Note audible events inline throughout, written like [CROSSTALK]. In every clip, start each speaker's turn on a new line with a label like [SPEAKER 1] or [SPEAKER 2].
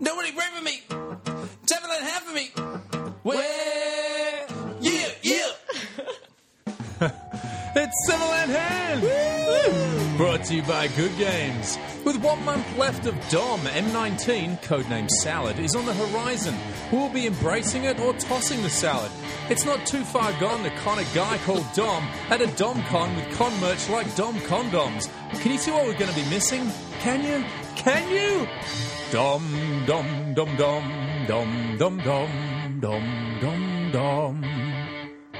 [SPEAKER 1] Nobody raping me. Seven and a half of me. Where? Yeah, [LAUGHS] yeah.
[SPEAKER 2] It's Civil and Hand! Brought to you by Good Games. With one month left of Dom, M19, codename Salad, is on the horizon. We'll be embracing it or tossing the salad. It's not too far gone to con a guy called Dom at a Dom con with con merch like Dom condoms. Can you see what we're going to be missing? Can you? Can you? Dom, dom, dom, dom, dom, dom, dom, dom, dom, dom.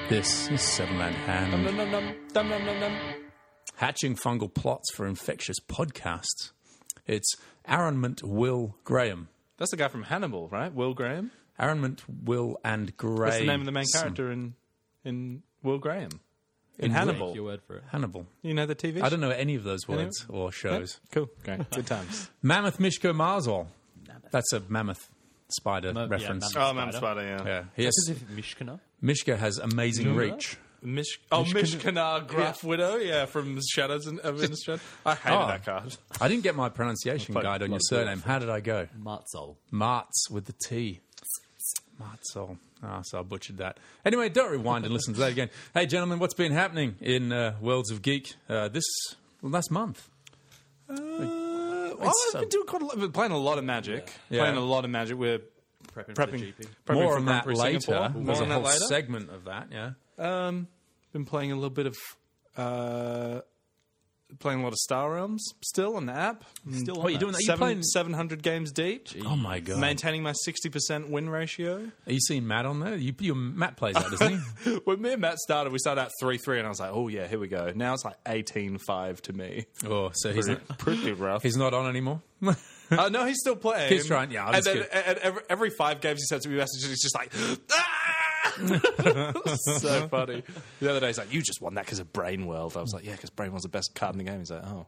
[SPEAKER 2] This is Seven and Hand
[SPEAKER 1] Num, num, num, num, num, num, num.
[SPEAKER 2] hatching fungal plots for infectious podcasts. It's Aranment Will Graham.
[SPEAKER 1] That's the guy from Hannibal, right? Will Graham.
[SPEAKER 2] Aranment Will and Graham.
[SPEAKER 1] That's the name of the main character in in Will Graham in,
[SPEAKER 2] In
[SPEAKER 1] Hannibal.
[SPEAKER 3] Your word for it.
[SPEAKER 2] Hannibal.
[SPEAKER 1] You know the TV. Show?
[SPEAKER 2] I don't know any of those words or shows.
[SPEAKER 1] Cool. Great. [LAUGHS] Good times.
[SPEAKER 2] Mammoth Mishko Marzal. That's a mammoth spider
[SPEAKER 3] Mo- yeah,
[SPEAKER 2] reference.
[SPEAKER 3] mammoth.
[SPEAKER 4] Oh, Mammoth Spider, yeah.
[SPEAKER 2] Yeah, he has-
[SPEAKER 3] This [LAUGHS] is if Mishkana.
[SPEAKER 2] Mishka has amazing
[SPEAKER 3] that?
[SPEAKER 2] reach.
[SPEAKER 1] Mish- oh, Mishkanar Graf Widow. Yeah, from Shadows in- of Innistrad. I hate
[SPEAKER 2] Oh.
[SPEAKER 1] that card.
[SPEAKER 2] I didn't get my pronunciation
[SPEAKER 4] Fuck,
[SPEAKER 2] guide on your surname. How did I go?
[SPEAKER 3] Marzal.
[SPEAKER 2] Martz with the T. Martzol. Ah, so I butchered that. Anyway, don't rewind and listen to that again. Hey, gentlemen, what's been happening in uh, Worlds of Geek uh, this last month?
[SPEAKER 1] Uh, well, I've
[SPEAKER 2] so-
[SPEAKER 1] been doing quite a lot. Been playing a lot of Magic.
[SPEAKER 2] Yeah.
[SPEAKER 1] Playing a lot of Magic. We're
[SPEAKER 3] Prepping, for the
[SPEAKER 1] prepping.
[SPEAKER 3] GP.
[SPEAKER 1] prepping
[SPEAKER 2] More
[SPEAKER 1] for
[SPEAKER 2] on
[SPEAKER 1] Grand
[SPEAKER 2] that
[SPEAKER 1] Prix
[SPEAKER 2] later.
[SPEAKER 1] Singapore.
[SPEAKER 2] There's
[SPEAKER 1] More
[SPEAKER 2] a
[SPEAKER 1] on that
[SPEAKER 2] whole
[SPEAKER 1] later.
[SPEAKER 2] segment of that, yeah.
[SPEAKER 1] Um, been playing a little bit of, uh, playing a lot of Star Realms still on the app. Mm.
[SPEAKER 3] Still
[SPEAKER 2] Oh,
[SPEAKER 3] on
[SPEAKER 2] you're
[SPEAKER 3] that.
[SPEAKER 2] doing that? Are you playing?
[SPEAKER 1] Seven seven hundred games deep.
[SPEAKER 2] Oh, my God.
[SPEAKER 1] Maintaining my sixty percent win ratio.
[SPEAKER 2] Are you seeing Matt on there? You, your Matt plays that,
[SPEAKER 1] [LAUGHS]
[SPEAKER 2] doesn't he?
[SPEAKER 1] When me and Matt started, we started at three three, and I was like, "Oh yeah, here we go." Now it's like eighteen five to me.
[SPEAKER 2] Oh, so he's not,
[SPEAKER 1] Pretty rough.
[SPEAKER 2] he's not on anymore?
[SPEAKER 1] [LAUGHS] Uh, no, he's still playing.
[SPEAKER 2] He's trying, yeah, I'll
[SPEAKER 1] and
[SPEAKER 2] just
[SPEAKER 1] then
[SPEAKER 2] get-
[SPEAKER 1] and- and every, every five games he sends me messages, he's just [LAUGHS] like, "Ah!" [LAUGHS] so funny. The other day he's like, "You just won that because of Brain World." I was like, "Yeah, because Brain World's the best card in the game." He's like, "Oh,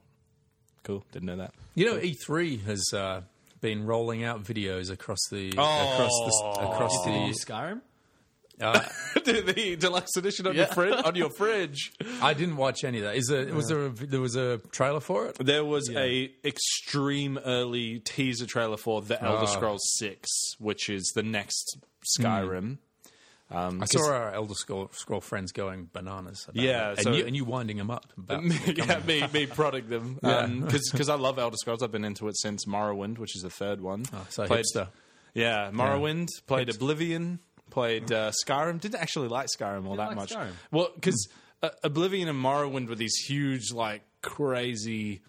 [SPEAKER 1] cool, didn't know that." [LAUGHS]
[SPEAKER 2] You know, E3 has uh, been rolling out videos across the
[SPEAKER 1] Oh.
[SPEAKER 2] across the uh,
[SPEAKER 3] Are you
[SPEAKER 2] across the.
[SPEAKER 3] Skyrim?
[SPEAKER 1] the, the deluxe edition on your
[SPEAKER 3] Yeah.
[SPEAKER 1] fridge. On your fridge,
[SPEAKER 2] I didn't watch any of that. Is there was there a, there was a trailer for it?
[SPEAKER 1] [LAUGHS] there was a extreme early teaser trailer for The Elder Scrolls Six, which is the next Skyrim.
[SPEAKER 2] I saw our Elder Scroll, Scroll friends going bananas. About
[SPEAKER 1] Yeah,
[SPEAKER 2] it. And,
[SPEAKER 1] so-
[SPEAKER 2] you, and you winding them up. About [LAUGHS]
[SPEAKER 1] yeah, [LAUGHS] me, me prodding them because I love Elder Scrolls. I've been into it since Morrowind, which is the third one.
[SPEAKER 2] so
[SPEAKER 1] played,
[SPEAKER 2] hipster.
[SPEAKER 1] Yeah, Morrowind. Played Oblivion. Played uh, Skyrim. Didn't actually like Skyrim all that
[SPEAKER 3] like
[SPEAKER 1] much.
[SPEAKER 3] Skyrim.
[SPEAKER 1] Well, because uh, Oblivion and Morrowind were these huge, like crazy.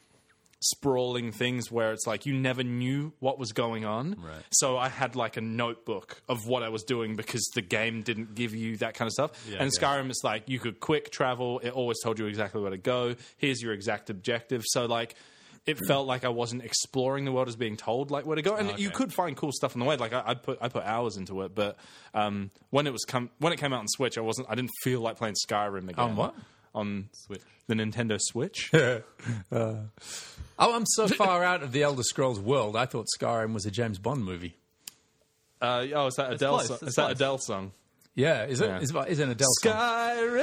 [SPEAKER 1] Sprawling things where it's like you never knew what was going on.
[SPEAKER 3] Right.
[SPEAKER 1] So I had like a notebook of what I was doing because the game didn't give you that kind of stuff. and
[SPEAKER 3] okay.
[SPEAKER 1] Skyrim is like you could quick travel. It always told you exactly where to go. Here's your exact objective. So like
[SPEAKER 3] [CLEARS THROAT]
[SPEAKER 1] it felt like I wasn't exploring the world as being told like where to go. And
[SPEAKER 3] Ah,
[SPEAKER 1] you could find cool stuff on the way. Like I, I put I put hours into it, but um, when it was come when it came out on Switch, I wasn't I didn't feel like playing Skyrim again.
[SPEAKER 2] On what?
[SPEAKER 1] On
[SPEAKER 3] Switch.
[SPEAKER 1] the Nintendo
[SPEAKER 3] [LAUGHS]
[SPEAKER 1] Switch. Uh,
[SPEAKER 2] Oh, I'm [LAUGHS] so far out of the Elder Scrolls world. I thought Skyrim was a James Bond movie.
[SPEAKER 1] Uh, oh, is that Adele?
[SPEAKER 3] close,
[SPEAKER 1] Song?
[SPEAKER 3] it's
[SPEAKER 1] Is that
[SPEAKER 3] close.
[SPEAKER 1] Adele song?
[SPEAKER 2] Yeah, is it?
[SPEAKER 1] Yeah.
[SPEAKER 2] Is, it- is it an Adele song?
[SPEAKER 1] [LAUGHS] Skyrim.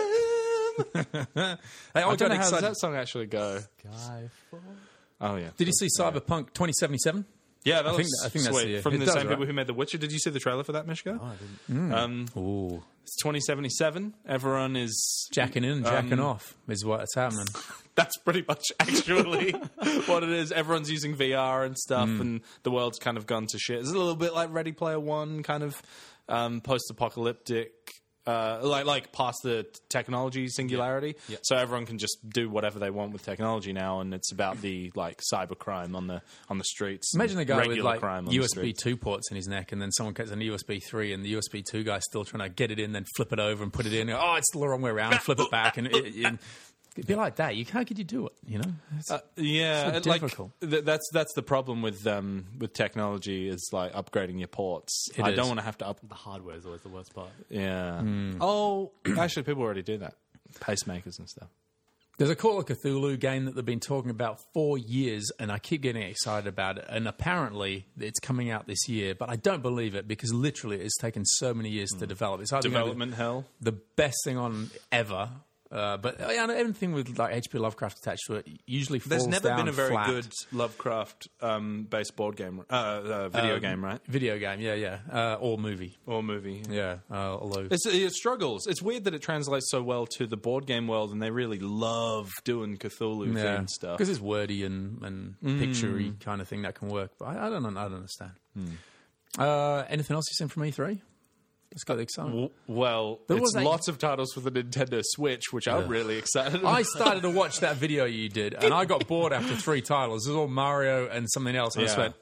[SPEAKER 2] Hey,
[SPEAKER 1] I
[SPEAKER 2] I got
[SPEAKER 1] don't know how does
[SPEAKER 2] Oh, excited.
[SPEAKER 1] that song actually go. Oh yeah.
[SPEAKER 2] Did you see Cyberpunk 2077?
[SPEAKER 1] Yeah, that
[SPEAKER 2] think-
[SPEAKER 1] looks
[SPEAKER 2] I think that's
[SPEAKER 1] sweet.
[SPEAKER 2] the-
[SPEAKER 1] from
[SPEAKER 2] it
[SPEAKER 1] the
[SPEAKER 2] does,
[SPEAKER 1] same people
[SPEAKER 2] right? Oh,
[SPEAKER 1] who made The Witcher. Did you see the trailer for that, Mishka?
[SPEAKER 3] I didn't.
[SPEAKER 1] Um,
[SPEAKER 2] Ooh,
[SPEAKER 1] it's 2077. Everyone is
[SPEAKER 2] jacking in, jacking off is what's happening.
[SPEAKER 1] That's pretty much [LAUGHS]
[SPEAKER 2] [LAUGHS]
[SPEAKER 1] actually what it is. Everyone's using VR and stuff,
[SPEAKER 2] Hmm.
[SPEAKER 1] and the world's kind of gone to shit. It's a little bit like Ready Player One, kind of um, post-apocalyptic. Uh, like like past the t- technology singularity, so everyone can just do whatever they want with technology now, and it's about the like cybercrime on the on the streets.
[SPEAKER 2] Imagine a
[SPEAKER 1] and
[SPEAKER 2] guy with
[SPEAKER 1] regular
[SPEAKER 2] like
[SPEAKER 1] crime on the
[SPEAKER 2] USB
[SPEAKER 1] streets.
[SPEAKER 2] two ports in his neck, and then someone gets a USB three, and the USB two guy's still trying to get it in, then flip it over and put it in. Oh, it's the wrong way around. Flip it back, and it, it- it'd be like that. You how could you do it? You know, It's-
[SPEAKER 1] Uh, Yeah,
[SPEAKER 2] So
[SPEAKER 1] it- like
[SPEAKER 2] difficult.
[SPEAKER 1] th- that's that's the problem with um, with technology is like upgrading your ports. I
[SPEAKER 2] is.
[SPEAKER 1] don't want to have to up.
[SPEAKER 3] The hardware is always the worst part.
[SPEAKER 1] Yeah.
[SPEAKER 2] Hmm.
[SPEAKER 1] Oh, [CLEARS THROAT] actually, people already do that. Pacemakers and stuff.
[SPEAKER 2] There's a Call of Cthulhu game that they've been talking about for years, and I keep getting excited about it. And apparently, it's coming out this year, but I don't believe it because
[SPEAKER 1] Hmm.
[SPEAKER 2] literally, it's taken so many years to develop. It's either gonna be
[SPEAKER 1] Development hell.
[SPEAKER 2] the best thing on ever, Uh, but uh, yeah, anything with like H.P. Lovecraft attached to it usually falls
[SPEAKER 1] There's never
[SPEAKER 2] down
[SPEAKER 1] been a very
[SPEAKER 2] flat.
[SPEAKER 1] good Lovecraft um, based board game, uh, uh, video game, right?
[SPEAKER 2] video game. Yeah, yeah, uh, Um, or movie.
[SPEAKER 1] Or movie.
[SPEAKER 2] Yeah, uh, although
[SPEAKER 1] It's, it struggles. It's weird that it translates so well to the board game world, and they really love doing Cthulhu
[SPEAKER 2] yeah,
[SPEAKER 1] themed stuff. Mm.
[SPEAKER 2] because it's wordy and and picturey kind of thing that can work. But I, I don't know. I don't understand.
[SPEAKER 1] Hmm.
[SPEAKER 2] Uh, anything else you've seen from E3? It's got exciting.
[SPEAKER 1] W- Well,
[SPEAKER 2] was
[SPEAKER 1] it's
[SPEAKER 2] that-
[SPEAKER 1] lots of titles for the Nintendo Switch, which I'm really excited about.
[SPEAKER 2] I started to watch that video you did, and I got bored after three titles. It was all Mario and something else, and I just
[SPEAKER 1] Yeah.
[SPEAKER 2] went,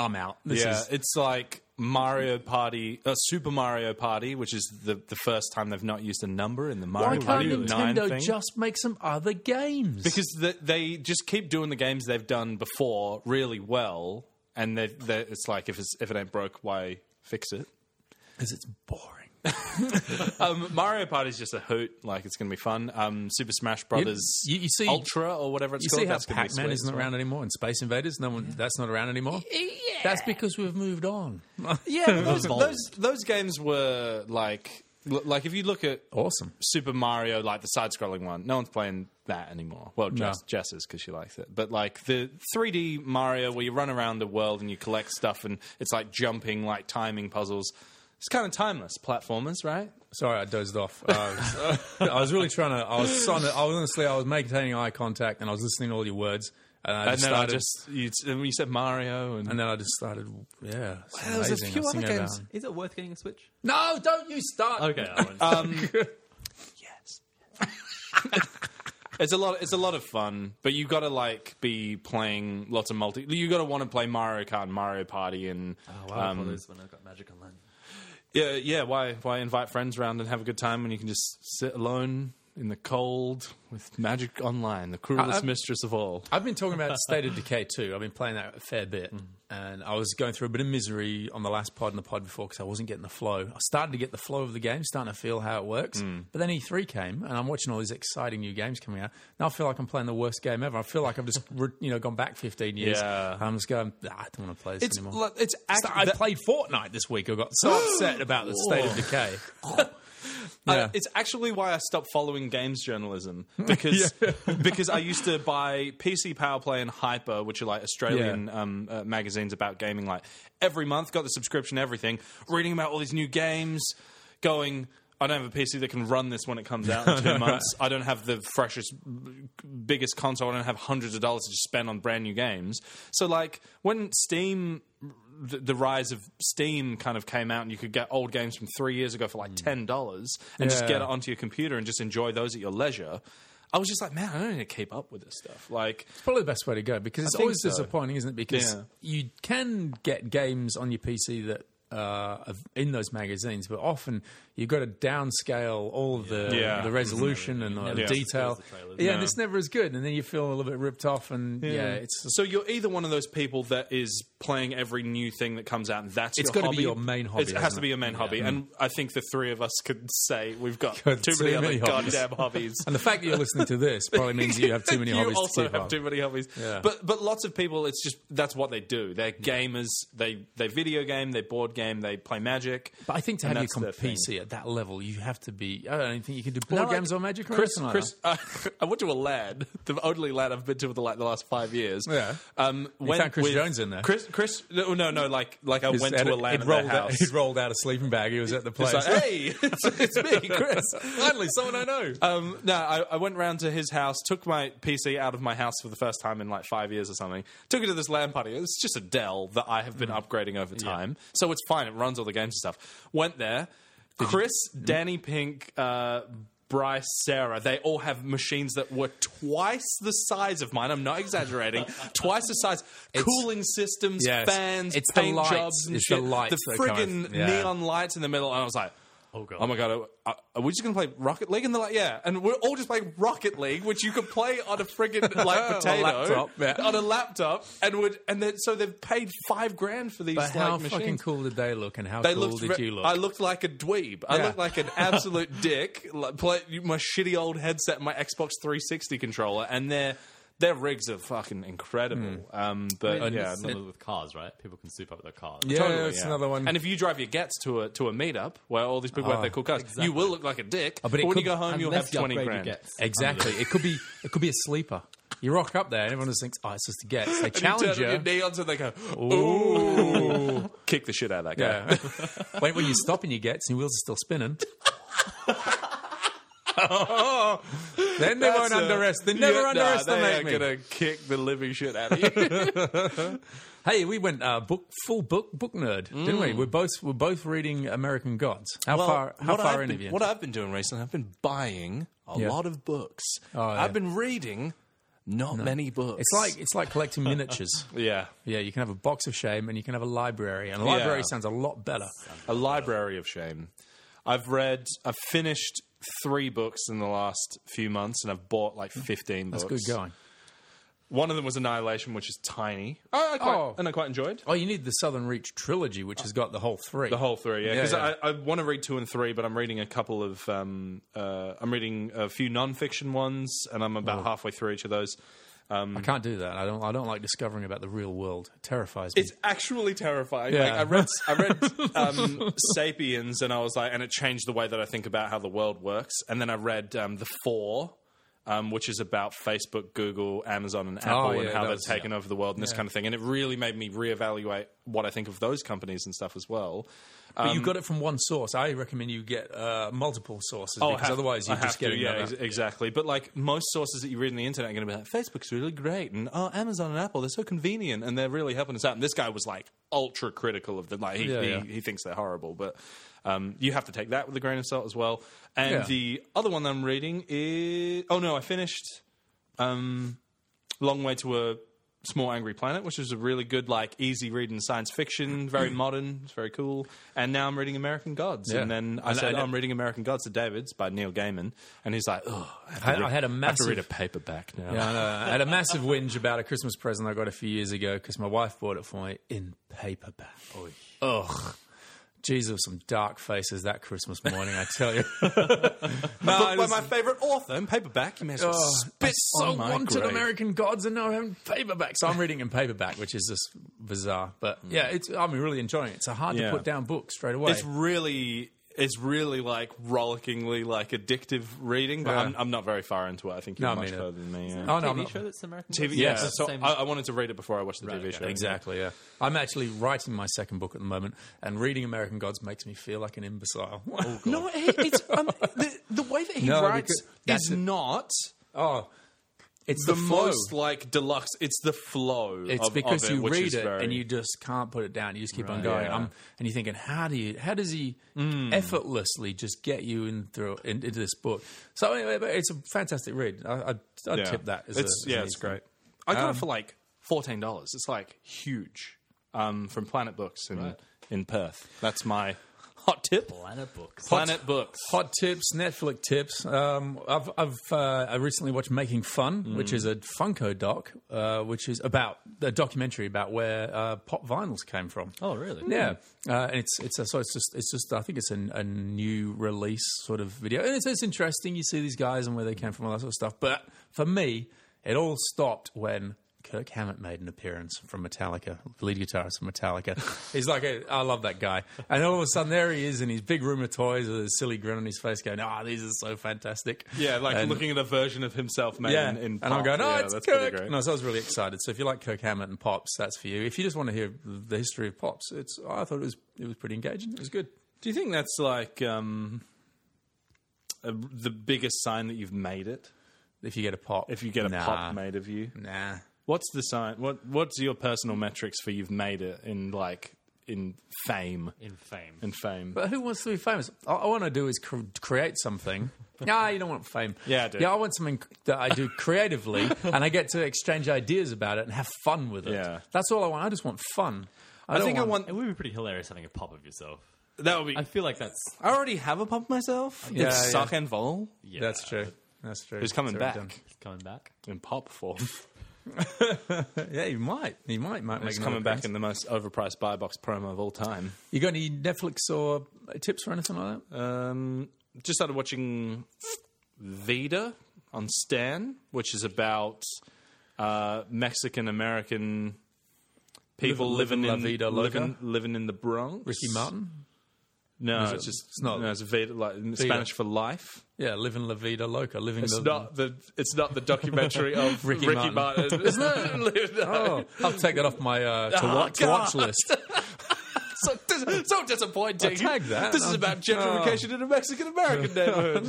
[SPEAKER 2] "I'm out." This
[SPEAKER 1] yeah,
[SPEAKER 2] is
[SPEAKER 1] it's like Mario Party, uh, Super Mario Party, which is the, the first time they've not used a number in the
[SPEAKER 2] why
[SPEAKER 1] Mario
[SPEAKER 2] can't
[SPEAKER 1] Party 9
[SPEAKER 2] Nintendo
[SPEAKER 1] thing.
[SPEAKER 2] just make some other games?
[SPEAKER 1] because the, they just keep doing the games they've done before really well, and they, they, it's like if it's, if it ain't broke, why fix it? [LAUGHS]
[SPEAKER 2] because it's boring.
[SPEAKER 1] Um, Mario Party's just a hoot. Like it's going to be fun. Um, Super Smash Brothers,
[SPEAKER 2] you- you see-
[SPEAKER 1] Ultra or whatever it's
[SPEAKER 2] You
[SPEAKER 1] called.
[SPEAKER 2] see how
[SPEAKER 1] that's gonna be
[SPEAKER 2] Pac Man
[SPEAKER 1] sweet
[SPEAKER 2] isn't
[SPEAKER 1] as well.
[SPEAKER 2] around anymore, and Space Invaders, no one, that's not around anymore. Yeah. That's because we've moved on. [LAUGHS]
[SPEAKER 1] Yeah, but those,
[SPEAKER 2] Evolved.
[SPEAKER 1] those those games were like l- like if you look at
[SPEAKER 2] awesome.
[SPEAKER 1] Super Mario, like the side scrolling one, no one's playing that anymore. Well, Jess,
[SPEAKER 2] No.
[SPEAKER 1] Jess is because she likes it. But like the 3D Mario where you run around the world and you collect stuff and it's like jumping, like timing puzzles. It's kind of timeless platformers, right?
[SPEAKER 2] Sorry, I dozed off. Uh, I was really trying to. I was, trying to, I was honestly, I was maintaining eye contact, and I was listening to all your words, and I
[SPEAKER 1] And
[SPEAKER 2] just
[SPEAKER 1] then
[SPEAKER 2] started.
[SPEAKER 1] I just you, and you said Mario and,
[SPEAKER 2] and then I just started. Yeah, it's
[SPEAKER 1] there was a
[SPEAKER 2] amazing. I
[SPEAKER 1] few
[SPEAKER 2] was
[SPEAKER 1] other
[SPEAKER 2] thinking
[SPEAKER 1] games.
[SPEAKER 2] about-
[SPEAKER 3] Is it worth getting a Switch?
[SPEAKER 2] No, don't you start.
[SPEAKER 3] Okay, I [LAUGHS] won't.
[SPEAKER 2] Um,
[SPEAKER 3] Uh,
[SPEAKER 1] It's a lot. It's a lot of fun, but you got to like be playing lots of multi. You got to want to play Mario Kart and Mario Party and
[SPEAKER 3] wow, um, when I got Magic Online.
[SPEAKER 1] yeah, yeah. Why why invite friends around and have a good time when you can just sit alone in the cold with Magic Online, the cruelest
[SPEAKER 2] I-
[SPEAKER 1] mistress of all.
[SPEAKER 2] I've been talking
[SPEAKER 1] [LAUGHS]
[SPEAKER 2] about State of Decay too. I've been playing that a fair bit,
[SPEAKER 1] Mm-hmm.
[SPEAKER 2] and I was going through a bit of misery on the last pod and the pod before because I wasn't getting the flow. I started to get the flow of the game, starting to feel how it works.
[SPEAKER 1] Mm.
[SPEAKER 2] But then E3 came, and I'm watching all these exciting new games coming out. Now I feel like I'm playing the worst game ever. I feel like I've
[SPEAKER 1] [LAUGHS]
[SPEAKER 2] just re- you know gone back 15 years.
[SPEAKER 1] Yeah.
[SPEAKER 2] I'm just going. "Ah, I don't want to play this
[SPEAKER 1] It's
[SPEAKER 2] anymore.
[SPEAKER 1] like- it's act-
[SPEAKER 2] I played Fortnite this week. I got
[SPEAKER 1] [GASPS]
[SPEAKER 2] so upset about the State of Decay. Yeah.
[SPEAKER 1] Uh, it's actually why I stopped following games journalism because because I used to buy PC Power Play and Hyper, which are like Australian um, uh, magazines about gaming, like every month. Got the subscription, everything, reading about all these new games, going. I don't have a PC that can run this when it comes out in two months. I don't have the freshest, b- biggest console. I don't have hundreds of dollars to just spend on brand new games. So, like, when Steam the, the rise of Steam kind of came out, and you could get old games from three years ago for like ten dollars, and just
[SPEAKER 2] Hmm. Yeah.
[SPEAKER 1] get it onto your computer and just enjoy those at your leisure. I was just like, man, I don't need to keep up with this stuff. Like,
[SPEAKER 2] probably the best way to go because it's
[SPEAKER 1] think
[SPEAKER 2] always
[SPEAKER 1] so.
[SPEAKER 2] disappointing, isn't it? Because
[SPEAKER 1] Yeah.
[SPEAKER 2] you can get games on your PC that uh, are in those magazines, but often you've got to downscale all of the
[SPEAKER 1] Yeah.
[SPEAKER 2] the resolution and the
[SPEAKER 3] Yeah.
[SPEAKER 2] detail.
[SPEAKER 3] Yeah.
[SPEAKER 2] Yeah, and it's never as good, and then you feel a little bit ripped off, and yeah, it's
[SPEAKER 1] so you're either one of those people that is playing every new thing that comes out, and that's
[SPEAKER 2] It's
[SPEAKER 1] your
[SPEAKER 2] gotta be
[SPEAKER 1] hobby.
[SPEAKER 2] your main hobby,
[SPEAKER 1] It has
[SPEAKER 2] hasn't
[SPEAKER 1] to be
[SPEAKER 2] it? Mm.
[SPEAKER 1] your main hobby, and I think the three of us could say we've got
[SPEAKER 2] Got
[SPEAKER 1] too
[SPEAKER 2] too
[SPEAKER 1] many,
[SPEAKER 2] many
[SPEAKER 1] other
[SPEAKER 2] hobbies.
[SPEAKER 1] goddamn hobbies.
[SPEAKER 2] [LAUGHS] and the fact that you're listening to
[SPEAKER 1] [LAUGHS]
[SPEAKER 2] this probably means [LAUGHS] you have too many
[SPEAKER 1] you
[SPEAKER 2] hobbies.
[SPEAKER 1] also
[SPEAKER 2] to keep
[SPEAKER 1] have
[SPEAKER 2] up.
[SPEAKER 1] too many hobbies.
[SPEAKER 2] Yeah.
[SPEAKER 1] But but lots of people, it's just that's what they do. They're gamers. They they video game. They board game. They play Magic.
[SPEAKER 2] But I think to have your
[SPEAKER 1] And that's
[SPEAKER 2] com-
[SPEAKER 1] their thing.
[SPEAKER 2] PC at that level, you have to be. I don't think you can do board games
[SPEAKER 1] I-
[SPEAKER 2] or Magic or
[SPEAKER 1] Chris,
[SPEAKER 2] anything like
[SPEAKER 1] Chris,
[SPEAKER 2] that.
[SPEAKER 1] uh, [LAUGHS] I went to a lad, the only lad I've been to for the, like the last five years.
[SPEAKER 2] Yeah.
[SPEAKER 1] Um, went
[SPEAKER 2] found Chris
[SPEAKER 1] with-
[SPEAKER 2] Jones in there.
[SPEAKER 1] Chris, Chris, no, no, no, like like I went
[SPEAKER 2] He'd-
[SPEAKER 1] to a lad
[SPEAKER 2] he'd
[SPEAKER 1] at their
[SPEAKER 2] rolled out,
[SPEAKER 1] house.
[SPEAKER 2] he'd rolled out a sleeping bag. He was at the place.
[SPEAKER 1] It's like, hey, [LAUGHS] it's, it's me, Chris.
[SPEAKER 2] [LAUGHS] Finally, someone I know.
[SPEAKER 1] [LAUGHS] Um, no, I, I went round to his house, took my PC out of my house for the first time in like five years or something. Took it to this LAN party. It's just a Dell that I have been
[SPEAKER 2] Hmm.
[SPEAKER 1] upgrading over time, so it's fine. It runs all the games and stuff. Went there. Chris,
[SPEAKER 2] Hmm?
[SPEAKER 1] Danny Pink, uh, Bryce, Sarah. They all have machines that were twice the size of mine. I'm not
[SPEAKER 2] [LAUGHS]
[SPEAKER 1] exaggerating. twice the size. Cooling systems,
[SPEAKER 2] Yes.
[SPEAKER 1] fans,
[SPEAKER 2] It's the
[SPEAKER 1] paint
[SPEAKER 2] lights.
[SPEAKER 1] jobs, and
[SPEAKER 2] It's the
[SPEAKER 1] shit.
[SPEAKER 2] lights
[SPEAKER 1] the
[SPEAKER 2] that kind of-
[SPEAKER 1] friggin'
[SPEAKER 2] yeah.
[SPEAKER 1] neon lights in the middle. And I was like.
[SPEAKER 3] Oh, God.
[SPEAKER 1] Oh my god! Are, are we just gonna play Rocket League? And they're like, yeah. And we're all just playing Rocket League, which you could play on a
[SPEAKER 2] [LAUGHS]
[SPEAKER 1] friggin' like
[SPEAKER 2] On a
[SPEAKER 1] potato
[SPEAKER 2] laptop, yeah.
[SPEAKER 1] on a laptop, and would and then so they've paid five grand for these
[SPEAKER 2] But
[SPEAKER 1] like,
[SPEAKER 2] how
[SPEAKER 1] machines.
[SPEAKER 2] fucking cool did they look, and how
[SPEAKER 1] They
[SPEAKER 2] cool
[SPEAKER 1] looked.
[SPEAKER 2] did
[SPEAKER 1] re-
[SPEAKER 2] you look?
[SPEAKER 1] I looked like a dweeb. I
[SPEAKER 2] Yeah.
[SPEAKER 1] looked like an [LAUGHS] absolute dick. Like, play my shitty old headset, and my Xbox 360 controller, and their their rigs are fucking incredible.
[SPEAKER 2] Hmm.
[SPEAKER 1] Um, but
[SPEAKER 4] And
[SPEAKER 1] yeah,
[SPEAKER 4] it's
[SPEAKER 1] not-
[SPEAKER 4] similar with cars, right? People can soup up their cars.
[SPEAKER 2] Yeah,
[SPEAKER 1] totally,
[SPEAKER 2] it's another one. Oh,
[SPEAKER 1] And if you drive your gets to a to a meetup where all these people have their cool cars, you will look like a dick.
[SPEAKER 2] but
[SPEAKER 1] but
[SPEAKER 2] it
[SPEAKER 1] when you
[SPEAKER 2] could-
[SPEAKER 1] go home, you'll have
[SPEAKER 4] Unless you
[SPEAKER 1] twenty
[SPEAKER 4] upgrade your
[SPEAKER 1] grand.
[SPEAKER 4] Gets.
[SPEAKER 2] exactly. it could be it could be a sleeper. You rock up there, and everyone just thinks, "Oh, it's just a get." They
[SPEAKER 1] [LAUGHS] And you
[SPEAKER 2] challenge
[SPEAKER 1] turn your
[SPEAKER 2] you.
[SPEAKER 1] knee onto, they go, ooh, kick the shit out of that guy.
[SPEAKER 2] Yeah. [LAUGHS] Wait when you stop and you get, and your wheels are still
[SPEAKER 1] [LAUGHS]
[SPEAKER 2] spinning. then they won't
[SPEAKER 1] That's a-
[SPEAKER 2] underestimate. They never
[SPEAKER 1] Yeah, nah,
[SPEAKER 2] underestimate me.
[SPEAKER 1] They are gonna kick the living shit
[SPEAKER 2] [LAUGHS]
[SPEAKER 1] out of you.
[SPEAKER 2] Hey, we went uh, book full book book nerd, didn't
[SPEAKER 1] Mm.
[SPEAKER 2] we? We're both we're both reading American Gods. How far how
[SPEAKER 1] what
[SPEAKER 2] far
[SPEAKER 1] I've
[SPEAKER 2] in have
[SPEAKER 1] been-
[SPEAKER 2] you?
[SPEAKER 1] What I've been doing recently, I've been buying a
[SPEAKER 2] Yeah. Oh,
[SPEAKER 1] lot of books.
[SPEAKER 2] yeah.
[SPEAKER 1] I've been reading not many books.
[SPEAKER 2] It's like it's like collecting
[SPEAKER 1] [LAUGHS]
[SPEAKER 2] miniatures.
[SPEAKER 1] yeah,
[SPEAKER 2] Yeah, you can have a box of shame and you can have a library, and a library
[SPEAKER 1] Yeah.
[SPEAKER 2] sounds a lot better.
[SPEAKER 1] a library of shame. I've read, I've finished three books in the last few months, and I've bought like fifteen
[SPEAKER 2] Hmm. That's good
[SPEAKER 1] books.
[SPEAKER 2] going.
[SPEAKER 1] One of them was Annihilation, which is tiny. I, I quite,
[SPEAKER 2] Oh.
[SPEAKER 1] and I quite enjoyed.
[SPEAKER 2] Oh, you need the Southern Reach trilogy, which has got the whole three.
[SPEAKER 1] The whole three, yeah.
[SPEAKER 2] Yeah,
[SPEAKER 1] Because
[SPEAKER 2] yeah.
[SPEAKER 1] I, I want to read two and three, but I'm reading a couple of. Um, uh, I'm reading a few non-fiction ones, and I'm
[SPEAKER 2] Oh.
[SPEAKER 1] about halfway through each of those.
[SPEAKER 2] I can't do that. I don't. I don't like discovering about the real world. It terrifies me.
[SPEAKER 1] It's actually terrifying.
[SPEAKER 2] Yeah.
[SPEAKER 1] Like I read, I
[SPEAKER 2] [LAUGHS]
[SPEAKER 1] read um, *Sapiens*, and I was like, and it changed the way that I think about how the world works. And then I read um, *The Four, um, which is about Facebook, Google, Amazon, and Apple,
[SPEAKER 2] Oh, yeah,
[SPEAKER 1] and how
[SPEAKER 2] that
[SPEAKER 1] they've
[SPEAKER 2] was-
[SPEAKER 1] taken over the world and this kind of thing. And it really made me reevaluate what I think of those companies and stuff as well.
[SPEAKER 2] but
[SPEAKER 1] Um,
[SPEAKER 2] you got it from one source. I recommend you get uh, multiple sources
[SPEAKER 1] Oh, I
[SPEAKER 2] because
[SPEAKER 1] have-
[SPEAKER 2] otherwise
[SPEAKER 1] I
[SPEAKER 2] you're just
[SPEAKER 1] have to,
[SPEAKER 2] getting
[SPEAKER 1] yeah,
[SPEAKER 2] another-
[SPEAKER 1] ex- exactly. But like most sources that you read on the internet are going to be like, Facebook's really great, and oh, Amazon and Apple, they're so convenient, and they're really helping us out. And this guy was like ultra critical of them. Like he
[SPEAKER 2] Yeah,
[SPEAKER 1] he,
[SPEAKER 2] yeah.
[SPEAKER 1] he thinks they're horrible, but um, you have to take that with a grain of salt as well. And
[SPEAKER 2] Yeah.
[SPEAKER 1] the other one that I'm reading is oh no, I finished um, Long Way to a Small Angry Planet, which is a really good, like, easy read in science
[SPEAKER 2] [CLEARS THROAT]
[SPEAKER 1] fiction, very modern, it's very cool. And now I'm reading American Gods.
[SPEAKER 2] Yeah.
[SPEAKER 1] And then I
[SPEAKER 2] And-
[SPEAKER 1] said,
[SPEAKER 2] and-
[SPEAKER 1] "Oh, I'm reading American Gods to David's by Neil Gaiman. And he's like, oh, I have to
[SPEAKER 2] I-
[SPEAKER 1] read,
[SPEAKER 2] I had a
[SPEAKER 1] have to read a
[SPEAKER 2] massive-
[SPEAKER 1] paperback now.
[SPEAKER 2] Yeah, I know. I had a massive whinge about a Christmas present I got a few years ago because my wife bought it for me in paperback. Ugh. Jesus, some dark faces that Christmas morning, I tell
[SPEAKER 1] [LAUGHS]
[SPEAKER 2] you. [LAUGHS]
[SPEAKER 1] A book
[SPEAKER 2] I
[SPEAKER 1] by
[SPEAKER 2] just-
[SPEAKER 1] my favorite author in paperback. You may as well
[SPEAKER 2] Oh, I
[SPEAKER 1] spit
[SPEAKER 2] so
[SPEAKER 1] on my
[SPEAKER 2] wanted
[SPEAKER 1] grave.
[SPEAKER 2] American Gods and now I'm having paperback. So I'm reading in paperback, which is just bizarre. But yeah, it's, I'm really enjoying it. It's a hard
[SPEAKER 1] Mm. Yeah.
[SPEAKER 2] to put down book straight away. Oh,
[SPEAKER 1] It's really, it's really like rollickingly like addictive reading, but
[SPEAKER 2] Yeah.
[SPEAKER 1] I'm, I'm not very far into it. I think you're
[SPEAKER 2] No, I
[SPEAKER 1] much
[SPEAKER 2] mean it.
[SPEAKER 1] further than me. Yeah.
[SPEAKER 2] oh, no, I'm
[SPEAKER 3] TV
[SPEAKER 2] not-
[SPEAKER 3] show that's American.
[SPEAKER 1] TV,
[SPEAKER 2] Yeah.
[SPEAKER 1] yeah.
[SPEAKER 2] It's
[SPEAKER 1] So
[SPEAKER 4] same-
[SPEAKER 1] I, I wanted to read it before I watched the TV show.
[SPEAKER 2] Exactly, yeah. I'm actually writing my second book at the moment, and reading American Gods makes me feel like an imbecile.
[SPEAKER 1] Oh,
[SPEAKER 2] [LAUGHS]
[SPEAKER 1] No, it- it's um, the, the way that he
[SPEAKER 2] No,
[SPEAKER 1] writes
[SPEAKER 2] because- that's
[SPEAKER 1] is
[SPEAKER 2] it.
[SPEAKER 1] not
[SPEAKER 2] oh, it's
[SPEAKER 1] the,
[SPEAKER 2] the, flow.
[SPEAKER 1] most like deluxe. It's the flow.
[SPEAKER 2] It's
[SPEAKER 1] of,
[SPEAKER 2] because
[SPEAKER 1] of it,
[SPEAKER 2] you
[SPEAKER 1] which
[SPEAKER 2] read
[SPEAKER 1] is
[SPEAKER 2] it
[SPEAKER 1] very-
[SPEAKER 2] and you just can't put it down. You just keep on going.
[SPEAKER 1] yeah. Hmm.
[SPEAKER 2] Um, and you're thinking, how do you? How does he effortlessly just get you in through in, into this book? So anyway, but it's a fantastic read. I, I, I'd
[SPEAKER 1] yeah.
[SPEAKER 2] tip that. As a-
[SPEAKER 1] it's
[SPEAKER 2] as
[SPEAKER 1] yeah,
[SPEAKER 2] an
[SPEAKER 1] it's
[SPEAKER 2] easy.
[SPEAKER 1] great. I got it for like fourteen dollars. It's like huge um, from Planet Books in in Perth. That's my [LAUGHS] hot tip.
[SPEAKER 4] [LAUGHS] Planet books.
[SPEAKER 1] Planet Books.
[SPEAKER 2] Hot tips, Netflix tips. Um, I've, I've uh, I recently watched Making Fun, which
[SPEAKER 1] Hmm.
[SPEAKER 2] is a Funko doc, uh, which is about a documentary about where uh, pop vinyls came from.
[SPEAKER 4] Oh, really?
[SPEAKER 2] Yeah, uh, and it's it's a, so it's just it's just I think it's an, a new release sort of video, and it's it's interesting. You see these guys and where they came from, all that sort of stuff. But for me, it all stopped when. Kirk Hammett made an appearance from Metallica, the lead guitarist from Metallica. He's like, a, I love that guy. And all of a sudden, there he is in his big room of toys with a silly grin on his face, going, Ah, these are so fantastic.
[SPEAKER 1] Yeah, like
[SPEAKER 2] And-
[SPEAKER 1] looking at a version of himself made in, in
[SPEAKER 2] and I'm
[SPEAKER 1] pop.
[SPEAKER 2] going, oh,
[SPEAKER 1] yeah,
[SPEAKER 2] it's
[SPEAKER 1] that's pretty
[SPEAKER 2] Kirk.
[SPEAKER 1] great.
[SPEAKER 2] No, so I was really excited. So if you like Kirk Hammett and Pops, that's for you. If you just want to hear the history of Pops, it's I thought it was it was pretty engaging. It was good.
[SPEAKER 1] Do you think that's like um, a, the biggest sign that you've made it?
[SPEAKER 2] If you get a pop,
[SPEAKER 1] If you get a
[SPEAKER 2] nah,
[SPEAKER 1] pop made of you,
[SPEAKER 2] nah.
[SPEAKER 1] What's the sign? What What's your personal metrics for you've made it in like in fame
[SPEAKER 4] In fame.
[SPEAKER 1] in fame?
[SPEAKER 2] But who wants to be famous? All I want to do is cr- create
[SPEAKER 1] [LAUGHS]
[SPEAKER 2] something. nah, you don't want fame.
[SPEAKER 1] Yeah, I do.
[SPEAKER 2] Yeah, I want something that I
[SPEAKER 1] [LAUGHS]
[SPEAKER 2] do creatively, and I get to exchange ideas about it and have fun with it.
[SPEAKER 1] Yeah.
[SPEAKER 2] that's all I want. I just want fun. I,
[SPEAKER 1] I
[SPEAKER 2] don't
[SPEAKER 1] think
[SPEAKER 2] want,
[SPEAKER 1] I want
[SPEAKER 4] It would be pretty hilarious having a pop of yourself.
[SPEAKER 1] that would be.
[SPEAKER 4] I feel like that's
[SPEAKER 2] Oh,
[SPEAKER 1] I already have a pump myself.
[SPEAKER 2] Yeah,
[SPEAKER 1] it's
[SPEAKER 2] yeah.
[SPEAKER 1] Sock and Vol.
[SPEAKER 4] yeah,
[SPEAKER 2] That's true. That's true.
[SPEAKER 1] It's coming
[SPEAKER 2] It's
[SPEAKER 1] back
[SPEAKER 2] already done.
[SPEAKER 4] It's coming back.
[SPEAKER 1] in pop [LAUGHS] form.
[SPEAKER 2] Yeah, you might. You might. Might make
[SPEAKER 1] It's
[SPEAKER 2] another
[SPEAKER 1] coming back
[SPEAKER 2] appearance.
[SPEAKER 1] in the most overpriced buy box promo of all time.
[SPEAKER 2] You got any Netflix or uh, tips or anything like that?
[SPEAKER 1] Um, just started watching Vida on Stan, which is about uh, Mexican American people
[SPEAKER 2] Live-
[SPEAKER 1] living
[SPEAKER 2] live
[SPEAKER 1] in
[SPEAKER 2] la vida loca?
[SPEAKER 1] living, living in the Bronx.
[SPEAKER 2] Ricky Martin?
[SPEAKER 1] No,
[SPEAKER 2] it-
[SPEAKER 1] it's just
[SPEAKER 2] it's not-
[SPEAKER 1] No, it's vida, like in Spanish for life.
[SPEAKER 2] Yeah, living La Vida Loca, living
[SPEAKER 1] It's
[SPEAKER 2] the.
[SPEAKER 1] not the it's not the documentary of
[SPEAKER 2] Ricky
[SPEAKER 1] [LAUGHS] Ricky,
[SPEAKER 2] Martin.
[SPEAKER 1] Martin. Isn't it?
[SPEAKER 2] Oh, I'll take that off my [LAUGHS] uh, to,
[SPEAKER 1] Oh,
[SPEAKER 2] wa- to watch
[SPEAKER 1] God.
[SPEAKER 2] list.
[SPEAKER 1] so, dis- so disappointing.
[SPEAKER 2] I'll tag that.
[SPEAKER 1] This is about gentrification in a Mexican American neighborhood.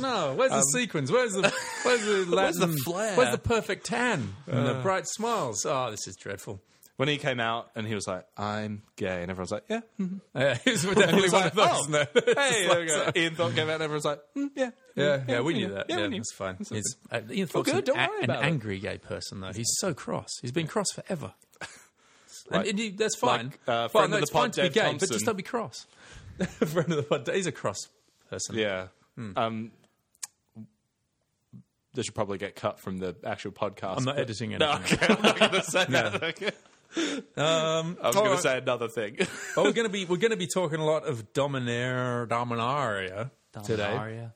[SPEAKER 2] [LAUGHS] no, where's the sequins? Where's the Um, [LAUGHS] where's the Latin?
[SPEAKER 1] Where's the flair?
[SPEAKER 2] Where's the perfect tan and the bright smiles? Oh, this is dreadful.
[SPEAKER 1] [LAUGHS] When he came out and he was like, "I'm gay," and everyone's like, "Yeah." [LAUGHS] mhm."
[SPEAKER 2] Yeah, [LAUGHS] it's definitely
[SPEAKER 1] It's
[SPEAKER 2] one
[SPEAKER 1] like,
[SPEAKER 2] of those. [LAUGHS]
[SPEAKER 1] oh,
[SPEAKER 2] isn't it?
[SPEAKER 1] Hey, there we go. Ian Thorpe came out and everyone's like, "Mm, "Yeah,
[SPEAKER 2] Yeah, yeah, we knew that.
[SPEAKER 1] Yeah, we knew.
[SPEAKER 2] that's fine.
[SPEAKER 1] That's
[SPEAKER 2] It's, uh, Ian Thorpe's
[SPEAKER 1] good,
[SPEAKER 2] an,
[SPEAKER 1] don't
[SPEAKER 2] a-
[SPEAKER 1] worry
[SPEAKER 2] an
[SPEAKER 1] about it.
[SPEAKER 2] angry gay person, though. He's so cross. He's been cross
[SPEAKER 1] [LAUGHS]
[SPEAKER 2] forever. and, and you, that's fine.
[SPEAKER 1] like, uh,
[SPEAKER 2] well,
[SPEAKER 1] friend
[SPEAKER 2] no,
[SPEAKER 1] of the
[SPEAKER 2] it's fine
[SPEAKER 1] pod,
[SPEAKER 2] to be
[SPEAKER 1] Dave
[SPEAKER 2] gay, but
[SPEAKER 1] Thompson.
[SPEAKER 2] just don't be cross. [LAUGHS] friend of the pod, he's a cross person.
[SPEAKER 1] Yeah. Um, this should probably get cut from the actual podcast. [LAUGHS]
[SPEAKER 2] I'm not
[SPEAKER 1] but-
[SPEAKER 2] editing
[SPEAKER 1] No,
[SPEAKER 2] anything.
[SPEAKER 1] okay, I'm not going to say that. [LAUGHS] Okay.
[SPEAKER 2] Um,
[SPEAKER 1] I was going to say another [LAUGHS] thing.
[SPEAKER 2] well, we're going to be we're going to be talking a lot of dominaire dominaria today.
[SPEAKER 4] Dominaria.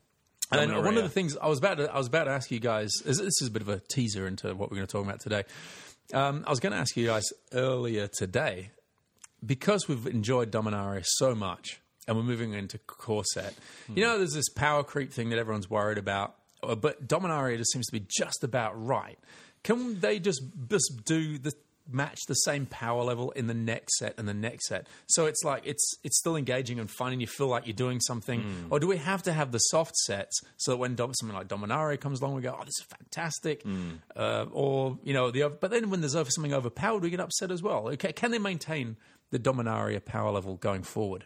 [SPEAKER 2] And
[SPEAKER 1] Dominaria.
[SPEAKER 2] one of the things I was about to, I was about to ask you guys is this is a bit of a teaser into what we're going to talk about today. Um, I was going to ask you guys earlier today because we've enjoyed Dominaria so much and we're moving into Corset. You know, there's this power creep thing that everyone's worried about, uh, but Dominaria just seems to be just about right. Can they just just do the match the same power level in the next set and the next set? So it's like it's it's still engaging and fun, and you feel like you're doing something. Or do we have to have the soft sets so that when dom- something like Dominaria comes along, we go, "Oh, this is fantastic," uh, or you know the. over- But then when there's over something overpowered, we get upset as well. Okay, can they maintain? the Dominaria power level going forward.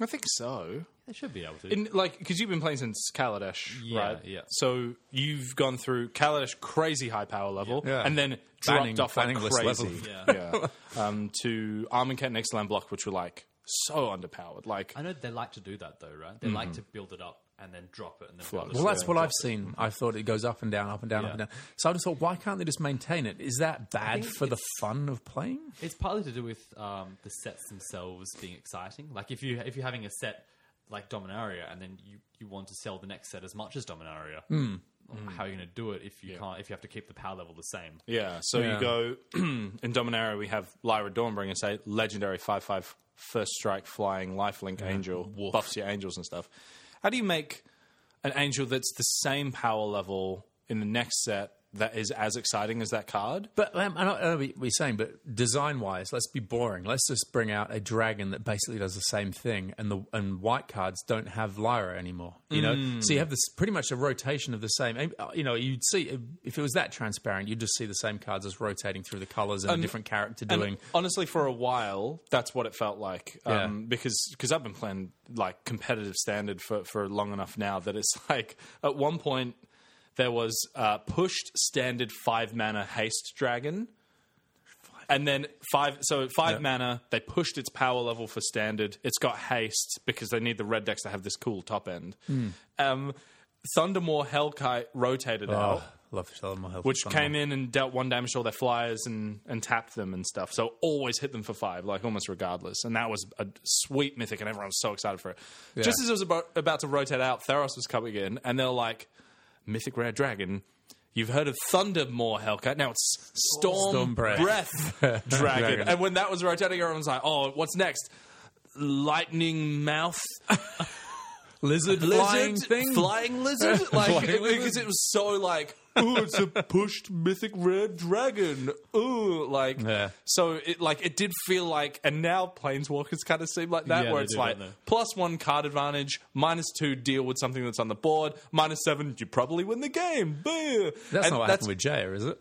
[SPEAKER 1] I think so.
[SPEAKER 4] They should be able to.
[SPEAKER 1] In, like, because you've been playing since Kaladesh,
[SPEAKER 4] Yeah,
[SPEAKER 1] right?
[SPEAKER 4] yeah.
[SPEAKER 1] So you've gone through Kaladesh crazy high power level,
[SPEAKER 2] Yeah.
[SPEAKER 1] and then
[SPEAKER 2] Banning-
[SPEAKER 1] dropped off like
[SPEAKER 2] banning list
[SPEAKER 1] crazy.
[SPEAKER 2] level.
[SPEAKER 1] Yeah. [LAUGHS] um, to Armanket and Excellent Block, which were like so underpowered. Like,
[SPEAKER 4] I know they like to do that though, right? They like to build it up and then drop it and then build it
[SPEAKER 2] Mm-hmm. Well,
[SPEAKER 4] up.
[SPEAKER 2] that's what I've seen. I thought it goes up and down, up and down, up and
[SPEAKER 4] Yeah.
[SPEAKER 2] down. So I just thought, why can't they just maintain it? Is that bad
[SPEAKER 4] think
[SPEAKER 2] for the fun of playing?
[SPEAKER 4] It's partly to do with um, the sets themselves being exciting. Like if you if you're having a set like Dominaria and then you, you want to sell the next set as much as Dominaria,
[SPEAKER 2] Hmm.
[SPEAKER 4] how are you going to do it if you can't if you have to keep the power level the same?
[SPEAKER 1] Yeah, so
[SPEAKER 2] Yeah.
[SPEAKER 1] you go [CLEARS THROAT] in Dominaria. We have Lyra Dawnbringer say legendary five five first strike flying lifelink angel buffs your angels and stuff. How do you make an angel that's the same power level in the next set that is as exciting as that card?
[SPEAKER 2] But um, I don't know what you're saying, but design wise, let's be boring. Let's just bring out a dragon that basically does the same thing, and the and white cards don't have Lyra anymore. You know,
[SPEAKER 1] Mm.
[SPEAKER 2] so you have this pretty much a rotation of the same. uh, You know, you'd see if it was that transparent, you'd just see the same cards as rotating through the colors and a different character
[SPEAKER 1] And
[SPEAKER 2] doing.
[SPEAKER 1] honestly, for a while, that's what it felt like.
[SPEAKER 2] Yeah.
[SPEAKER 1] Um, because because I've been playing like competitive standard for for long enough now that it's [LAUGHS] like at one point there was uh, pushed standard five mana haste dragon. And then five, so five mana. They pushed its power level for standard. It's got haste because they need the red decks to have this cool top end.
[SPEAKER 2] Hmm.
[SPEAKER 1] Um, Thundermore Hellkite rotated out,
[SPEAKER 2] Oh, love to sell my health.
[SPEAKER 1] which came in and dealt one damage to all their flyers and, and tapped them and stuff. So always hit them for five, like almost regardless. And that was a sweet mythic, and everyone was so excited for it. Just as it was about, about to rotate out, Theros was coming in, and they're like, Mythic Rare Dragon. You've heard of Thundermore Hellcat. Now it's Storm,
[SPEAKER 2] Storm Breath.
[SPEAKER 1] Breath,
[SPEAKER 2] [LAUGHS]
[SPEAKER 1] Dragon.
[SPEAKER 2] Dragon.
[SPEAKER 1] And when that was rotating, everyone was like, oh, what's next? Lightning Mouth
[SPEAKER 2] lizard, flying
[SPEAKER 1] lizard,
[SPEAKER 2] thing.
[SPEAKER 1] flying [LAUGHS] lizard, like
[SPEAKER 2] Flying
[SPEAKER 1] it-
[SPEAKER 2] lizard?
[SPEAKER 1] because it was so like, oh, it's a pushed mythic red dragon, ooh, like
[SPEAKER 2] Yeah.
[SPEAKER 1] so it like it did feel like, and now planeswalkers kind of seem like that,
[SPEAKER 4] Yeah,
[SPEAKER 1] where
[SPEAKER 4] they
[SPEAKER 1] it's
[SPEAKER 4] do,
[SPEAKER 1] like
[SPEAKER 4] don't they?
[SPEAKER 1] plus one card advantage, minus two deal with something that's on the board, minus seven you probably win the game. Boo.
[SPEAKER 2] That's
[SPEAKER 1] And
[SPEAKER 2] not what
[SPEAKER 1] that's
[SPEAKER 2] happened with Jaya, is it?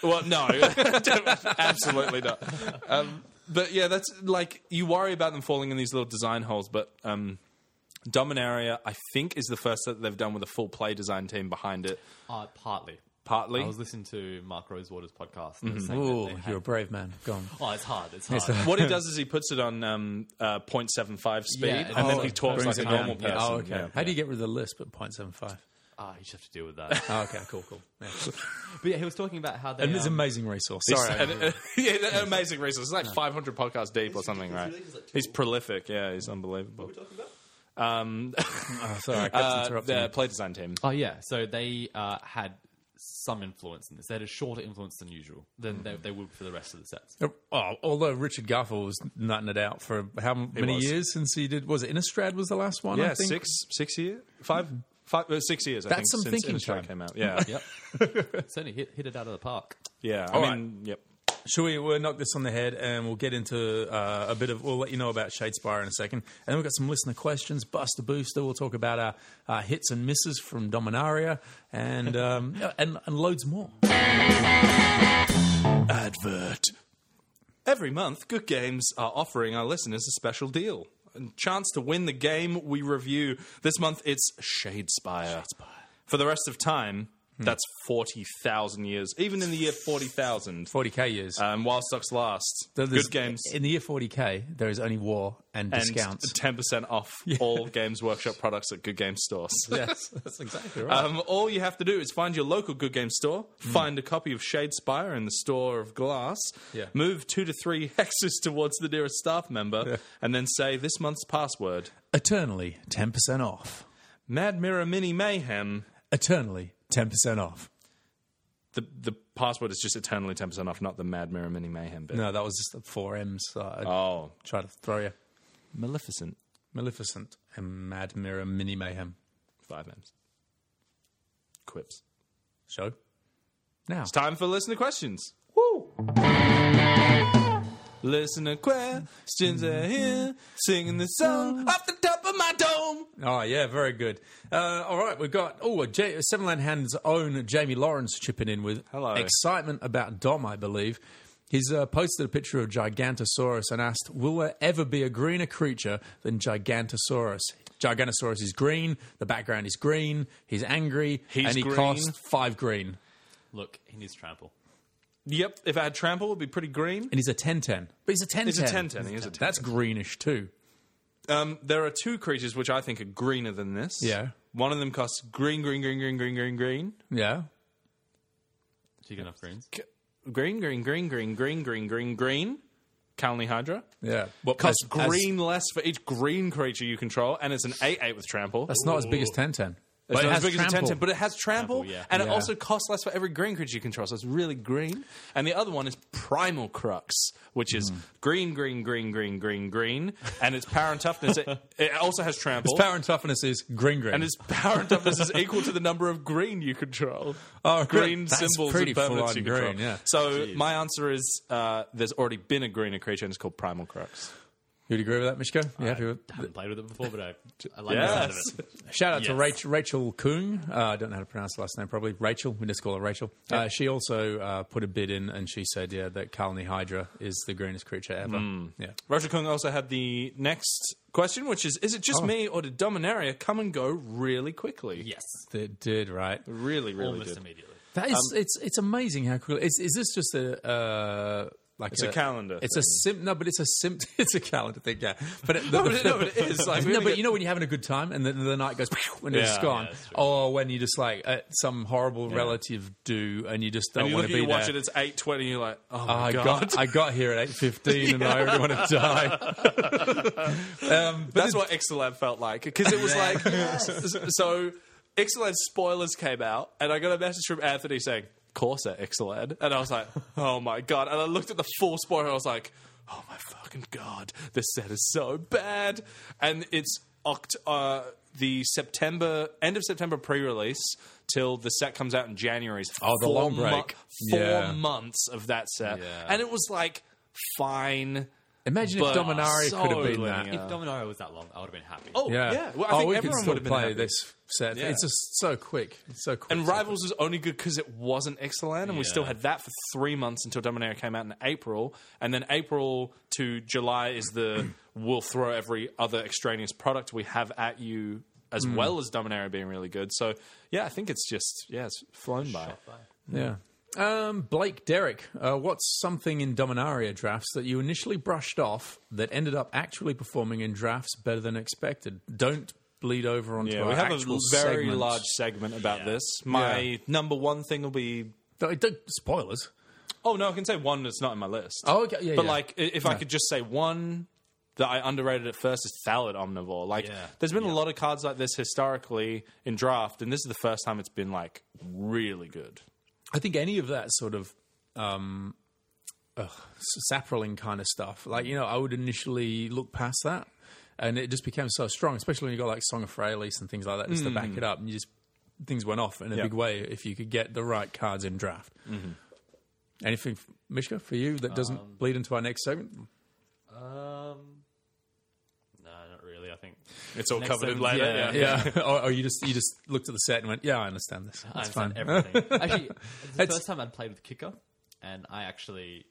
[SPEAKER 1] well, no, [LAUGHS] absolutely not. Um, but yeah, that's like you worry about them falling in these little design holes. But um, Dominaria, I think, is the first that they've done with a full play design team behind it.
[SPEAKER 4] Uh, partly.
[SPEAKER 1] Partly,
[SPEAKER 4] I was listening to Mark Rosewater's podcast. and they were saying that
[SPEAKER 2] Oh,
[SPEAKER 4] they had-
[SPEAKER 2] you're a brave man. Go on.
[SPEAKER 4] oh, it's hard. It's hard.
[SPEAKER 1] what he does is he puts it on um, uh, 0.75 speed,
[SPEAKER 4] Yeah,
[SPEAKER 1] and then
[SPEAKER 4] oh,
[SPEAKER 1] he talks
[SPEAKER 4] brings
[SPEAKER 1] like a
[SPEAKER 4] it down.
[SPEAKER 1] normal
[SPEAKER 4] Yeah.
[SPEAKER 1] person.
[SPEAKER 2] Oh, okay.
[SPEAKER 1] Yeah.
[SPEAKER 2] How do you get rid of the lisp at 0.75?
[SPEAKER 4] Ah, you just have to deal
[SPEAKER 2] [LAUGHS]
[SPEAKER 4] with that.
[SPEAKER 2] Oh, okay, cool, cool. Yeah.
[SPEAKER 4] but yeah, he was talking about how
[SPEAKER 2] [LAUGHS]
[SPEAKER 4] they.
[SPEAKER 2] And it's an
[SPEAKER 4] um,
[SPEAKER 2] amazing resource.
[SPEAKER 1] Sorry, and, uh, [LAUGHS] yeah, an amazing resource. It's like 500 podcasts deep or something, right?
[SPEAKER 3] really just like two.
[SPEAKER 1] He's prolific. Yeah, he's unbelievable.
[SPEAKER 3] What are we talking about?
[SPEAKER 1] Um,
[SPEAKER 2] Oh, sorry, I kept
[SPEAKER 1] uh,
[SPEAKER 2] [LAUGHS] interrupting.
[SPEAKER 1] the play design team.
[SPEAKER 4] Oh yeah, so they uh, had some influence in this. They had a shorter influence than usual
[SPEAKER 2] Mm-hmm.
[SPEAKER 4] than they, they would for the rest of the sets.
[SPEAKER 2] Oh, although Richard Garfield was nutting it out for how many
[SPEAKER 1] was.
[SPEAKER 2] years since he did? Was it Innistrad was the last one? I
[SPEAKER 1] Yeah,
[SPEAKER 2] think?
[SPEAKER 1] six, six years, five, five, uh, six years. I
[SPEAKER 2] That's
[SPEAKER 1] think,
[SPEAKER 2] some
[SPEAKER 1] since
[SPEAKER 2] thinking
[SPEAKER 1] Innistrad
[SPEAKER 2] time.
[SPEAKER 1] came out.
[SPEAKER 2] [LAUGHS]
[SPEAKER 1] Yeah,
[SPEAKER 4] Yep, certainly hit, hit it out of the park.
[SPEAKER 1] yeah.
[SPEAKER 2] All
[SPEAKER 1] I mean, yep.
[SPEAKER 2] Should we we'll knock this on the head and we'll get into uh, a bit of, we'll let you know about Shadespire in a second. And then we've got some listener questions, Buster Booster. We'll talk about our, our hits and misses from Dominaria and, [LAUGHS] um, and, and loads more.
[SPEAKER 1] Advert. Every month, Good Games are offering our listeners a special deal. A chance to win the game we review. This month, it's Shadespire. For the rest of time,
[SPEAKER 2] Hmm.
[SPEAKER 1] that's 40,000 years. Even in the year 40,000,
[SPEAKER 2] 40K years.
[SPEAKER 1] um, while stocks last,
[SPEAKER 2] So there's-
[SPEAKER 1] Good Games
[SPEAKER 2] In the year 40K, there is only war and,
[SPEAKER 1] and
[SPEAKER 2] discounts.
[SPEAKER 1] 10% off all Games Workshop products at Good Games stores.
[SPEAKER 2] [LAUGHS] [LAUGHS] yes, that's [LAUGHS] exactly right.
[SPEAKER 1] Um, all you have to do is find your local Good Game store, find a copy of Shadespire in the store of glass,
[SPEAKER 2] Yeah.
[SPEAKER 1] move two to three [LAUGHS] hexes towards the nearest staff member, and then say this month's password
[SPEAKER 2] Eternally 10% off.
[SPEAKER 1] Mad Mirror Mini Mayhem.
[SPEAKER 2] Eternally 10% off.
[SPEAKER 1] The, the password is just eternally 10% off, not the Mad Mirror Mini Mayhem bit.
[SPEAKER 2] No, that was just the four M's. So I
[SPEAKER 1] Oh,
[SPEAKER 2] tried to throw you.
[SPEAKER 1] Maleficent.
[SPEAKER 2] Maleficent and Mad Mirror Mini Mayhem.
[SPEAKER 1] Five M's. Quips.
[SPEAKER 2] Show. Now.
[SPEAKER 1] It's time for listener questions. Woo! Listener questions are here, singing the song off the top of my dome.
[SPEAKER 2] Oh, yeah, very good. Uh, all right, we've got, oh, a J- Seven Land Hand's own Jamie Lawrence chipping in with
[SPEAKER 1] Hello.
[SPEAKER 2] excitement about Dom, I believe. He's uh, posted a picture of Gigantosaurus and asked, Will there ever be a greener creature than Gigantosaurus? Gigantosaurus is green, the background is green, he's angry,
[SPEAKER 1] He's
[SPEAKER 2] and he
[SPEAKER 1] green.
[SPEAKER 2] costs five green.
[SPEAKER 4] Look, he needs trample.
[SPEAKER 1] Yep, if I had trample, it'd be pretty green.
[SPEAKER 2] And he's a 10 10. But he's a 10
[SPEAKER 1] He's a 10-10, he is a
[SPEAKER 2] That's greenish too.
[SPEAKER 1] Um, there are two creatures which I think are greener than this.
[SPEAKER 2] Yeah.
[SPEAKER 1] One of them costs green, green, green, green, green, green, green,
[SPEAKER 2] Yeah.
[SPEAKER 4] Did you get enough greens?
[SPEAKER 1] K- green, green, green, green, green, green, green, green. Calney Hydra.
[SPEAKER 2] Yeah. What
[SPEAKER 1] Costs green less for each green creature you control, and it's an 8 8 with trample.
[SPEAKER 2] That's not as big as 10 10.
[SPEAKER 1] It's not as big as a 10 10, but it has trample,
[SPEAKER 4] Trample, yeah.
[SPEAKER 1] and it
[SPEAKER 2] Yeah.
[SPEAKER 1] also costs less for every green creature you control, so it's really green. And the other one is Primal Crux, which is green, green, green, green, green, green, and its power and toughness. it, it also has trample.
[SPEAKER 2] Its power and toughness is green green.
[SPEAKER 1] and its power and toughness is equal to the number of green you control.
[SPEAKER 2] Oh,
[SPEAKER 1] green
[SPEAKER 2] that's
[SPEAKER 1] symbols
[SPEAKER 2] pretty
[SPEAKER 1] and permanents
[SPEAKER 2] full-on
[SPEAKER 1] you control.
[SPEAKER 2] green, yeah.
[SPEAKER 1] So my answer is uh, there's already been a greener creature, and it's called Primal Crux.
[SPEAKER 2] You'd agree with that, Mishko? You happy with
[SPEAKER 4] I haven't played with it before, but I, I like the sound of
[SPEAKER 1] Yes.
[SPEAKER 4] it.
[SPEAKER 2] Shout out to
[SPEAKER 4] Yes.
[SPEAKER 2] Rachel, Rachel Kung. Uh, I don't know how to pronounce the last name, probably. Rachel. We just call her Rachel. Uh, she also uh, put a bid in and she said, yeah, that Colony Hydra is the greenest creature ever. Yeah.
[SPEAKER 1] Roger Kung also had the next question, which is: Is it just me, or did Dominaria come and go really quickly?
[SPEAKER 4] Yes,
[SPEAKER 2] It did, right?
[SPEAKER 1] really, really
[SPEAKER 4] almost
[SPEAKER 1] did.
[SPEAKER 4] immediately.
[SPEAKER 2] That is,
[SPEAKER 1] Um,
[SPEAKER 2] it's, it's amazing how cool. Is, is this just a. Uh, like
[SPEAKER 1] It's a calendar
[SPEAKER 2] It's a
[SPEAKER 1] thing.
[SPEAKER 2] sim. No, but it's a sim. [LAUGHS] It's a calendar thing. Yeah, but it,
[SPEAKER 1] [LAUGHS] No, but it- no, but it is, like, we
[SPEAKER 2] [LAUGHS] no,
[SPEAKER 1] only
[SPEAKER 2] but
[SPEAKER 1] get-
[SPEAKER 2] you know when you're having a good time and then the night goes [LAUGHS] and it's
[SPEAKER 1] Yeah.
[SPEAKER 2] gone,
[SPEAKER 4] Yeah, that's true.
[SPEAKER 2] or when you just like at some horrible relative do and you just don't
[SPEAKER 1] And you
[SPEAKER 2] want
[SPEAKER 1] look
[SPEAKER 2] to be
[SPEAKER 1] at your watch,
[SPEAKER 2] there.
[SPEAKER 1] and it's eight twenty. You're like, oh
[SPEAKER 2] I
[SPEAKER 1] my god.
[SPEAKER 2] got I got here at eight
[SPEAKER 1] [LAUGHS]
[SPEAKER 2] fifteen, and I already want to die. um, but
[SPEAKER 1] That's what Ixalan felt like because it was like
[SPEAKER 2] [LAUGHS]
[SPEAKER 1] so. Ixalan spoilers came out, and I got a message from Anthony saying Corsa Ixalan, and I was like, oh my god! And I looked at the full spoiler, and I was like, oh my fucking god, this set is so bad, and it's oct- uh, the September end of September pre-release till the set comes out in January. is
[SPEAKER 2] Oh, the
[SPEAKER 1] four
[SPEAKER 2] long
[SPEAKER 1] mu-
[SPEAKER 2] break.
[SPEAKER 1] four
[SPEAKER 2] Yeah.
[SPEAKER 1] months of that set,
[SPEAKER 4] Yeah.
[SPEAKER 1] and it was like fine.
[SPEAKER 2] imagine if
[SPEAKER 1] But
[SPEAKER 2] Dominaria
[SPEAKER 1] so
[SPEAKER 2] could have been
[SPEAKER 1] linear.
[SPEAKER 2] that.
[SPEAKER 1] Yeah.
[SPEAKER 4] If Dominaria was that long, I would have been happy.
[SPEAKER 1] Oh yeah,
[SPEAKER 2] Yeah,
[SPEAKER 1] Well, I
[SPEAKER 2] oh,
[SPEAKER 1] think
[SPEAKER 2] we can
[SPEAKER 1] everyone
[SPEAKER 2] still
[SPEAKER 1] would have been
[SPEAKER 2] play
[SPEAKER 1] happy.
[SPEAKER 2] this set.
[SPEAKER 1] Yeah.
[SPEAKER 2] It's just so quick, it's so quick.
[SPEAKER 1] And
[SPEAKER 2] so
[SPEAKER 1] Rivals was only good because it wasn't Excellent, and we
[SPEAKER 4] Yeah.
[SPEAKER 1] still had that for three months until Dominaria came out in April. And then April to July is [CLEARS THROAT] the we'll throw every other extraneous product we have at you, as well as Dominaria being really good. So, yeah, I think it's just, yeah, it's flown by.
[SPEAKER 2] Yeah. Um, Blake Derrick, uh, what's something in Dominaria drafts that you initially brushed off that ended up actually performing in drafts better than expected? Don't bleed over onto
[SPEAKER 1] Yeah,
[SPEAKER 2] our
[SPEAKER 1] we have a
[SPEAKER 2] actual
[SPEAKER 1] very
[SPEAKER 2] segment.
[SPEAKER 1] large segment about this. My
[SPEAKER 2] Yeah.
[SPEAKER 1] number one thing will be.
[SPEAKER 2] Don't- don't- spoilers.
[SPEAKER 1] Oh, no, I can say one that's not in my list.
[SPEAKER 2] Oh, okay, yeah,
[SPEAKER 1] But,
[SPEAKER 2] yeah.
[SPEAKER 1] like, i- if I could just say one that I underrated at first is Salad Omnivore. Like,
[SPEAKER 4] Yeah.
[SPEAKER 1] there's been a lot of cards like this historically in draft, and this is the first time it's been like really good.
[SPEAKER 2] I think any of that sort of um, ugh, sapling kind of stuff, like, you know, I would initially look past that. And it just became so strong, especially when you got like Song of Frailis and things like that just to back it up. And you just, things went off in a
[SPEAKER 1] Hmm. Yeah. Mm-hmm.
[SPEAKER 2] big way if you could get the right cards in draft. Anything, Mishka, for you that doesn't bleed into our next segment?
[SPEAKER 4] Um, no, not really. I think
[SPEAKER 1] It's all
[SPEAKER 4] Next
[SPEAKER 1] covered in
[SPEAKER 4] sentence,
[SPEAKER 1] later.
[SPEAKER 4] yeah,
[SPEAKER 1] Yeah,
[SPEAKER 2] Yeah. [LAUGHS] or, or you just you just looked at the set and went, yeah, I understand this.
[SPEAKER 4] I
[SPEAKER 2] That's
[SPEAKER 4] understand
[SPEAKER 2] fine.
[SPEAKER 1] [LAUGHS]
[SPEAKER 4] everything. actually, it's the
[SPEAKER 2] It's-
[SPEAKER 4] first time I'd played with kicker, and I actually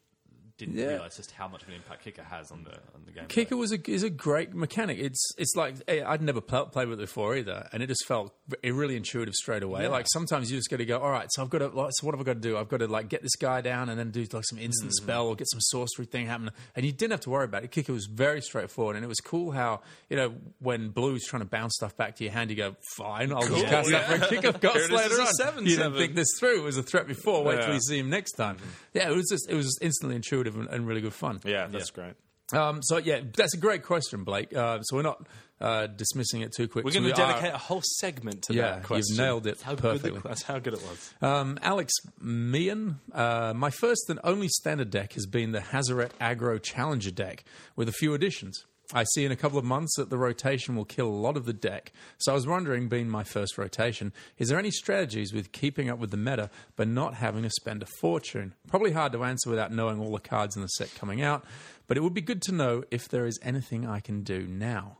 [SPEAKER 4] didn't
[SPEAKER 2] Yeah.
[SPEAKER 4] realize just how much of an impact kicker has on the on the game.
[SPEAKER 2] Kicker was a is a great mechanic. It's it's like eh, I'd never pl- played with it before either, and it just felt eh, really intuitive straight away. Like sometimes you just got to go, all right, so I've got to like, so what have I got to do? I've got to like get this guy down and then do like some instant
[SPEAKER 1] Hmm.
[SPEAKER 2] spell or get some sorcery thing happening, and you didn't have to worry about it. Kicker was very straightforward, and it was cool how you know when Blue's trying to bounce stuff back to your hand, you go, fine, I'll just cast that for a kick. I've got
[SPEAKER 1] Here it is,
[SPEAKER 2] later
[SPEAKER 1] it's a
[SPEAKER 2] on.
[SPEAKER 1] seven,
[SPEAKER 2] you didn't
[SPEAKER 1] seven.
[SPEAKER 2] think this through. It was a threat before. Wait till
[SPEAKER 1] Yeah. Hmm.
[SPEAKER 2] you see him next time. Yeah, it was just it was just instantly intuitive and, and really good fun.
[SPEAKER 1] Yeah, that's great.
[SPEAKER 2] Um, so yeah, that's a great question, Blake. Uh, so we're not uh, dismissing it too quick.
[SPEAKER 1] We're
[SPEAKER 2] So
[SPEAKER 1] going to
[SPEAKER 2] we
[SPEAKER 1] dedicate
[SPEAKER 2] are-
[SPEAKER 1] a whole segment to
[SPEAKER 2] yeah,
[SPEAKER 1] that question.
[SPEAKER 2] you've nailed it
[SPEAKER 1] How good the-
[SPEAKER 2] perfectly.
[SPEAKER 1] that's how good it was.
[SPEAKER 2] Um, Alex Meehan, uh, my first and only standard deck has been the Hazaret Agro Challenger deck with a few additions. I see in a couple of months that the rotation will kill a lot of the deck, so I was wondering, being my first rotation, is there any strategies with keeping up with the meta but not having to spend a fortune? Probably hard to answer without knowing all the cards in the set coming out, but it would be good to know if there is anything I can do now.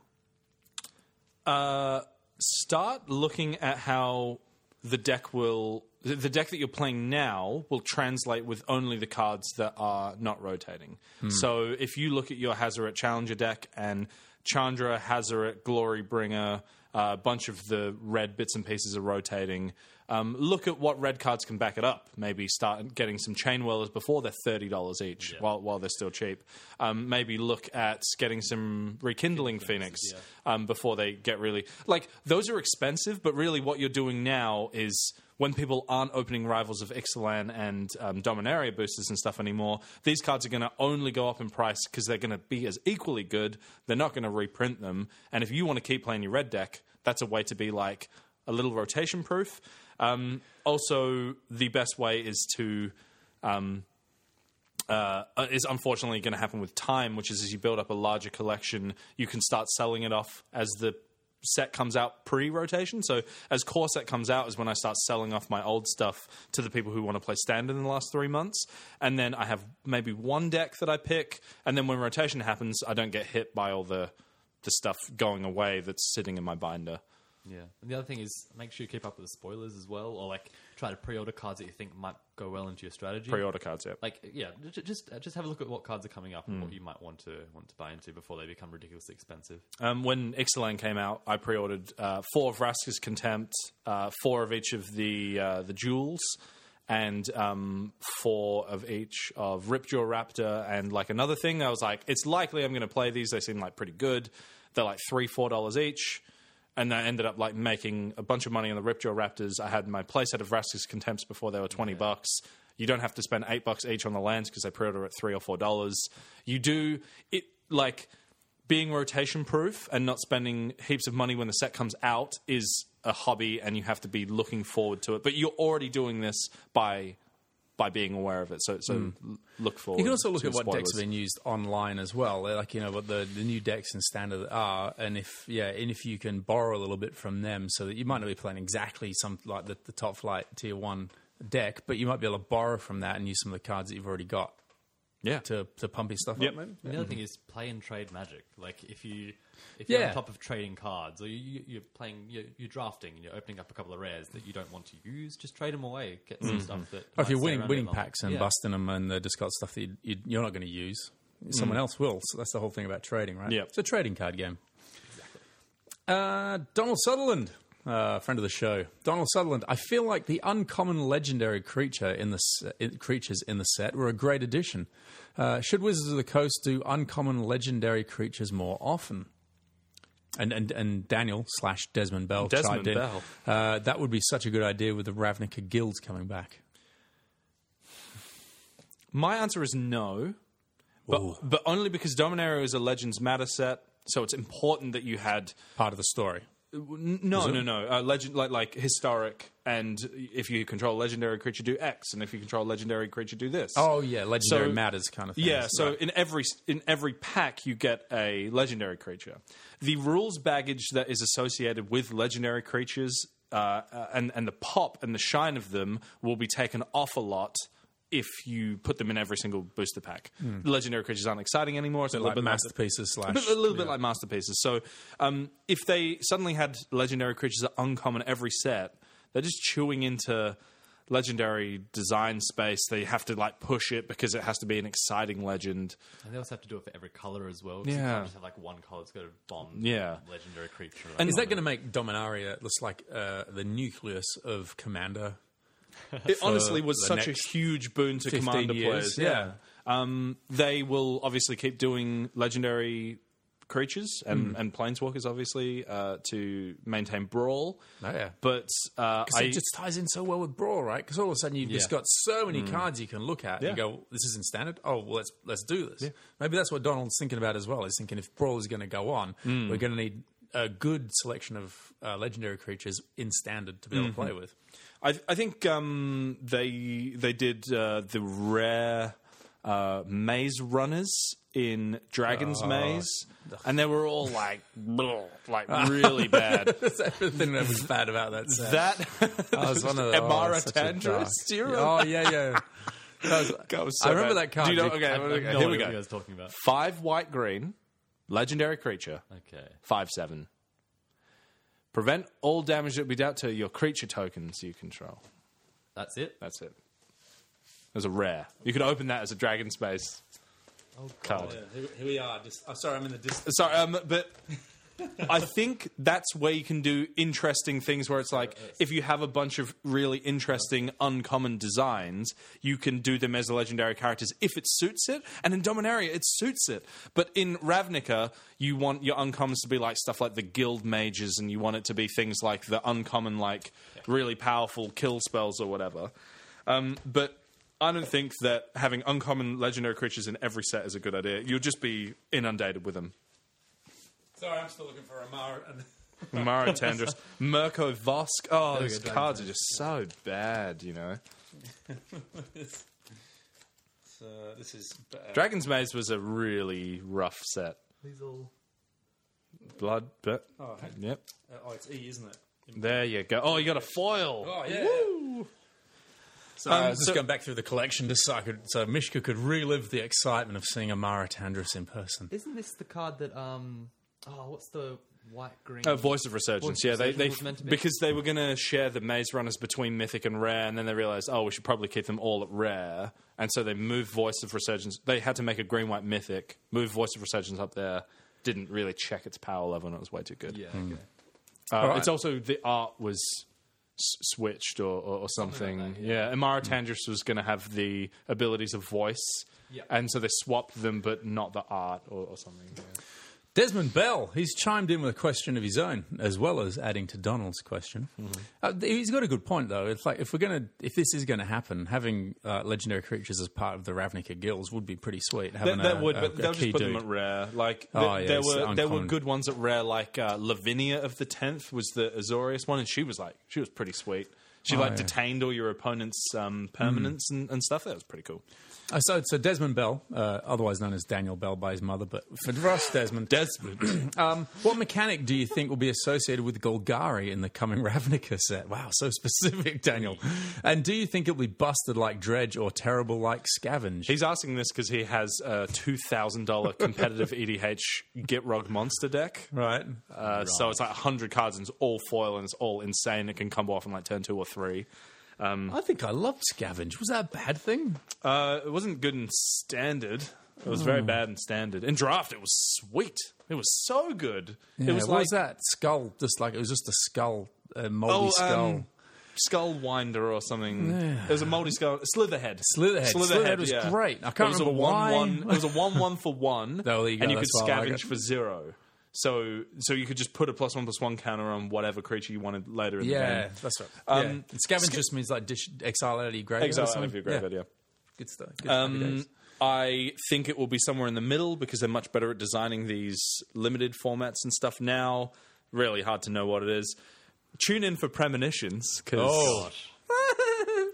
[SPEAKER 1] uh, start looking at how the deck will the- the deck that you're playing now will translate with only the cards that are not rotating. So if you look at your Hazaret Challenger deck and Chandra, Hazaret, Glorybringer, uh, a bunch of the red bits and pieces are rotating. Um, look at what red cards can back it up. Maybe start getting some chain wellers before they're thirty dollars each, while while they're still cheap. Um, maybe look at getting some rekindling phoenix um, before they get really like those are expensive. But really, what you're doing now is when people aren't opening rivals of Ixalan and um, Dominaria boosters and stuff anymore, these cards are going to only go up in price because they're going to be as equally good. They're not going to reprint them. And if you want to keep playing your red deck, that's a way to be like a little rotation proof. Um, also, the best way is to um, uh, is unfortunately going to happen with time, which is as you build up a larger collection, you can start selling it off as the set comes out pre-rotation. So as core set comes out is when I start selling off my old stuff to the people who want to play standard in the last three months. And then I have maybe one deck that I pick, and then when rotation happens, I don't get hit by all the the stuff going away that's sitting in my binder.
[SPEAKER 4] Yeah, and the other thing is make sure you keep up with the spoilers as well, or like try to pre-order cards that you think might go well into your strategy.
[SPEAKER 1] Pre-order cards, yeah.
[SPEAKER 4] like yeah, ju- ju- just uh, just have a look at what cards are coming up
[SPEAKER 1] Hmm.
[SPEAKER 4] and what you might want to want to buy into before they become ridiculously expensive.
[SPEAKER 1] Um, when Ixalan came out, I pre-ordered uh, four of Vraska's Contempt, uh, four of each of the uh, the jewels, and um, four of each of Ripjaw Raptor and like another thing. I was like, it's likely I'm going to play these. They seem like pretty good. They're like three four dollars each. And I ended up like making a bunch of money on the Ripjaw Raptors. I had my playset of Vraska's Contempts before they were twenty bucks. You don't have to spend eight bucks each on the lands because they pre-order at three or four dollars. You do it like being rotation proof and not spending heaps of money when the set comes out is a hobby and you have to be looking forward to it but you're already doing this by by being aware of it so so l- look forward
[SPEAKER 2] Hmm. You can also look
[SPEAKER 1] to
[SPEAKER 2] at what decks
[SPEAKER 1] spoilers.
[SPEAKER 2] have been used online as well, like you know what the, the new decks and standard are, and if yeah, and if you can borrow a little bit from them, so that you might not be playing exactly some like the, the top flight tier one deck, but you might be able to borrow from that and use some of the cards that you've already got
[SPEAKER 1] yeah
[SPEAKER 2] to to pump your stuff
[SPEAKER 1] Yep.
[SPEAKER 2] up. Maybe.
[SPEAKER 4] And the other thing is play and trade magic. Like if you if you're
[SPEAKER 2] Mm-hmm. Yeah.
[SPEAKER 4] on top of trading cards, or you, you, you're playing, you're, you're drafting, and you're opening up a couple of rares that you don't want to use, just trade them away. Get some stuff that.
[SPEAKER 2] Mm-hmm. Or
[SPEAKER 4] might
[SPEAKER 2] if you're
[SPEAKER 4] stay
[SPEAKER 2] winning
[SPEAKER 4] around a
[SPEAKER 2] winning
[SPEAKER 4] bit longer.
[SPEAKER 2] packs and
[SPEAKER 4] Yeah.
[SPEAKER 2] busting them, and they're just got stuff that you, you, you're not going to use, someone else will. So that's the whole thing about trading, right?
[SPEAKER 1] Yep.
[SPEAKER 2] It's a trading card game. Uh, Donald Sutherland, uh, friend of the show. Donald Sutherland. I feel like the uncommon legendary creature in the s- in, creatures in the set were a great addition. Uh, should Wizards of the Coast do uncommon legendary creatures more often? And and, and Daniel slash Desmond Bell
[SPEAKER 1] Desmond
[SPEAKER 2] typed in.
[SPEAKER 1] Bell.
[SPEAKER 2] Uh, that would be such a good idea with the Ravnica guilds coming back.
[SPEAKER 1] my answer is no But, but only because Dominaria is a Legends Matter set, so it's important that you had
[SPEAKER 2] Part of the story.
[SPEAKER 1] N- No, no, no. Uh, legend, like like historic, and if you control a legendary creature, do X, and if you control a legendary creature, do this.
[SPEAKER 2] Oh yeah, legendary
[SPEAKER 1] So-
[SPEAKER 2] matters kind of thing.
[SPEAKER 1] yeah. So in every in every pack, you get a legendary creature. The rules baggage that is associated with legendary creatures, uh, uh, and and the pop and the shine of them will be taken off a lot. If you put them in every single booster pack, legendary creatures aren't exciting anymore. It's a little
[SPEAKER 2] like
[SPEAKER 1] bit like the-
[SPEAKER 2] masterpieces slash.
[SPEAKER 1] but a little bit like masterpieces. So um, if they suddenly had legendary creatures that are uncommon every set, they're just chewing into legendary design space. They have to like push it because it has to be an exciting legend.
[SPEAKER 4] And they also have to do it for every color as well. 'cause You
[SPEAKER 1] Yeah.
[SPEAKER 4] can't just have like one color. It's got to bomb.
[SPEAKER 1] Yeah.
[SPEAKER 4] Legendary creature.
[SPEAKER 2] And is that going to make Dominaria looks like uh, the nucleus of Commander?
[SPEAKER 1] It honestly was
[SPEAKER 2] Uh-huh. the
[SPEAKER 1] such a
[SPEAKER 2] next
[SPEAKER 1] huge boon to
[SPEAKER 2] 15
[SPEAKER 1] commander
[SPEAKER 2] years,
[SPEAKER 1] players. Um, they will obviously keep doing legendary creatures and,
[SPEAKER 2] Hmm.
[SPEAKER 1] and planeswalkers, obviously, uh, to maintain brawl.
[SPEAKER 2] Oh, yeah.
[SPEAKER 1] But uh,
[SPEAKER 2] Because
[SPEAKER 1] I,
[SPEAKER 2] it just ties in so well with Brawl, right? Because all of a sudden you've just got so many cards you can look at
[SPEAKER 1] Yeah.
[SPEAKER 2] and go, "This isn't standard." Oh, well, let's let's do this. Maybe that's what Donald's thinking about as well. He's thinking if Brawl is going to go on, we're going to need a good selection of uh, legendary creatures in standard to be able to play with. [LAUGHS]
[SPEAKER 1] I, I think um, they they did uh, the rare uh, maze runners in Dragon's
[SPEAKER 2] Oh,
[SPEAKER 1] Maze, and they were all
[SPEAKER 2] [LAUGHS]
[SPEAKER 1] [LAUGHS] like, bleh, like [LAUGHS] really bad.
[SPEAKER 2] That's everything that was bad about [LAUGHS] that. set.
[SPEAKER 1] That
[SPEAKER 2] I was one of [LAUGHS] the,
[SPEAKER 1] [LAUGHS]
[SPEAKER 2] oh,
[SPEAKER 1] Amara
[SPEAKER 2] that's such a
[SPEAKER 1] Tandris,
[SPEAKER 2] dark-
[SPEAKER 1] do you
[SPEAKER 2] Oh yeah, [LAUGHS] yeah. oh, That was-
[SPEAKER 1] That was
[SPEAKER 2] I
[SPEAKER 1] so
[SPEAKER 2] remember
[SPEAKER 1] bad.
[SPEAKER 2] that card.
[SPEAKER 1] Do you know,
[SPEAKER 2] You-
[SPEAKER 1] okay,
[SPEAKER 2] I-
[SPEAKER 1] okay,
[SPEAKER 4] no
[SPEAKER 1] here
[SPEAKER 4] idea
[SPEAKER 1] we
[SPEAKER 4] What you
[SPEAKER 1] go.
[SPEAKER 4] guys talking about?
[SPEAKER 1] Five white green, legendary creature,
[SPEAKER 4] Okay.
[SPEAKER 1] five seven. Prevent all damage that be dealt to your creature tokens you control.
[SPEAKER 4] That's it.
[SPEAKER 1] That's it. There's a rare. You could open that as a dragon space card.
[SPEAKER 2] Here here we are. Just, oh, sorry, I'm in the distance.
[SPEAKER 1] Sorry, um, but I think that's where you can do interesting things. Where it's like, if you have a bunch of really interesting, uncommon designs, you can do them as legendary characters if it suits it. And in Dominaria, it suits it. But in Ravnica, you want your uncommons to be like stuff like the Guild Mages, and you want it to be things like the uncommon, like really powerful kill spells or whatever. Um, but I don't think that having uncommon legendary creatures in every set is a good idea. You'll just be inundated with them.
[SPEAKER 2] Sorry, I'm still looking for Amara. And-
[SPEAKER 1] Mara Tandris, Mirko Vosk. Oh,
[SPEAKER 4] we
[SPEAKER 1] these
[SPEAKER 4] go,
[SPEAKER 1] cards are just so bad, you know.
[SPEAKER 2] Uh, this is
[SPEAKER 1] Dragon's Maze was a really rough set.
[SPEAKER 3] These all.
[SPEAKER 1] Blood, but
[SPEAKER 2] oh,
[SPEAKER 1] yep.
[SPEAKER 2] oh, it's E, isn't it?
[SPEAKER 1] There you go. Oh, you got a foil. Um,
[SPEAKER 2] Oh yeah. Um, So I was just
[SPEAKER 1] so-
[SPEAKER 2] going back through the collection just so, I could, so Mishka could relive the excitement of seeing Amara Tandris in person.
[SPEAKER 4] Isn't this the card that um? Oh, what's the white green?
[SPEAKER 1] Uh, Voice of Resurgence.
[SPEAKER 4] Voice of
[SPEAKER 1] yeah, they,
[SPEAKER 4] Resurgence
[SPEAKER 1] they
[SPEAKER 4] was meant to be.
[SPEAKER 1] because they were going to share the Maze Runners between Mythic and Rare, and then they realized, oh, we should probably keep them all at Rare, and so they moved Voice of Resurgence. They had to make a green white Mythic, move Voice of Resurgence up there. Didn't really check its power level, and it was way too good.
[SPEAKER 4] yeah.
[SPEAKER 2] Hmm.
[SPEAKER 4] Okay.
[SPEAKER 1] Uh,
[SPEAKER 2] right.
[SPEAKER 1] It's also the art was s- switched or, or, or something. yeah. Mm. Amara Tandris was going to have the abilities of voice,
[SPEAKER 4] Yeah.
[SPEAKER 1] and so they swapped them, but not the art or, or something.
[SPEAKER 2] Desmond Bell, he's chimed in with a question of his own, as well as adding to Donald's question. Uh, th- he's got a good point, though. It's like if we're gonna, if this is going to happen, having uh, legendary creatures as part of the Ravnica guilds would be pretty sweet. having a- a- a key dude.
[SPEAKER 1] rare. Like
[SPEAKER 2] Oh, yeah,
[SPEAKER 1] there
[SPEAKER 2] it's
[SPEAKER 1] were there were
[SPEAKER 2] uncommon.
[SPEAKER 1] good ones at rare, like uh, Lavinia of the Tenth was the Azorius one, and she was like she was pretty sweet. She like
[SPEAKER 2] Oh, yeah. Mm.
[SPEAKER 1] detained all your opponents' um, permanents and, and stuff. That was pretty cool.
[SPEAKER 2] Uh, so, so Desmond Bell, uh, otherwise known as Daniel Bell by his mother, but for us, Desmond.
[SPEAKER 1] [LAUGHS]
[SPEAKER 2] [CLEARS THROAT]
[SPEAKER 1] Desmond,
[SPEAKER 2] Um, what mechanic do you think will be associated with Golgari in the coming [LAUGHS] Ravnica set? Wow, so specific, Daniel. And do you think it'll be busted like Dredge or terrible like Scavenge?
[SPEAKER 1] He's asking this because he has a two thousand dollar competitive EDH Gitrog monster deck.
[SPEAKER 2] right.
[SPEAKER 1] Uh, So it's like hundred cards and it's all foil and it's all insane. It can combo off in like turn two or three.
[SPEAKER 2] I think I loved Scavenge. Was that a bad thing?
[SPEAKER 1] Uh, it wasn't good in standard. It was very bad in standard. In draft, it was sweet. It was so good.
[SPEAKER 2] Yeah,
[SPEAKER 1] it was
[SPEAKER 2] what
[SPEAKER 1] like
[SPEAKER 2] was that skull? Just like it was just a skull, a moldy
[SPEAKER 1] Oh,
[SPEAKER 2] skull.
[SPEAKER 1] um, skull winder or something. It was a multi skull slitherhead.
[SPEAKER 2] Slitherhead. Slitherhead was
[SPEAKER 1] yeah.
[SPEAKER 2] great. I can't
[SPEAKER 1] it was
[SPEAKER 2] remember
[SPEAKER 1] a one
[SPEAKER 2] why.
[SPEAKER 1] one. It was a one one for one,
[SPEAKER 2] Oh, there you go.
[SPEAKER 1] and you could
[SPEAKER 2] That's why I like
[SPEAKER 1] scavenge
[SPEAKER 2] it.
[SPEAKER 1] for zero. So, so you could just put a plus one plus one counter on whatever creature you wanted later in the
[SPEAKER 2] yeah,
[SPEAKER 1] game.
[SPEAKER 2] that's right.
[SPEAKER 1] Um,
[SPEAKER 2] yeah. And Scavenge just means like dish, exile out of your graveyard. or
[SPEAKER 1] Exile out
[SPEAKER 2] something.
[SPEAKER 1] of your graveyard.
[SPEAKER 2] Yeah.
[SPEAKER 1] Yeah.
[SPEAKER 2] Good stuff. Good stuff.
[SPEAKER 1] Um, I think it will be somewhere in the middle because they're much better at designing these limited formats and stuff now. Really hard to know what it is. Tune in for premonitions because
[SPEAKER 2] Oh.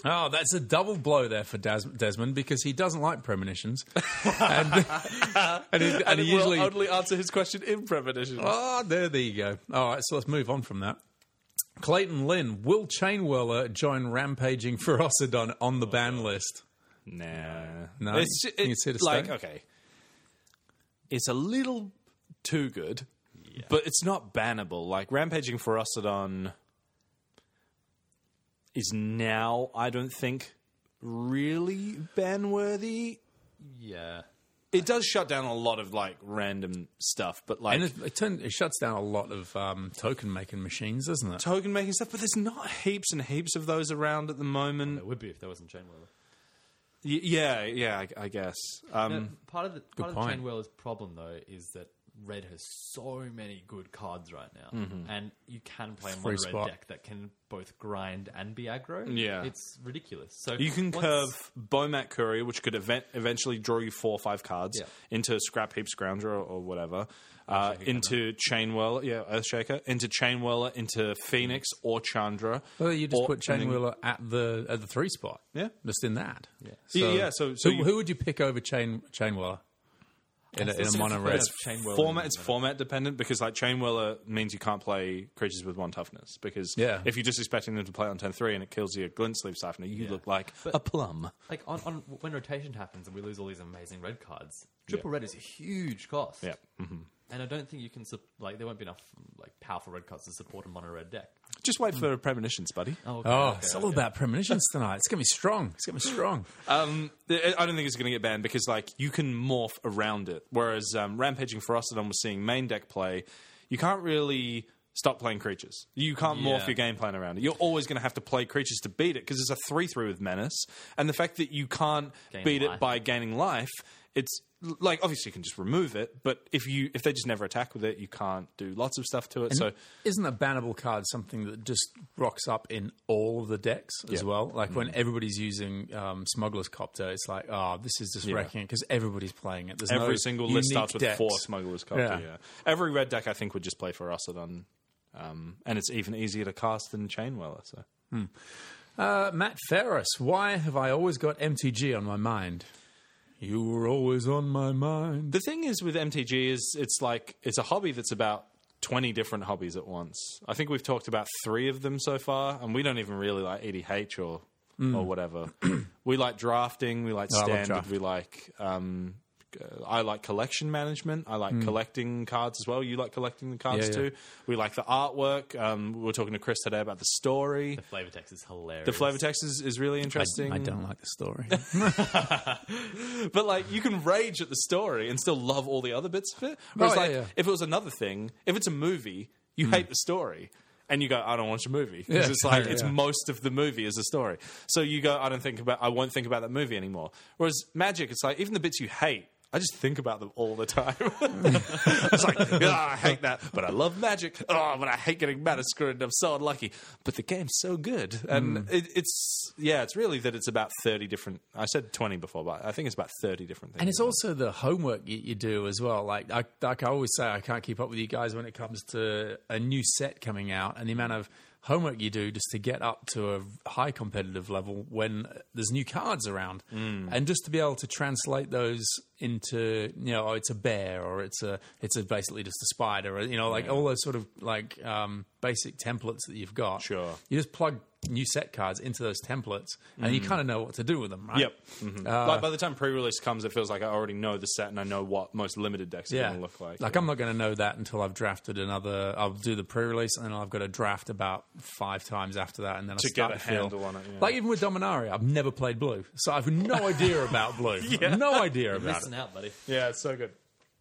[SPEAKER 2] Oh, that's a double blow there for Des- Desmond because he doesn't like
[SPEAKER 1] [LAUGHS]
[SPEAKER 2] premonitions, and, and, he, and
[SPEAKER 1] [LAUGHS] and
[SPEAKER 2] he
[SPEAKER 1] he
[SPEAKER 2] usually
[SPEAKER 1] will only answer his question in premonitions.
[SPEAKER 2] Oh, there, there you go. All right, so let's move on from that. Clayton Lynn, will Chainweller join Rampaging Ferocidon on the ban list?
[SPEAKER 1] Nah,
[SPEAKER 2] No,
[SPEAKER 1] it's,
[SPEAKER 2] you
[SPEAKER 1] ju-
[SPEAKER 2] can
[SPEAKER 1] it's
[SPEAKER 2] see the
[SPEAKER 1] like
[SPEAKER 2] state.
[SPEAKER 1] okay, it's a little too good, but it's not bannable. Like rampaging Ferocidon is now, I don't think, really ban worthy.
[SPEAKER 4] Yeah.
[SPEAKER 1] It does shut down a lot of like random stuff, but like
[SPEAKER 2] And it, it, turn, it shuts down a lot of um, token making machines, doesn't it?
[SPEAKER 1] token making stuff. But there's not heaps and heaps of those around at the moment.
[SPEAKER 4] It would be if there wasn't Chainwheel.
[SPEAKER 1] Y- yeah, yeah, I, I guess. Um,
[SPEAKER 4] part of the part of
[SPEAKER 2] point.
[SPEAKER 4] Chainwheeler's problem though is that red has so many good cards right now,
[SPEAKER 1] Mm-hmm.
[SPEAKER 4] and you can play a
[SPEAKER 2] Free
[SPEAKER 4] mono
[SPEAKER 2] spot.
[SPEAKER 4] red deck that can both grind and be aggro.
[SPEAKER 1] Yeah.
[SPEAKER 4] it's ridiculous. So
[SPEAKER 1] You can
[SPEAKER 4] once-
[SPEAKER 1] curve Bomat Courier, which could event- eventually draw you four or five cards
[SPEAKER 4] Yeah.
[SPEAKER 1] into Scrap Heap Scrounger or, or whatever, uh, into Chainwell, yeah, Earthshaker, into Chainweller, into Phoenix or Chandra.
[SPEAKER 2] Well, you just
[SPEAKER 1] or-
[SPEAKER 2] put
[SPEAKER 1] and then-
[SPEAKER 2] Chainwheeler at the at the three spot.
[SPEAKER 1] Yeah.
[SPEAKER 2] just in that. Yeah.
[SPEAKER 1] Yeah, yeah, so- so
[SPEAKER 2] who,
[SPEAKER 1] you-
[SPEAKER 2] who would you pick over Chain Chainwheeler in a, in a mono red?
[SPEAKER 1] It's
[SPEAKER 4] Chainweller
[SPEAKER 1] format.
[SPEAKER 4] in
[SPEAKER 1] It's format dependent because like Chainweller means you can't play creatures with one toughness because
[SPEAKER 2] Yeah.
[SPEAKER 1] if you're just expecting them to play on turn three and it kills your glint sleeve siphoner, you look like a plum.
[SPEAKER 4] like on, on when rotation happens and we lose all these amazing red cards, triple red is a huge cost.
[SPEAKER 1] Yeah. Mm-hmm.
[SPEAKER 4] and I don't think you can sup- like there won't be enough like powerful red cards to support a mono red deck.
[SPEAKER 1] Just wait for premonitions, buddy.
[SPEAKER 4] Oh, okay,
[SPEAKER 2] Oh,
[SPEAKER 4] okay,
[SPEAKER 2] it's all
[SPEAKER 4] okay.
[SPEAKER 2] about premonitions tonight. It's gonna be strong. It's gonna be
[SPEAKER 1] [LAUGHS]
[SPEAKER 2] strong.
[SPEAKER 1] Um, I I don't think it's going to get banned because like you can morph around it. Whereas um, rampaging Ferocidon was seeing main deck play, you can't really stop playing creatures. You can't morph
[SPEAKER 4] Yeah.
[SPEAKER 1] your game plan around it. You're always going to have to play creatures to beat it because it's a three three with menace, and the fact that you can't
[SPEAKER 4] Gain
[SPEAKER 1] beat it
[SPEAKER 4] life.
[SPEAKER 1] by gaining life, it's l- like obviously you can just remove it, but if you if they just never attack with it, you can't do lots of stuff to it. so
[SPEAKER 2] Isn't a bannable card something that just rocks up in all of the decks as
[SPEAKER 1] Yeah. Mm.
[SPEAKER 2] well? Like when everybody's using um, Smuggler's Copter, it's like, oh, this is just wrecking it because everybody's playing it. There's
[SPEAKER 1] every
[SPEAKER 2] no
[SPEAKER 1] single list
[SPEAKER 2] unique
[SPEAKER 1] starts with
[SPEAKER 2] decks.
[SPEAKER 1] four smugglers copter.
[SPEAKER 2] Yeah.
[SPEAKER 1] Yeah. every red deck I think would just play Ferocidon, um, and it's even easier to cast than Chainweller. So
[SPEAKER 2] Uh, Matt Ferris, why have I always got MTG on my mind? You were always on my mind.
[SPEAKER 1] the thing is with MTG is it's like it's a hobby that's about. 20 different hobbies at once. I think we've talked about three of them so far, and we don't even really like EDH or or whatever. [CLEARS THROAT] we like drafting, we like
[SPEAKER 2] Mm. Oh, I love
[SPEAKER 1] standard,
[SPEAKER 2] draft.
[SPEAKER 1] we like. Um, uh, I like collection management. I like collecting cards as well. You like collecting the cards
[SPEAKER 2] Mm. Yeah, yeah.
[SPEAKER 1] too. We like the artwork. Um, we were talking to Chris today about the story.
[SPEAKER 4] The flavor text is hilarious.
[SPEAKER 1] The flavor text is, is really interesting.
[SPEAKER 2] I don't like the story. [LAUGHS]
[SPEAKER 1] But like you can rage at the story and still love all the other bits of it. Whereas
[SPEAKER 2] Oh, yeah,
[SPEAKER 1] like
[SPEAKER 2] yeah. Hmm.
[SPEAKER 1] if it was another thing, if it's a movie, you hate the story. And you go, I don't watch a movie because
[SPEAKER 2] Yeah. [LAUGHS]
[SPEAKER 1] it's like it's
[SPEAKER 2] Yeah.
[SPEAKER 1] most of the movie is a story. So you go, I don't think about, I won't think about that movie anymore. Whereas magic, it's like even the bits you hate, I just think about them all
[SPEAKER 2] [LAUGHS]
[SPEAKER 1] the time. it's like, oh, I hate that, but I love magic. Oh, but I hate getting mad at screwed. I'm so unlucky. But the game's so good, and
[SPEAKER 2] Mm.
[SPEAKER 1] it, it's yeah, it's really that it's about thirty different. I said twenty before, but I think it's about thirty different things.
[SPEAKER 2] And it's also the homework you, you do as well. Like I, like I always say, I can't keep up with you guys when it comes to a new set coming out and the amount of homework you do just to get up to a high competitive level when there's new cards around,
[SPEAKER 1] Mm.
[SPEAKER 2] and just to be able to translate those into you know, oh, it's a bear or it's a it's a basically just a spider, or, you know, like all those sort of like um, basic templates that you've got.
[SPEAKER 1] Sure.
[SPEAKER 2] you just plug new set cards into those templates, and you kind of know what to do with them, right?
[SPEAKER 1] Mm. Yep. Mhm.
[SPEAKER 2] Uh,
[SPEAKER 1] like by the time pre-release comes, it feels like I already know the set and I know what most limited decks are going to look like.
[SPEAKER 2] I'm not going to know that until I've drafted another. I'll do the pre-release, and then I've got to draft about five times after that, and then I
[SPEAKER 1] To
[SPEAKER 2] start
[SPEAKER 1] get a
[SPEAKER 2] to feel
[SPEAKER 1] handle on it, yeah.
[SPEAKER 2] like even with Dominaria, I've never played blue, so I've
[SPEAKER 1] [LAUGHS]
[SPEAKER 2] no idea about blue. No idea about it.
[SPEAKER 4] Listen out, buddy.
[SPEAKER 1] yeah, it's so good.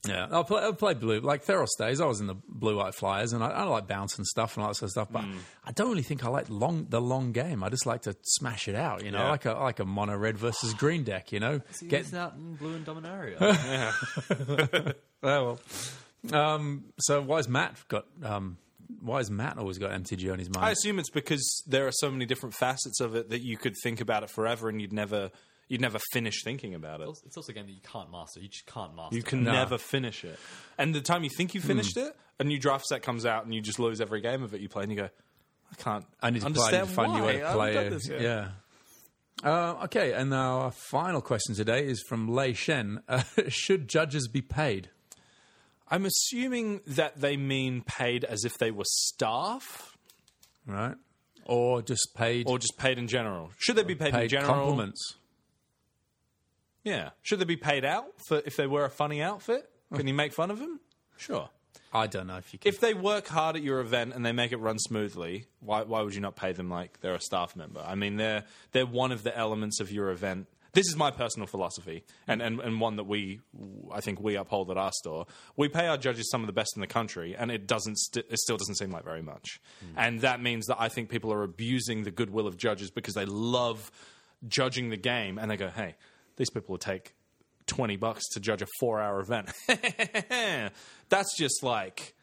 [SPEAKER 2] Yeah, I'll play, I'll play blue. Like Theros days, I was in the blue white flyers, and I, I like bounce and stuff and all that sort of stuff.
[SPEAKER 1] Mm.
[SPEAKER 2] But I don't really think I like long the long game. I just like to smash it out. You know, I
[SPEAKER 1] Yeah.
[SPEAKER 2] like a I like a mono red versus green deck. You know,
[SPEAKER 4] See,
[SPEAKER 2] Get-
[SPEAKER 4] listen out in blue
[SPEAKER 1] [LAUGHS]
[SPEAKER 4] and Dominaria.
[SPEAKER 2] Oh well. Um, so why's Matt got? Um, why has Matt always got MTG on his mind?
[SPEAKER 1] I assume it's because there are so many different facets of it that you could think about it forever and you'd never. you'd never finish thinking about it.
[SPEAKER 4] It's- It's also a game that you can't master. You just can't master.
[SPEAKER 1] You
[SPEAKER 4] it.
[SPEAKER 1] can never finish it. And the time you think
[SPEAKER 2] Hmm.
[SPEAKER 1] you finished it, a new draft set comes out and you just lose every game of it you play and you go, I can't
[SPEAKER 2] I need to
[SPEAKER 1] understand
[SPEAKER 2] find, find
[SPEAKER 1] why.
[SPEAKER 2] you way to
[SPEAKER 1] I
[SPEAKER 2] play
[SPEAKER 1] haven't done
[SPEAKER 2] it.
[SPEAKER 1] this yet.
[SPEAKER 2] Yeah. Uh, okay, and our final question today is from Lei Shen. [LAUGHS] Uh, should judges be paid?
[SPEAKER 1] I'm assuming that they mean paid as if they were staff
[SPEAKER 2] Right? Or just paid,
[SPEAKER 1] or just paid in general. Should they be paid, in
[SPEAKER 2] paid
[SPEAKER 1] general?
[SPEAKER 2] compliments?
[SPEAKER 1] Yeah. Should they be paid out for if they wear a funny outfit? Can you make fun of them? Sure.
[SPEAKER 2] I don't know if you can.
[SPEAKER 1] If they work hard at your event and they make it run smoothly, why why would you not pay them like they're a staff member? I mean, they're they're one of the elements of your event. This is my personal philosophy, and, and, and one that we, I think, we uphold at our store. We pay our judges some of the best in the country, and it doesn't, st- it still doesn't seem like very much. And that means that I think people are abusing the goodwill of judges because they love judging the game, and they go, "Hey, these people will take 20 bucks to judge a four hour event. [LAUGHS] that's just like,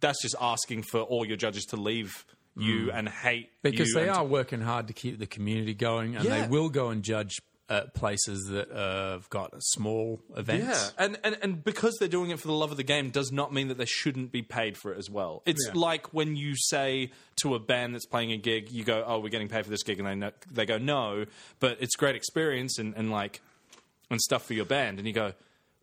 [SPEAKER 1] that's just asking for all your judges to leave you and hate
[SPEAKER 2] Mm. because
[SPEAKER 1] you
[SPEAKER 2] they
[SPEAKER 1] and-
[SPEAKER 2] are working hard to keep the community going, and
[SPEAKER 1] Yeah.
[SPEAKER 2] they will go and judge uh, places that uh, have got small events.
[SPEAKER 1] Yeah, and, and and because they're doing it for the love of the game does not mean that they shouldn't be paid for it as well. It's like when you say to a band that's playing a gig, you go, "Oh, we're getting paid for this gig," and they no, they go, "No," but it's great experience and, and like and stuff for your band, and you go,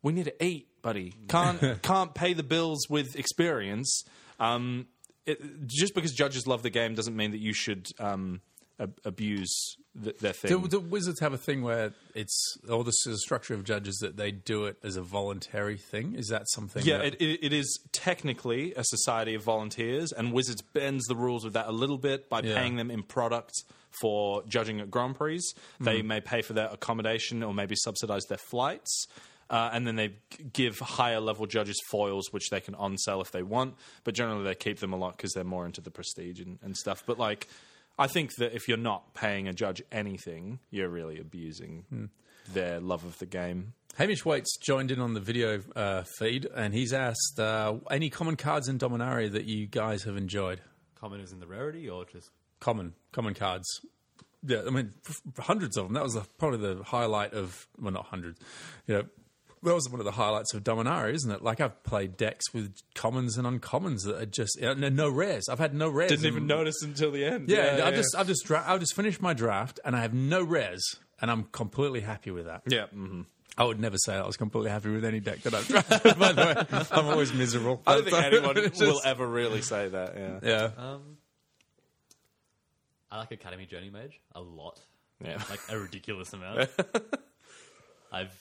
[SPEAKER 1] "We need to eat, buddy. Can't can't pay the bills with experience." Um, it, just because judges love the game doesn't mean that you should um, ab- abuse th- their thing.
[SPEAKER 2] Do, do wizards have a thing where it's all this is the structure of judges that they do it as a voluntary thing? Is that something?
[SPEAKER 1] Yeah,
[SPEAKER 2] that-
[SPEAKER 1] it, it, it is technically a society of volunteers, and Wizards bends the rules of that a little bit by
[SPEAKER 2] Yeah.
[SPEAKER 1] paying them in product for judging at Grand Prix. They may pay for their accommodation or maybe subsidize their flights. Uh, and then they g- give higher level judges foils, which they can on sell if they want. But generally, they keep them a lot because they're more into the prestige and, and stuff. But like, I think that if you're not paying a judge anything, you're really abusing their love of the game.
[SPEAKER 2] Hamish Waits joined in on the video uh, feed, and he's asked uh, any common cards in Dominaria that you guys have enjoyed.
[SPEAKER 4] Common is in the rarity or just
[SPEAKER 2] Common, common cards. Yeah, I mean f- f- hundreds of them. That was the, probably the highlight of well, not hundreds. You know, that was one of the highlights of Dominaria, isn't it? Like I've played decks with commons and uncommons that are just you know, no rares. I've had no rares.
[SPEAKER 1] Didn't
[SPEAKER 2] in-
[SPEAKER 1] even notice until the end.
[SPEAKER 2] Yeah, I've just I've just dra- I've just finished my draft and I have no res and I'm completely happy with that.
[SPEAKER 1] Yeah. Mm-hmm.
[SPEAKER 2] I would never say I was completely happy with any deck that I've drafted. [LAUGHS] By the way, I'm always miserable.
[SPEAKER 1] I don't [LAUGHS] think anyone
[SPEAKER 2] It's
[SPEAKER 1] will
[SPEAKER 2] just-
[SPEAKER 1] ever really say that. Yeah.
[SPEAKER 2] Yeah,
[SPEAKER 4] Um, I like Academy Journey Mage a lot.
[SPEAKER 1] Yeah.
[SPEAKER 4] Like a ridiculous amount. I've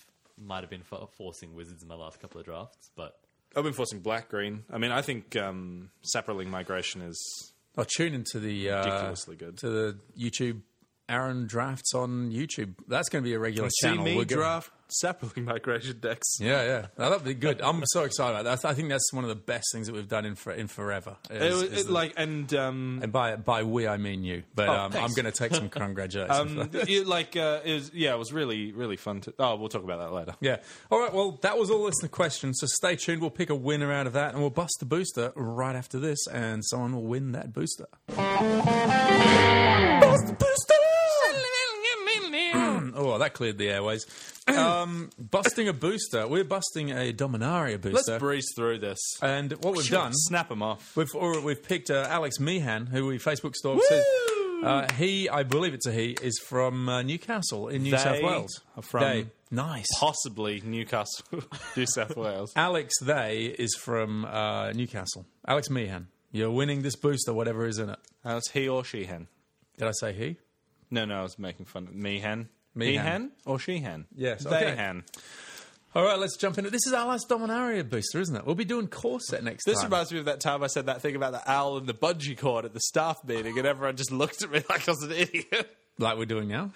[SPEAKER 4] might have been fo- forcing wizards in my last couple of drafts, but
[SPEAKER 1] I've been forcing black green. I mean, I think um, Sapperling migration is
[SPEAKER 2] I'll tune into the uh,
[SPEAKER 1] ridiculously good.
[SPEAKER 2] to the YouTube Aaron drafts on YouTube. That's going to be a regular channel.
[SPEAKER 1] See me
[SPEAKER 2] We're gonna-
[SPEAKER 1] draft Sapperling migration decks.
[SPEAKER 2] Yeah, yeah, no, that'd be good. I'm so excited about that. I think that's one of the best things that we've done in for, in forever.
[SPEAKER 1] It
[SPEAKER 2] is-
[SPEAKER 1] was-
[SPEAKER 2] is
[SPEAKER 1] it,
[SPEAKER 2] the-
[SPEAKER 1] like and um,
[SPEAKER 2] and by by we I mean you, but um, I'm
[SPEAKER 1] thanks.
[SPEAKER 2] going to take
[SPEAKER 1] [LAUGHS]
[SPEAKER 2] some congratulations. for that.
[SPEAKER 1] um, it, like uh, it was, yeah, it was really really fun. To, oh, we'll talk about that later.
[SPEAKER 2] Yeah. All right. Well, that was all listener questions. So stay tuned. We'll pick a winner out of that, and we'll bust the booster right after this, and someone will win that booster. Bust the booster. oh, that cleared the
[SPEAKER 1] [CLEARS THROAT]
[SPEAKER 2] airways. um, busting a booster. We're busting a Dominaria
[SPEAKER 1] Let's
[SPEAKER 2] booster.
[SPEAKER 1] breeze through this.
[SPEAKER 2] and what we've done,
[SPEAKER 1] Snap them off.
[SPEAKER 2] we've or we've picked uh, Alex Meehan, who we Facebook stalked. says- Uh, he, I believe it's a he, is from uh, Newcastle in New
[SPEAKER 1] They
[SPEAKER 2] South Wales.
[SPEAKER 1] are from
[SPEAKER 2] They- nice.
[SPEAKER 1] Possibly Newcastle, [LAUGHS] New South Wales.
[SPEAKER 2] Alex They is from uh, Newcastle. Alex Meehan. You're winning this booster, whatever is in it.
[SPEAKER 1] Now it's he or she hen.
[SPEAKER 2] Did I say he?
[SPEAKER 1] No, no, I was making fun of me hen.
[SPEAKER 2] Me
[SPEAKER 1] Me
[SPEAKER 2] hen.
[SPEAKER 1] hen or she hen?
[SPEAKER 2] Yes,
[SPEAKER 1] they
[SPEAKER 2] okay.
[SPEAKER 1] hen.
[SPEAKER 2] All right, let's jump into This is our last Dominaria booster, isn't it? We'll be doing Corset next
[SPEAKER 1] This
[SPEAKER 2] time.
[SPEAKER 1] reminds me of that time I said that thing about the owl and the bungee cord at the staff meeting, and everyone just looked at me [LAUGHS] like I was an idiot.
[SPEAKER 2] like we're doing
[SPEAKER 1] [LAUGHS]
[SPEAKER 2] now.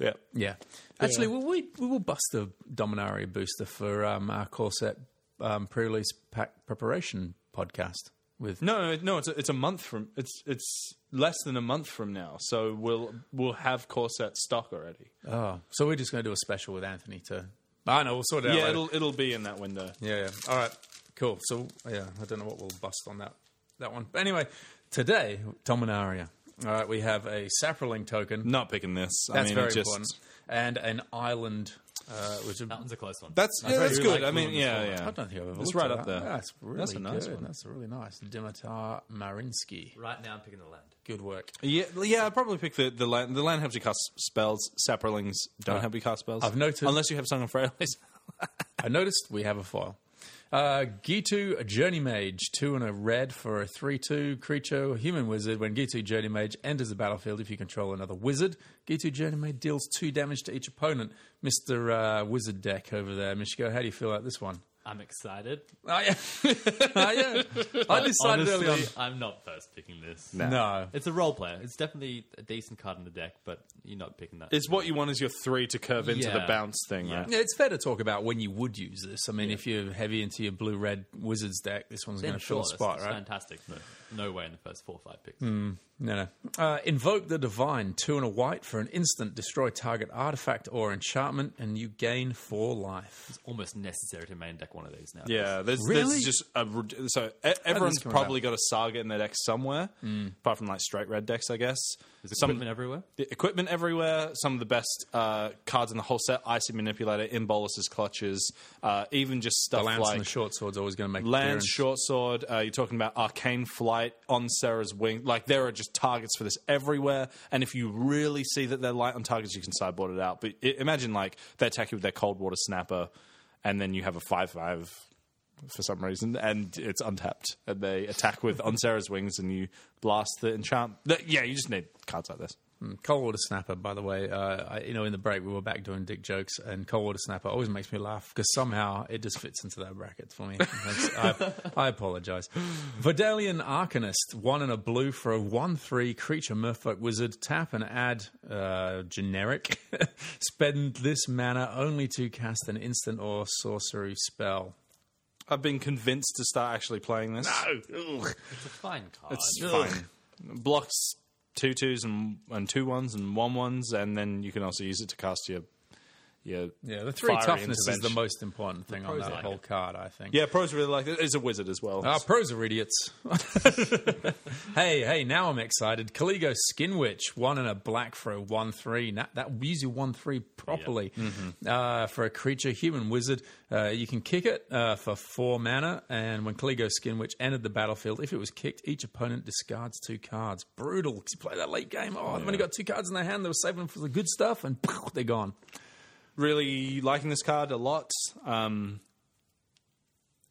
[SPEAKER 1] Yeah.
[SPEAKER 2] Yeah. Actually, will we we will bust the Dominaria booster for um, our Corset um, pre-release pack preparation podcast
[SPEAKER 1] [LAUGHS]
[SPEAKER 2] with
[SPEAKER 1] No, no, no. It's a, it's a month from. It's it's less than a month from now, so we'll we'll have corset stock already.
[SPEAKER 2] Oh, so we're just going to do a special with Anthony to. I know we'll sort it out.
[SPEAKER 1] yeah,
[SPEAKER 2] later.
[SPEAKER 1] it'll it'll be in that window.
[SPEAKER 2] Yeah, yeah. All right. Cool. So yeah, I don't know what we'll bust on that that one. But anyway, today Dominaria. All right, we have a Saproling token.
[SPEAKER 1] Not picking this.
[SPEAKER 2] That's
[SPEAKER 1] Mm, I mean, it
[SPEAKER 2] very
[SPEAKER 1] just-
[SPEAKER 2] important. And an island, uh, which
[SPEAKER 4] That one's a close one.
[SPEAKER 1] That's yeah, that's
[SPEAKER 2] really
[SPEAKER 1] good.
[SPEAKER 2] like
[SPEAKER 1] I mean,
[SPEAKER 2] Willem's
[SPEAKER 1] yeah,
[SPEAKER 2] format.
[SPEAKER 1] yeah.
[SPEAKER 2] I don't think I've ever
[SPEAKER 1] It's
[SPEAKER 2] looked
[SPEAKER 1] right
[SPEAKER 2] at
[SPEAKER 1] up
[SPEAKER 2] that.
[SPEAKER 1] there.
[SPEAKER 2] That's really
[SPEAKER 1] That's a nice
[SPEAKER 2] good.
[SPEAKER 1] one.
[SPEAKER 2] That's really nice. Dimitar Marinsky.
[SPEAKER 4] right now I'm picking the land.
[SPEAKER 2] Good work.
[SPEAKER 1] Yeah, yeah. I probably pick the the land. The land helps you cast spells. Saprolings don't help you cast spells.
[SPEAKER 2] Uh, I've noticed-
[SPEAKER 1] unless you have Song of [LAUGHS] Freylace.
[SPEAKER 2] I noticed we have a file. Uh, Gitu Journey Mage, two and a red for a 3 2 creature, human wizard. When Gitu Journey Mage enters the battlefield, if you control another wizard, Gitu Journey Mage deals two damage to each opponent. Mr. Uh, wizard deck over there, Mishiko, how do you feel about this one?
[SPEAKER 4] I'm excited.
[SPEAKER 2] Oh, yeah. [LAUGHS] oh, yeah. I decided early on.
[SPEAKER 4] Honestly, I'm not first picking this.
[SPEAKER 2] No.
[SPEAKER 4] It's a role player. It's definitely a decent card in the deck, but you're not picking that.
[SPEAKER 1] It's what you want is your three to curve into the
[SPEAKER 4] Yeah.
[SPEAKER 1] bounce thing,
[SPEAKER 4] Yeah.
[SPEAKER 1] right?
[SPEAKER 2] Yeah, it's fair to talk about when you would use this. I mean, if you're heavy into your blue red wizards deck, this one's going to fill a
[SPEAKER 4] Sure,
[SPEAKER 2] spot,
[SPEAKER 4] it's
[SPEAKER 2] right?
[SPEAKER 4] Fantastic. No, no way in the first four or five picks.
[SPEAKER 2] No, no. Uh, invoke the divine, two and a white for an instant. Destroy target artifact or enchantment, and you gain four life.
[SPEAKER 4] It's almost necessary to main deck one of these now.
[SPEAKER 1] Yeah, there's,
[SPEAKER 2] Really?
[SPEAKER 1] there's just a, rid- so e- everyone's
[SPEAKER 2] come about?
[SPEAKER 1] probably got a saga in their deck somewhere, apart from like straight red decks, I guess.
[SPEAKER 4] There's
[SPEAKER 1] Some
[SPEAKER 4] equipment everywhere.
[SPEAKER 1] the equipment everywhere, some of the best uh, cards in the whole set. Icy Manipulator, in Bolus's Clutches, uh, even just stuff
[SPEAKER 2] The lance
[SPEAKER 1] like
[SPEAKER 2] and the short sword's always going to make.
[SPEAKER 1] Lance,
[SPEAKER 2] appearance.
[SPEAKER 1] Short Sword. Uh, you're talking about Arcane Flight on Sarah's Wing. Like, there are just targets for this everywhere. And if you really see that they're light on targets, you can sideboard it out. But i imagine, like, they attack you with their Cold Water Snapper, and then you have a 5 5 for some reason, and it's untapped. And they attack with On Sarah's Wings, and you blast the enchant. th- Yeah, you just need cards like this.
[SPEAKER 2] Coldwater Snapper, by the way, uh, I, you know, in the break we were back doing dick jokes, and Coldwater Snapper always makes me laugh because somehow it just fits into that bracket for me. That's- I, I apologize. Vidalian Arcanist, one and a blue for a 1 3 creature merfolk wizard. Tap and add uh, generic. [LAUGHS] Spend this mana only to cast an instant or sorcery spell.
[SPEAKER 1] I've been convinced to start actually playing this.
[SPEAKER 4] It's a fine card.
[SPEAKER 1] It's fine. Blocks two twos and and two ones and one ones, and then you can also use it to cast your your
[SPEAKER 2] Yeah, the three
[SPEAKER 1] fiery
[SPEAKER 2] toughness is the
[SPEAKER 1] intervention.
[SPEAKER 2] most important thing on
[SPEAKER 4] pros
[SPEAKER 2] that
[SPEAKER 4] like
[SPEAKER 2] whole
[SPEAKER 4] it.
[SPEAKER 2] card, I think.
[SPEAKER 1] Yeah, pros really like it. It's a wizard as well.
[SPEAKER 2] Our Ah, pros are idiots. [LAUGHS] hey, hey, now I'm excited. Caligo Skin Witch, one and a black for a 1 3. That, that use your 1 3 properly. Uh, for a creature, human wizard, uh, you can kick it uh, for 4 mana. And when Caligo Skin Witch entered the battlefield, if it was kicked, each opponent discards two cards. Brutal, 'cause you play that late game. Oh, they've only got two cards in their hand. They were saving them for the good stuff, and [LAUGHS] poof, they're gone.
[SPEAKER 1] really liking this card a lot. Um,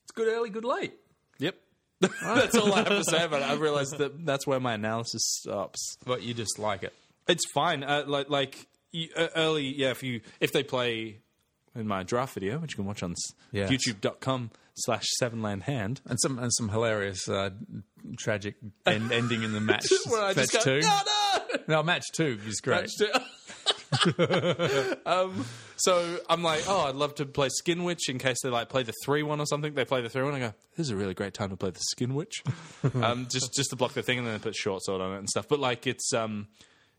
[SPEAKER 2] It's good early, good late.
[SPEAKER 1] yep, [LAUGHS] that's all I have to say about it. I realized that that's where my analysis stops.
[SPEAKER 2] But you just like it.
[SPEAKER 1] It's fine. Uh, like like you, uh, early, yeah. If you if they play in my draft video, which you can watch on s
[SPEAKER 2] Yes.
[SPEAKER 1] YouTube.com slash Seven Land Hand.
[SPEAKER 2] and some and some hilarious uh, tragic
[SPEAKER 1] [LAUGHS]
[SPEAKER 2] end, ending in the match.
[SPEAKER 1] Where I
[SPEAKER 2] match
[SPEAKER 1] just go,
[SPEAKER 2] two,
[SPEAKER 1] no, no.
[SPEAKER 2] no, match two is great.
[SPEAKER 1] [LAUGHS] um, so I'm like, oh, I'd love to play Skin Witch in case they like play the three one or something. They play the three one. I go, this is a really great time to play the Skin Witch, um, just just to block the thing, and then they put short sword on it and stuff. But like, it's um,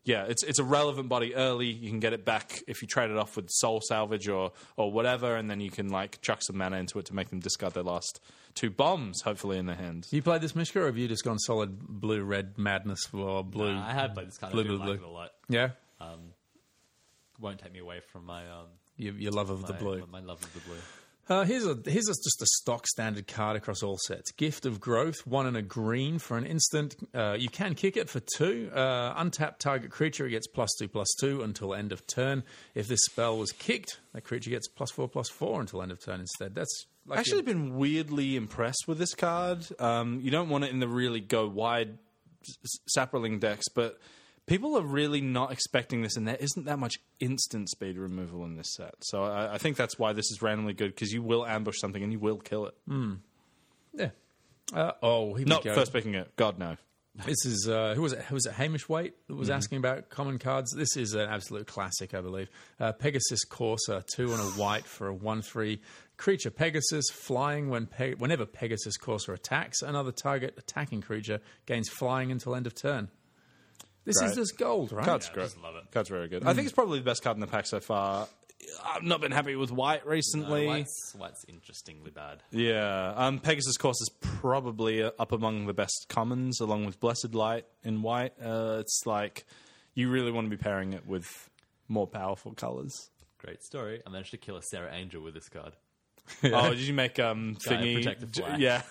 [SPEAKER 1] yeah, it's it's a relevant body early. You can get it back if you trade it off with Soul Salvage or or whatever, and then you can like chuck some mana into it to make them discard their last two bombs, hopefully in their hand.
[SPEAKER 2] Do you play this Mishka, or have you just gone solid blue red madness or blue?
[SPEAKER 4] I have played this card.
[SPEAKER 2] Blue,
[SPEAKER 4] I do
[SPEAKER 2] blue,
[SPEAKER 4] like
[SPEAKER 2] blue.
[SPEAKER 4] it a lot.
[SPEAKER 2] yeah,
[SPEAKER 4] Won't take me away from my um
[SPEAKER 2] your, your love of the
[SPEAKER 4] my-
[SPEAKER 2] blue.
[SPEAKER 4] My love of the blue.
[SPEAKER 2] Uh, here's a here's a, just a stock standard card across all sets. Gift of Growth, one and a green for an instant. Uh, you can kick it for two. Uh, untapped target creature it gets plus two plus two until end of turn. If this spell was kicked, that creature gets plus four plus four until end of turn instead. That's like
[SPEAKER 1] actually
[SPEAKER 2] your-
[SPEAKER 1] been weirdly impressed with this card. Um, you don't want it in the really go wide s- s- Saproling decks, but people are really not expecting this, and there isn't that much instant speed removal in this set. So I, I think that's why this is randomly good because you will ambush something and you will kill it.
[SPEAKER 2] Yeah. Uh, oh, here
[SPEAKER 1] Not
[SPEAKER 2] we go.
[SPEAKER 1] first picking it. God no.
[SPEAKER 2] This is uh, who was it? Who was it? Hamish Waite that
[SPEAKER 1] Mm-hmm.
[SPEAKER 2] was asking about common cards. This is an absolute classic, I believe. Uh, Pegasus Courser, two and a white for a one-three creature. Pegasus flying when pe- whenever Pegasus Courser attacks, another target attacking creature gains flying until end of turn. This
[SPEAKER 1] Right.
[SPEAKER 2] is just gold, right?
[SPEAKER 1] Card's
[SPEAKER 4] Yeah, I
[SPEAKER 1] great.
[SPEAKER 4] just love it.
[SPEAKER 1] Card's very good. I think it's probably the best card in the pack so far. I've not been happy with White recently.
[SPEAKER 4] White's, White's interestingly bad.
[SPEAKER 1] Yeah, um, Pegasus Course is probably uh, up among the best commons, along with Blessed Light in White. Uh, it's like you really want to be pairing it with more powerful colors.
[SPEAKER 4] Great story. I managed to kill a Sarah Angel with this card.
[SPEAKER 1] Oh, did you make um
[SPEAKER 4] Giant
[SPEAKER 1] thingy?
[SPEAKER 4] protective
[SPEAKER 1] d-
[SPEAKER 4] flag.
[SPEAKER 1] yeah.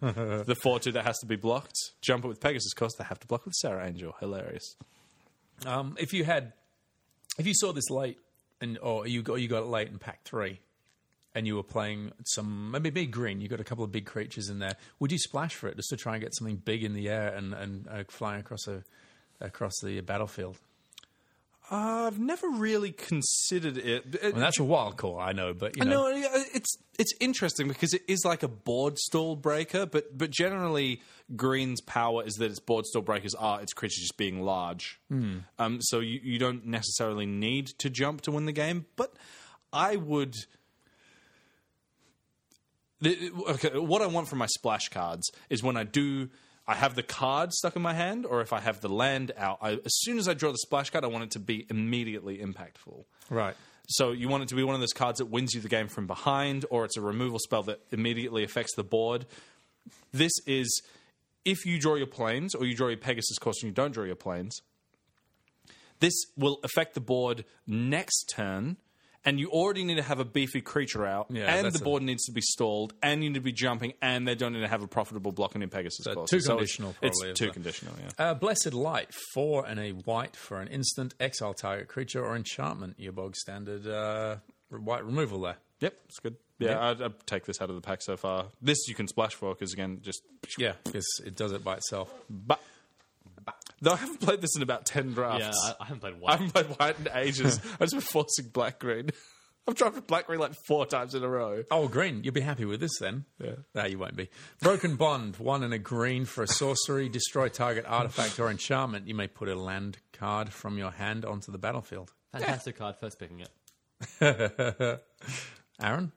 [SPEAKER 1] the four two that has to be blocked. Jump it with Pegasus Course. They have to block with Sarah Angel. Hilarious.
[SPEAKER 2] Um, if you had, if you saw this late, and or you got you got it late in pack three, and you were playing some maybe big green, you got a couple of big creatures in there. Would you splash for it just to try and get something big in the air and and uh, flying across a across the battlefield?
[SPEAKER 1] I've never really considered it. It-
[SPEAKER 2] I mean, that's a wild call, I know, but you know,
[SPEAKER 1] No, yeah, it's it's interesting because it is like a board stall breaker, but but generally Green's power is that its board stall breakers are its creatures just being large.
[SPEAKER 2] Hmm.
[SPEAKER 1] Um, so you, you don't necessarily need to jump to win the game, but I would. The- okay, what I want from my splash cards is when I do, I have the card stuck in my hand, or if I have the land out. I, as soon as I draw the splash card, I want it to be immediately impactful.
[SPEAKER 2] right.
[SPEAKER 1] So you want it to be one of those cards that wins you the game from behind, or it's a removal spell that immediately affects the board. This is if you draw your planes, or you draw your Pegasus course and you don't draw your planes. This will affect the board next turn, and you already need to have a beefy creature out,
[SPEAKER 2] Yeah,
[SPEAKER 1] and
[SPEAKER 2] that's
[SPEAKER 1] the
[SPEAKER 2] a-
[SPEAKER 1] board needs to be stalled, and you need to be jumping, and they don't need to have a profitable block on your Pegasus course.
[SPEAKER 2] two
[SPEAKER 1] So it's-
[SPEAKER 2] conditional,
[SPEAKER 1] It's,
[SPEAKER 2] probably,
[SPEAKER 1] too
[SPEAKER 2] isn't it?
[SPEAKER 1] conditional. Yeah.
[SPEAKER 2] Uh, Blessed Light, four and a white for an instant, exile target creature or enchantment. Your bog standard uh, white removal there.
[SPEAKER 1] Yep, it's good. Yeah, I'd, I'd take this out of the pack so far. This you can splash for because again, just
[SPEAKER 2] Yeah, because it does it by itself.
[SPEAKER 1] But though I haven't played this in about ten
[SPEAKER 4] Yeah,
[SPEAKER 1] drafts.
[SPEAKER 4] I, I
[SPEAKER 2] [LAUGHS]
[SPEAKER 4] haven't played
[SPEAKER 1] I,
[SPEAKER 4] White.
[SPEAKER 1] haven't played white in [LAUGHS] ages. I've just been forcing black green. [LAUGHS] I've drafted black green like four times in a row.
[SPEAKER 2] Oh, green. You'll be happy with this then. Yeah. No, you won't be. Broken Bond, one and a green for a sorcery. Destroy target artifact or enchantment. You may put a land card from your hand onto the battlefield.
[SPEAKER 4] Fantastic card, first
[SPEAKER 2] [LAUGHS]
[SPEAKER 4] picking it.
[SPEAKER 2] Aaron?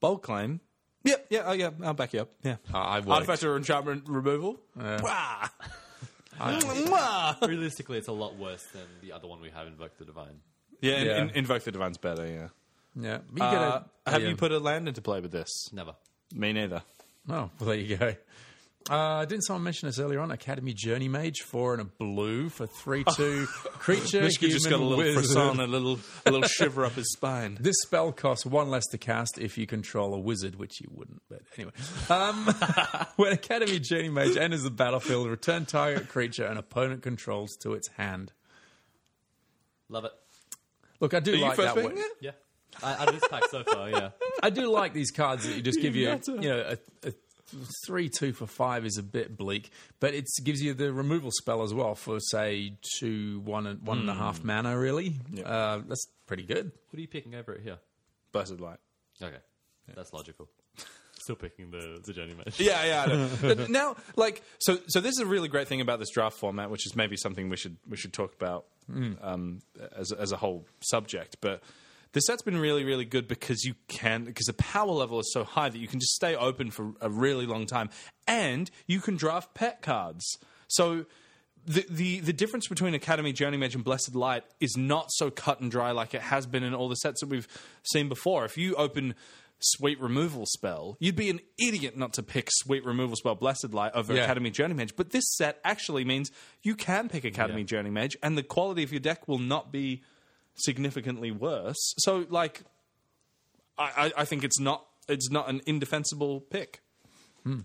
[SPEAKER 1] Bold claim. Yep, yeah, oh yeah, I'll back you up. Yeah.
[SPEAKER 2] Uh, I would.
[SPEAKER 1] Artifact or enchantment removal. [LAUGHS] Wah! Mwah!
[SPEAKER 4] Realistically, it's a lot worse than the other one we have, Invoke the Divine.
[SPEAKER 1] Yeah, and,
[SPEAKER 2] Yeah.
[SPEAKER 1] and Invoke the Divine's better, yeah.
[SPEAKER 2] Yeah. But you get
[SPEAKER 1] Uh,
[SPEAKER 2] a-
[SPEAKER 1] have
[SPEAKER 2] yeah.
[SPEAKER 1] you put a land into play with this?
[SPEAKER 4] Never.
[SPEAKER 1] Me neither.
[SPEAKER 2] Oh, well, there you go. Uh, didn't someone mention this earlier on? Academy Journey Mage, four and a blue for three two creature.
[SPEAKER 1] Mishka just got a
[SPEAKER 2] human,
[SPEAKER 1] little
[SPEAKER 2] wizard.
[SPEAKER 1] frisson, a little, a little shiver up his spine.
[SPEAKER 2] This spell costs one less to cast if you control a wizard, which you wouldn't. But anyway, um, [LAUGHS] when Academy Journey Mage enters the battlefield, return target creature an opponent controls to its hand.
[SPEAKER 4] Love it.
[SPEAKER 2] Look, I do
[SPEAKER 1] [LAUGHS] Are you
[SPEAKER 2] like that.
[SPEAKER 1] first picking
[SPEAKER 2] One.
[SPEAKER 1] it?
[SPEAKER 4] Yeah. I, out of this pack so
[SPEAKER 2] [LAUGHS]
[SPEAKER 4] far, yeah.
[SPEAKER 2] I do like these cards that you just give
[SPEAKER 1] [LAUGHS]
[SPEAKER 2] you. You know, a, a three two for five is a bit bleak, but it gives you the removal spell as well for say two one and one and a half
[SPEAKER 1] Hmm.
[SPEAKER 2] mana. Really, uh, that's pretty good.
[SPEAKER 4] What are you picking over it here?
[SPEAKER 1] Blessed light.
[SPEAKER 4] Okay. That's logical. Still picking the, the Journey
[SPEAKER 1] [LAUGHS]
[SPEAKER 4] Mage.
[SPEAKER 1] Yeah, yeah. I know. but [LAUGHS] now, like, so, so this is a really great thing about this draft format, which is maybe something we should we should talk about um, as as a whole subject. But the set's been really, really good because you can because the power level is so high that you can just stay open for a really long time, and you can draft pet cards. So. The, the the difference between Academy Journey Mage and Blessed Light is not so cut and dry like it has been in all the sets that we've seen before. If you open sweet removal spell. You'd be an idiot not to pick sweet removal spell Blessed Light over
[SPEAKER 2] Yeah.
[SPEAKER 1] Academy Journey Mage. But this set actually means you can pick Academy Journey Mage, and the quality of your deck will not be significantly worse. So, like, I, I, I think it's not it's not an indefensible pick.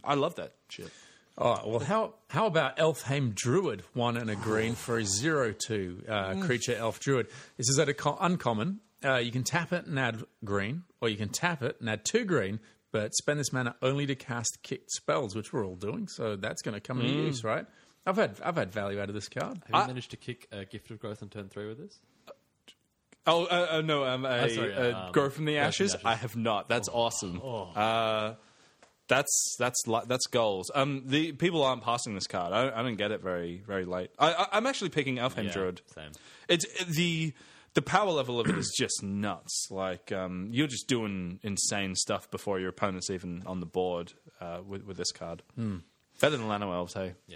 [SPEAKER 1] I love that shit.
[SPEAKER 2] All right, well, how how about Elfheim Druid, one and a green for a zero two uh, creature elf druid? This is at a co- uncommon. Uh, you can tap it and add green, or you can tap it and add two green, but spend this mana only to cast kicked spells, which we're all doing. So that's going to come into use, right? I've had I've had value out of this card.
[SPEAKER 4] Have you managed to kick a Gift of Growth on turn three with this?
[SPEAKER 1] Oh uh, uh, no, um, a,
[SPEAKER 4] sorry,
[SPEAKER 1] uh, grow from the
[SPEAKER 4] um, Grow from the
[SPEAKER 1] ashes.
[SPEAKER 4] Ashes.
[SPEAKER 1] I have not. That's awesome. Uh, that's that's li- that's goals. Um, the people aren't passing this card. I, I don't get it very very late. I, I, I'm actually picking Elfheim
[SPEAKER 4] Yeah,
[SPEAKER 1] Druid.
[SPEAKER 4] same.
[SPEAKER 1] It's the the power level of it is just nuts. Like um, you're just doing insane stuff before your opponent's even on the board uh, with with this card. Better than Lano Elves, hey?
[SPEAKER 4] Yeah.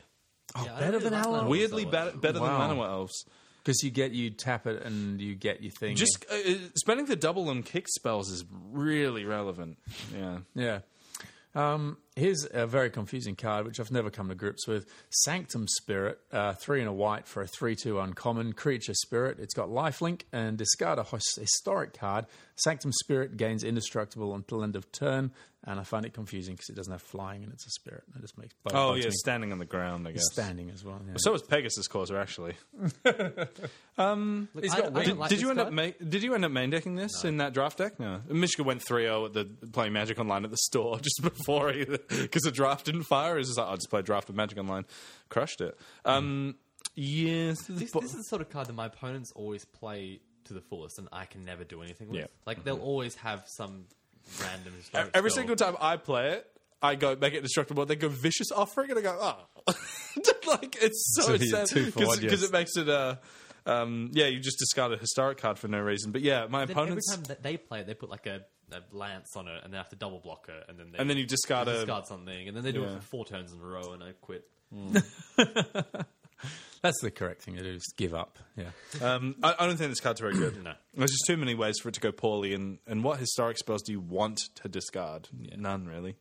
[SPEAKER 2] Oh, better than Alan?
[SPEAKER 4] Alan.
[SPEAKER 1] Weirdly better better
[SPEAKER 2] Wow.
[SPEAKER 1] than Lano Elves.
[SPEAKER 2] Because you get you tap it and you get your thing.
[SPEAKER 1] Just uh, uh, spending the double on kick spells is really relevant. Yeah.
[SPEAKER 2] yeah. Um, here's a very confusing card which I've never come to grips with. Sanctum Spirit, uh, three and a white for a three-two uncommon creature spirit. It's got lifelink and discard a his- historic card. Sanctum Spirit gains indestructible until end of turn, and I find it confusing because it doesn't have flying and it's a spirit. It just makes bugs
[SPEAKER 1] Oh
[SPEAKER 2] me.
[SPEAKER 1] yeah, standing on the ground. I guess.
[SPEAKER 2] standing as well. yeah.
[SPEAKER 1] So was Pegasus Causer [LAUGHS] actually.
[SPEAKER 3] Look, I, I don't
[SPEAKER 1] Um, Did,
[SPEAKER 3] like
[SPEAKER 1] did
[SPEAKER 3] this
[SPEAKER 1] you end
[SPEAKER 3] guy.
[SPEAKER 1] up ma- did you end up main decking this in that draft deck? No. Michigan went 3-0 at the playing Magic Online at the store [LAUGHS] just before because the draft didn't fire. Is just like I'll just play draft with Magic Online, crushed it. Um, Yes,
[SPEAKER 4] This,
[SPEAKER 1] but-
[SPEAKER 4] this is the sort of card that my opponents always play to the fullest, and I can never do anything with.
[SPEAKER 1] Yeah. Mm-hmm. E-,
[SPEAKER 4] Like they'll always have some random.
[SPEAKER 1] every
[SPEAKER 4] historic spell.
[SPEAKER 1] single time I play it. I go make it destructible. They go vicious offering, and I go oh, [LAUGHS] like it's so
[SPEAKER 2] So you're
[SPEAKER 1] insane
[SPEAKER 2] two for one, yes.
[SPEAKER 1] because it makes it uh, um, yeah. You just discard a historic card for no reason, but yeah, my
[SPEAKER 4] Then
[SPEAKER 1] opponents,
[SPEAKER 4] every time that they play it, they put like a, a lance on it, and then have to double block it, and then they
[SPEAKER 1] and then you discard a
[SPEAKER 4] discard something, and then they do
[SPEAKER 1] Yeah.
[SPEAKER 4] it for four turns in a row, and I quit.
[SPEAKER 2] That's the correct thing to do. Is give up. Yeah.
[SPEAKER 1] Um, I, I don't think this card's very good.
[SPEAKER 4] No.
[SPEAKER 1] There's just too many ways for it to go poorly, and, and what historic spells do you want to discard? None, really.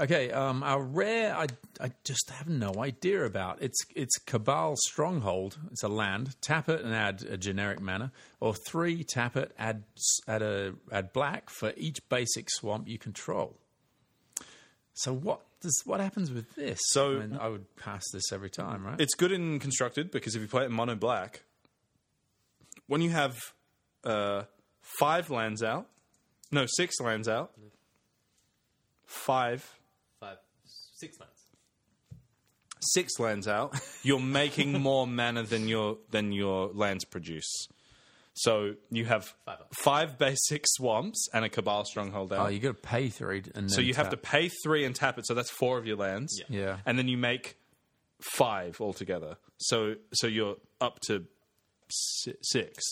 [SPEAKER 2] Okay, um, our rare, I, I just have no idea about. It's it's Cabal Stronghold. It's a land. Tap it and add a generic mana, or three tap it, add s- add a add black for each basic swamp you control. So what does what happens with this?
[SPEAKER 1] So-
[SPEAKER 2] I, mean, I would pass this every time, right?
[SPEAKER 1] It's good in constructed because if you play it in mono black, when you have uh, five lands out, no, six lands out, five,
[SPEAKER 4] Five, six lands.
[SPEAKER 1] six lands out, [LAUGHS] you're making more mana than your than your lands produce. So you have
[SPEAKER 4] Five up.
[SPEAKER 1] five basic swamps and a Cabal stronghold out.
[SPEAKER 2] oh, you got to pay three, and then
[SPEAKER 1] So you have to
[SPEAKER 2] tap.
[SPEAKER 1] pay three and tap it. So that's four of your lands.
[SPEAKER 4] Yeah.
[SPEAKER 2] Yeah.
[SPEAKER 1] And then you make five altogether. So so you're up to si- six.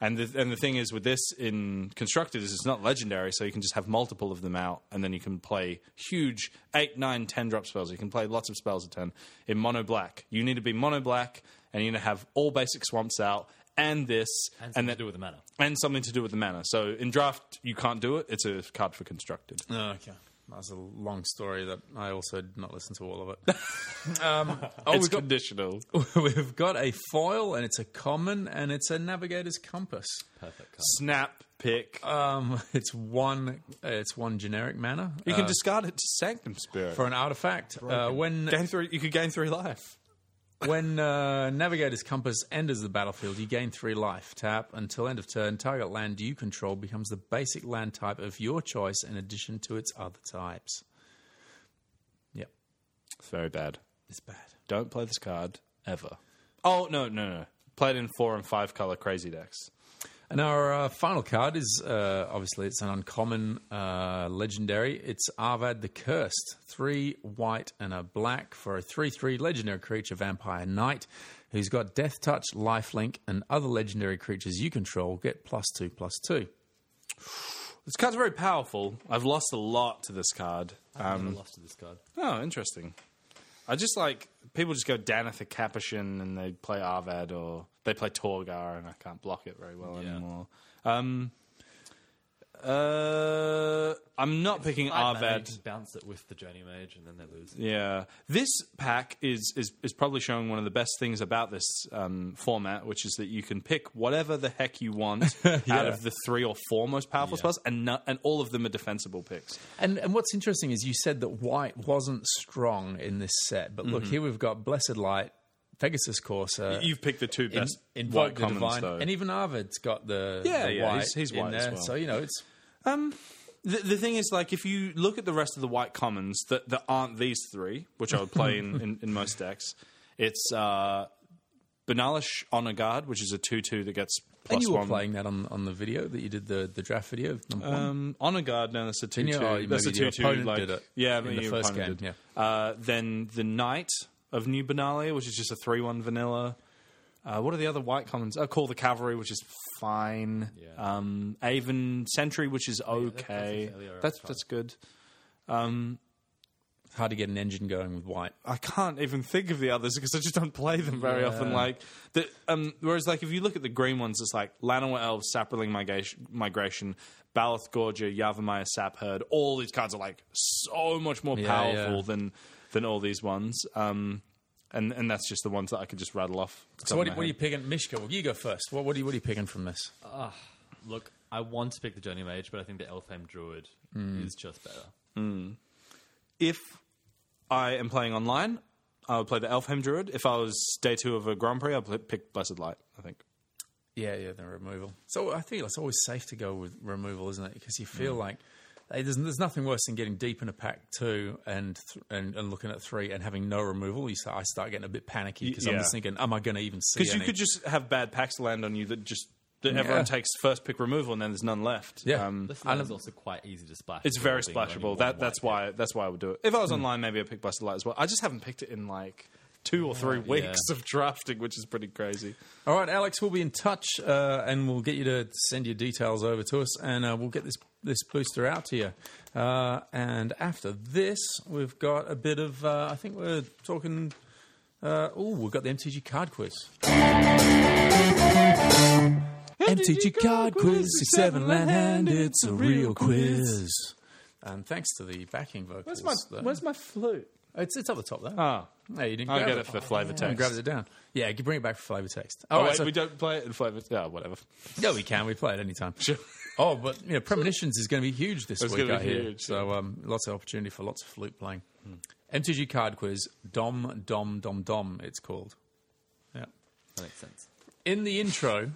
[SPEAKER 1] And the and the thing is with this in constructed is it's not legendary, so you can just have multiple of them out, and then you can play huge eight, nine, ten drop spells. You can play lots of spells a turn in mono black. You need to be mono black, and you need to have all basic swamps out. And this,
[SPEAKER 4] And,
[SPEAKER 1] and,
[SPEAKER 4] something
[SPEAKER 1] that,
[SPEAKER 4] to do with the mana.
[SPEAKER 1] and something to do with the mana. So in draft, you can't do it. It's a card for constructed.
[SPEAKER 2] Oh, okay. That's a long story that I also did not listen to all of it. um, oh,
[SPEAKER 1] it's
[SPEAKER 2] we've got
[SPEAKER 1] conditional.
[SPEAKER 2] [LAUGHS] We've got a foil, and it's a common, and it's a navigator's compass.
[SPEAKER 4] Perfect card.
[SPEAKER 1] [LAUGHS] snap pick.
[SPEAKER 2] Um, it's one. uh, It's one generic mana
[SPEAKER 1] you
[SPEAKER 2] uh,
[SPEAKER 1] can discard it to Sanctum Spirit.
[SPEAKER 2] for an artifact. Uh,
[SPEAKER 1] [LAUGHS]
[SPEAKER 2] when
[SPEAKER 1] gain three, you could gain three life.
[SPEAKER 2] when uh, navigator's compass enters the battlefield, you gain three life. Tap until end of turn. Target land you control becomes the basic land type of your choice, in addition to its other types. Yep,
[SPEAKER 1] It's very bad.
[SPEAKER 2] it's bad.
[SPEAKER 1] Don't play this card ever. Oh no no no! Play it in four and five color crazy decks.
[SPEAKER 2] And our uh, final card is uh, obviously it's an uncommon uh, legendary. It's Arvad the Cursed, three white and a black for a three-three legendary creature vampire knight, who's got Death Touch, Lifelink, and other legendary creatures you control get plus two plus two.
[SPEAKER 1] This card's very powerful. I've lost a lot to this card.
[SPEAKER 4] I've never lost to this card.
[SPEAKER 1] Oh, interesting. I just like people just go Danith the Capuchin and they play Arvad or they play Torgar and I can't block it very well anymore. Um, uh, I'm not picking
[SPEAKER 4] Five mana, you
[SPEAKER 1] Arvad.
[SPEAKER 4] can bounce it with the journey mage, and then they lose.
[SPEAKER 1] Yeah, this pack is is is probably showing one of the best things about this um, format, which is that you can pick whatever the heck
[SPEAKER 2] [LAUGHS]
[SPEAKER 1] you want out of the three or four most powerful spells, and no, and all of them are defensible picks.
[SPEAKER 2] And and what's interesting is you said that white wasn't strong in this set, but
[SPEAKER 1] Mm-hmm.
[SPEAKER 2] look here we've got Blessed Light, Pegasus Courser.
[SPEAKER 1] You've picked the two best
[SPEAKER 2] Invoke
[SPEAKER 1] white
[SPEAKER 2] the
[SPEAKER 1] commons,
[SPEAKER 2] divine,
[SPEAKER 1] though.
[SPEAKER 2] and even Arvid's got the
[SPEAKER 1] Yeah,
[SPEAKER 2] the
[SPEAKER 1] yeah,
[SPEAKER 2] white
[SPEAKER 1] he's- he's
[SPEAKER 2] in
[SPEAKER 1] white as
[SPEAKER 2] there.
[SPEAKER 1] well.
[SPEAKER 2] So you know it's
[SPEAKER 1] The, the thing is, like, if you look at the rest of the white commons that, that aren't these three, which I would play in, in, in most decks, it's uh, Banalish Honor Guard, which is a 2 2 that gets plus
[SPEAKER 2] and you were
[SPEAKER 1] one.
[SPEAKER 2] playing that on, on the video that you did the, the draft video of number one.
[SPEAKER 1] Um, Honor Guard, no, that's a 2
[SPEAKER 2] you-
[SPEAKER 1] 2.
[SPEAKER 2] oh, maybe
[SPEAKER 1] that's a
[SPEAKER 2] your
[SPEAKER 1] 2 2.
[SPEAKER 2] opponent
[SPEAKER 1] Like,
[SPEAKER 2] did it
[SPEAKER 1] yeah,
[SPEAKER 2] in
[SPEAKER 1] maybe
[SPEAKER 2] the
[SPEAKER 1] your
[SPEAKER 2] first
[SPEAKER 1] opponent
[SPEAKER 2] game,
[SPEAKER 1] did. Uh, then the Knight of New Benalia, which is just a 3 1 vanilla. Uh, what are the other white commons? Oh, Call the Cavalry, which is fine.
[SPEAKER 4] Yeah.
[SPEAKER 1] Um, Avon Sentry, which is okay.
[SPEAKER 4] fairly alright
[SPEAKER 1] that's,
[SPEAKER 4] card.
[SPEAKER 1] that's good.
[SPEAKER 2] Hard to get an engine going with white.
[SPEAKER 1] I can't even think of the others because I just don't play them very often. Like, the, um, whereas like if you look at the green ones, it's like Lanawa Elves, Sapperling Migration, Migration Balath Gorgia, Yavamaya Sap Herd. All these cards are like so much more powerful
[SPEAKER 2] yeah.
[SPEAKER 1] than than all these ones. Um, and and that's just the ones that I could just rattle off.
[SPEAKER 2] So what, are- what are you picking, Mishka? Well, you go first. What, what, are you, what are you picking from this?
[SPEAKER 4] Ah, Look, I want to pick the Journey Mage, but I think the Elfheim Druid
[SPEAKER 1] Mm.
[SPEAKER 4] is just better.
[SPEAKER 1] if I am playing online, I would play the Elfheim Druid. If I was day two of a Grand Prix, I'd pl- pick Blessed Light. I think.
[SPEAKER 2] Yeah, yeah, the removal. So I think it's always safe to go with removal, isn't it? Because you feel like hey, there's, there's nothing worse than getting deep in a pack two and, th- and and looking at three and having no removal. You start, I start getting a bit panicky because I'm
[SPEAKER 1] yeah.
[SPEAKER 2] just thinking, am I going to even see?
[SPEAKER 1] Because you
[SPEAKER 2] any?
[SPEAKER 1] could just have bad packs land on you that just that everyone takes first pick removal and then there's none left.
[SPEAKER 2] Yeah.
[SPEAKER 1] Um,
[SPEAKER 4] Blessed Light is also quite easy to splash.
[SPEAKER 1] it's
[SPEAKER 4] with
[SPEAKER 1] very
[SPEAKER 4] being only
[SPEAKER 1] splashable.
[SPEAKER 4] one
[SPEAKER 1] That
[SPEAKER 4] white.
[SPEAKER 1] that's why that's why I would do it. If I was online, maybe I'd pick Blessed Light as well. I just haven't picked it in like two or three weeks of drafting, which is pretty crazy.
[SPEAKER 2] All right, Alex, we'll be in touch uh, and we'll get you to send your details over to us and uh, we'll get this, this booster out to you. Uh, and after this, we've got a bit of, uh, I think we're talking, uh, oh, we've got the MTG card quiz. MTG card quiz, it's seven land hand, it's a real quiz. And thanks to the backing vocals. Where's
[SPEAKER 1] my flute?
[SPEAKER 2] it's, it's up the top there.
[SPEAKER 1] Ah,
[SPEAKER 2] no, you didn't
[SPEAKER 1] I'll
[SPEAKER 2] grab
[SPEAKER 1] get
[SPEAKER 2] it.
[SPEAKER 1] it for flavor
[SPEAKER 2] I
[SPEAKER 1] text.
[SPEAKER 2] grabbed it down. Yeah, you can bring it back for flavor text.
[SPEAKER 1] Oh,
[SPEAKER 2] All right,
[SPEAKER 1] wait,
[SPEAKER 2] so-
[SPEAKER 1] we don't play it in flavor. Yeah, whatever.
[SPEAKER 2] yeah, we can. We play it anytime. Sure. Oh, but you know, premonitions is going to be huge this
[SPEAKER 1] It's
[SPEAKER 2] week.
[SPEAKER 1] gonna
[SPEAKER 2] I
[SPEAKER 1] be
[SPEAKER 2] hear.
[SPEAKER 1] huge,
[SPEAKER 2] So um, lots of opportunity for lots of flute playing. MTG card quiz. Dom, dom, dom, dom. It's called. Yeah.
[SPEAKER 4] That makes sense.
[SPEAKER 2] In the intro,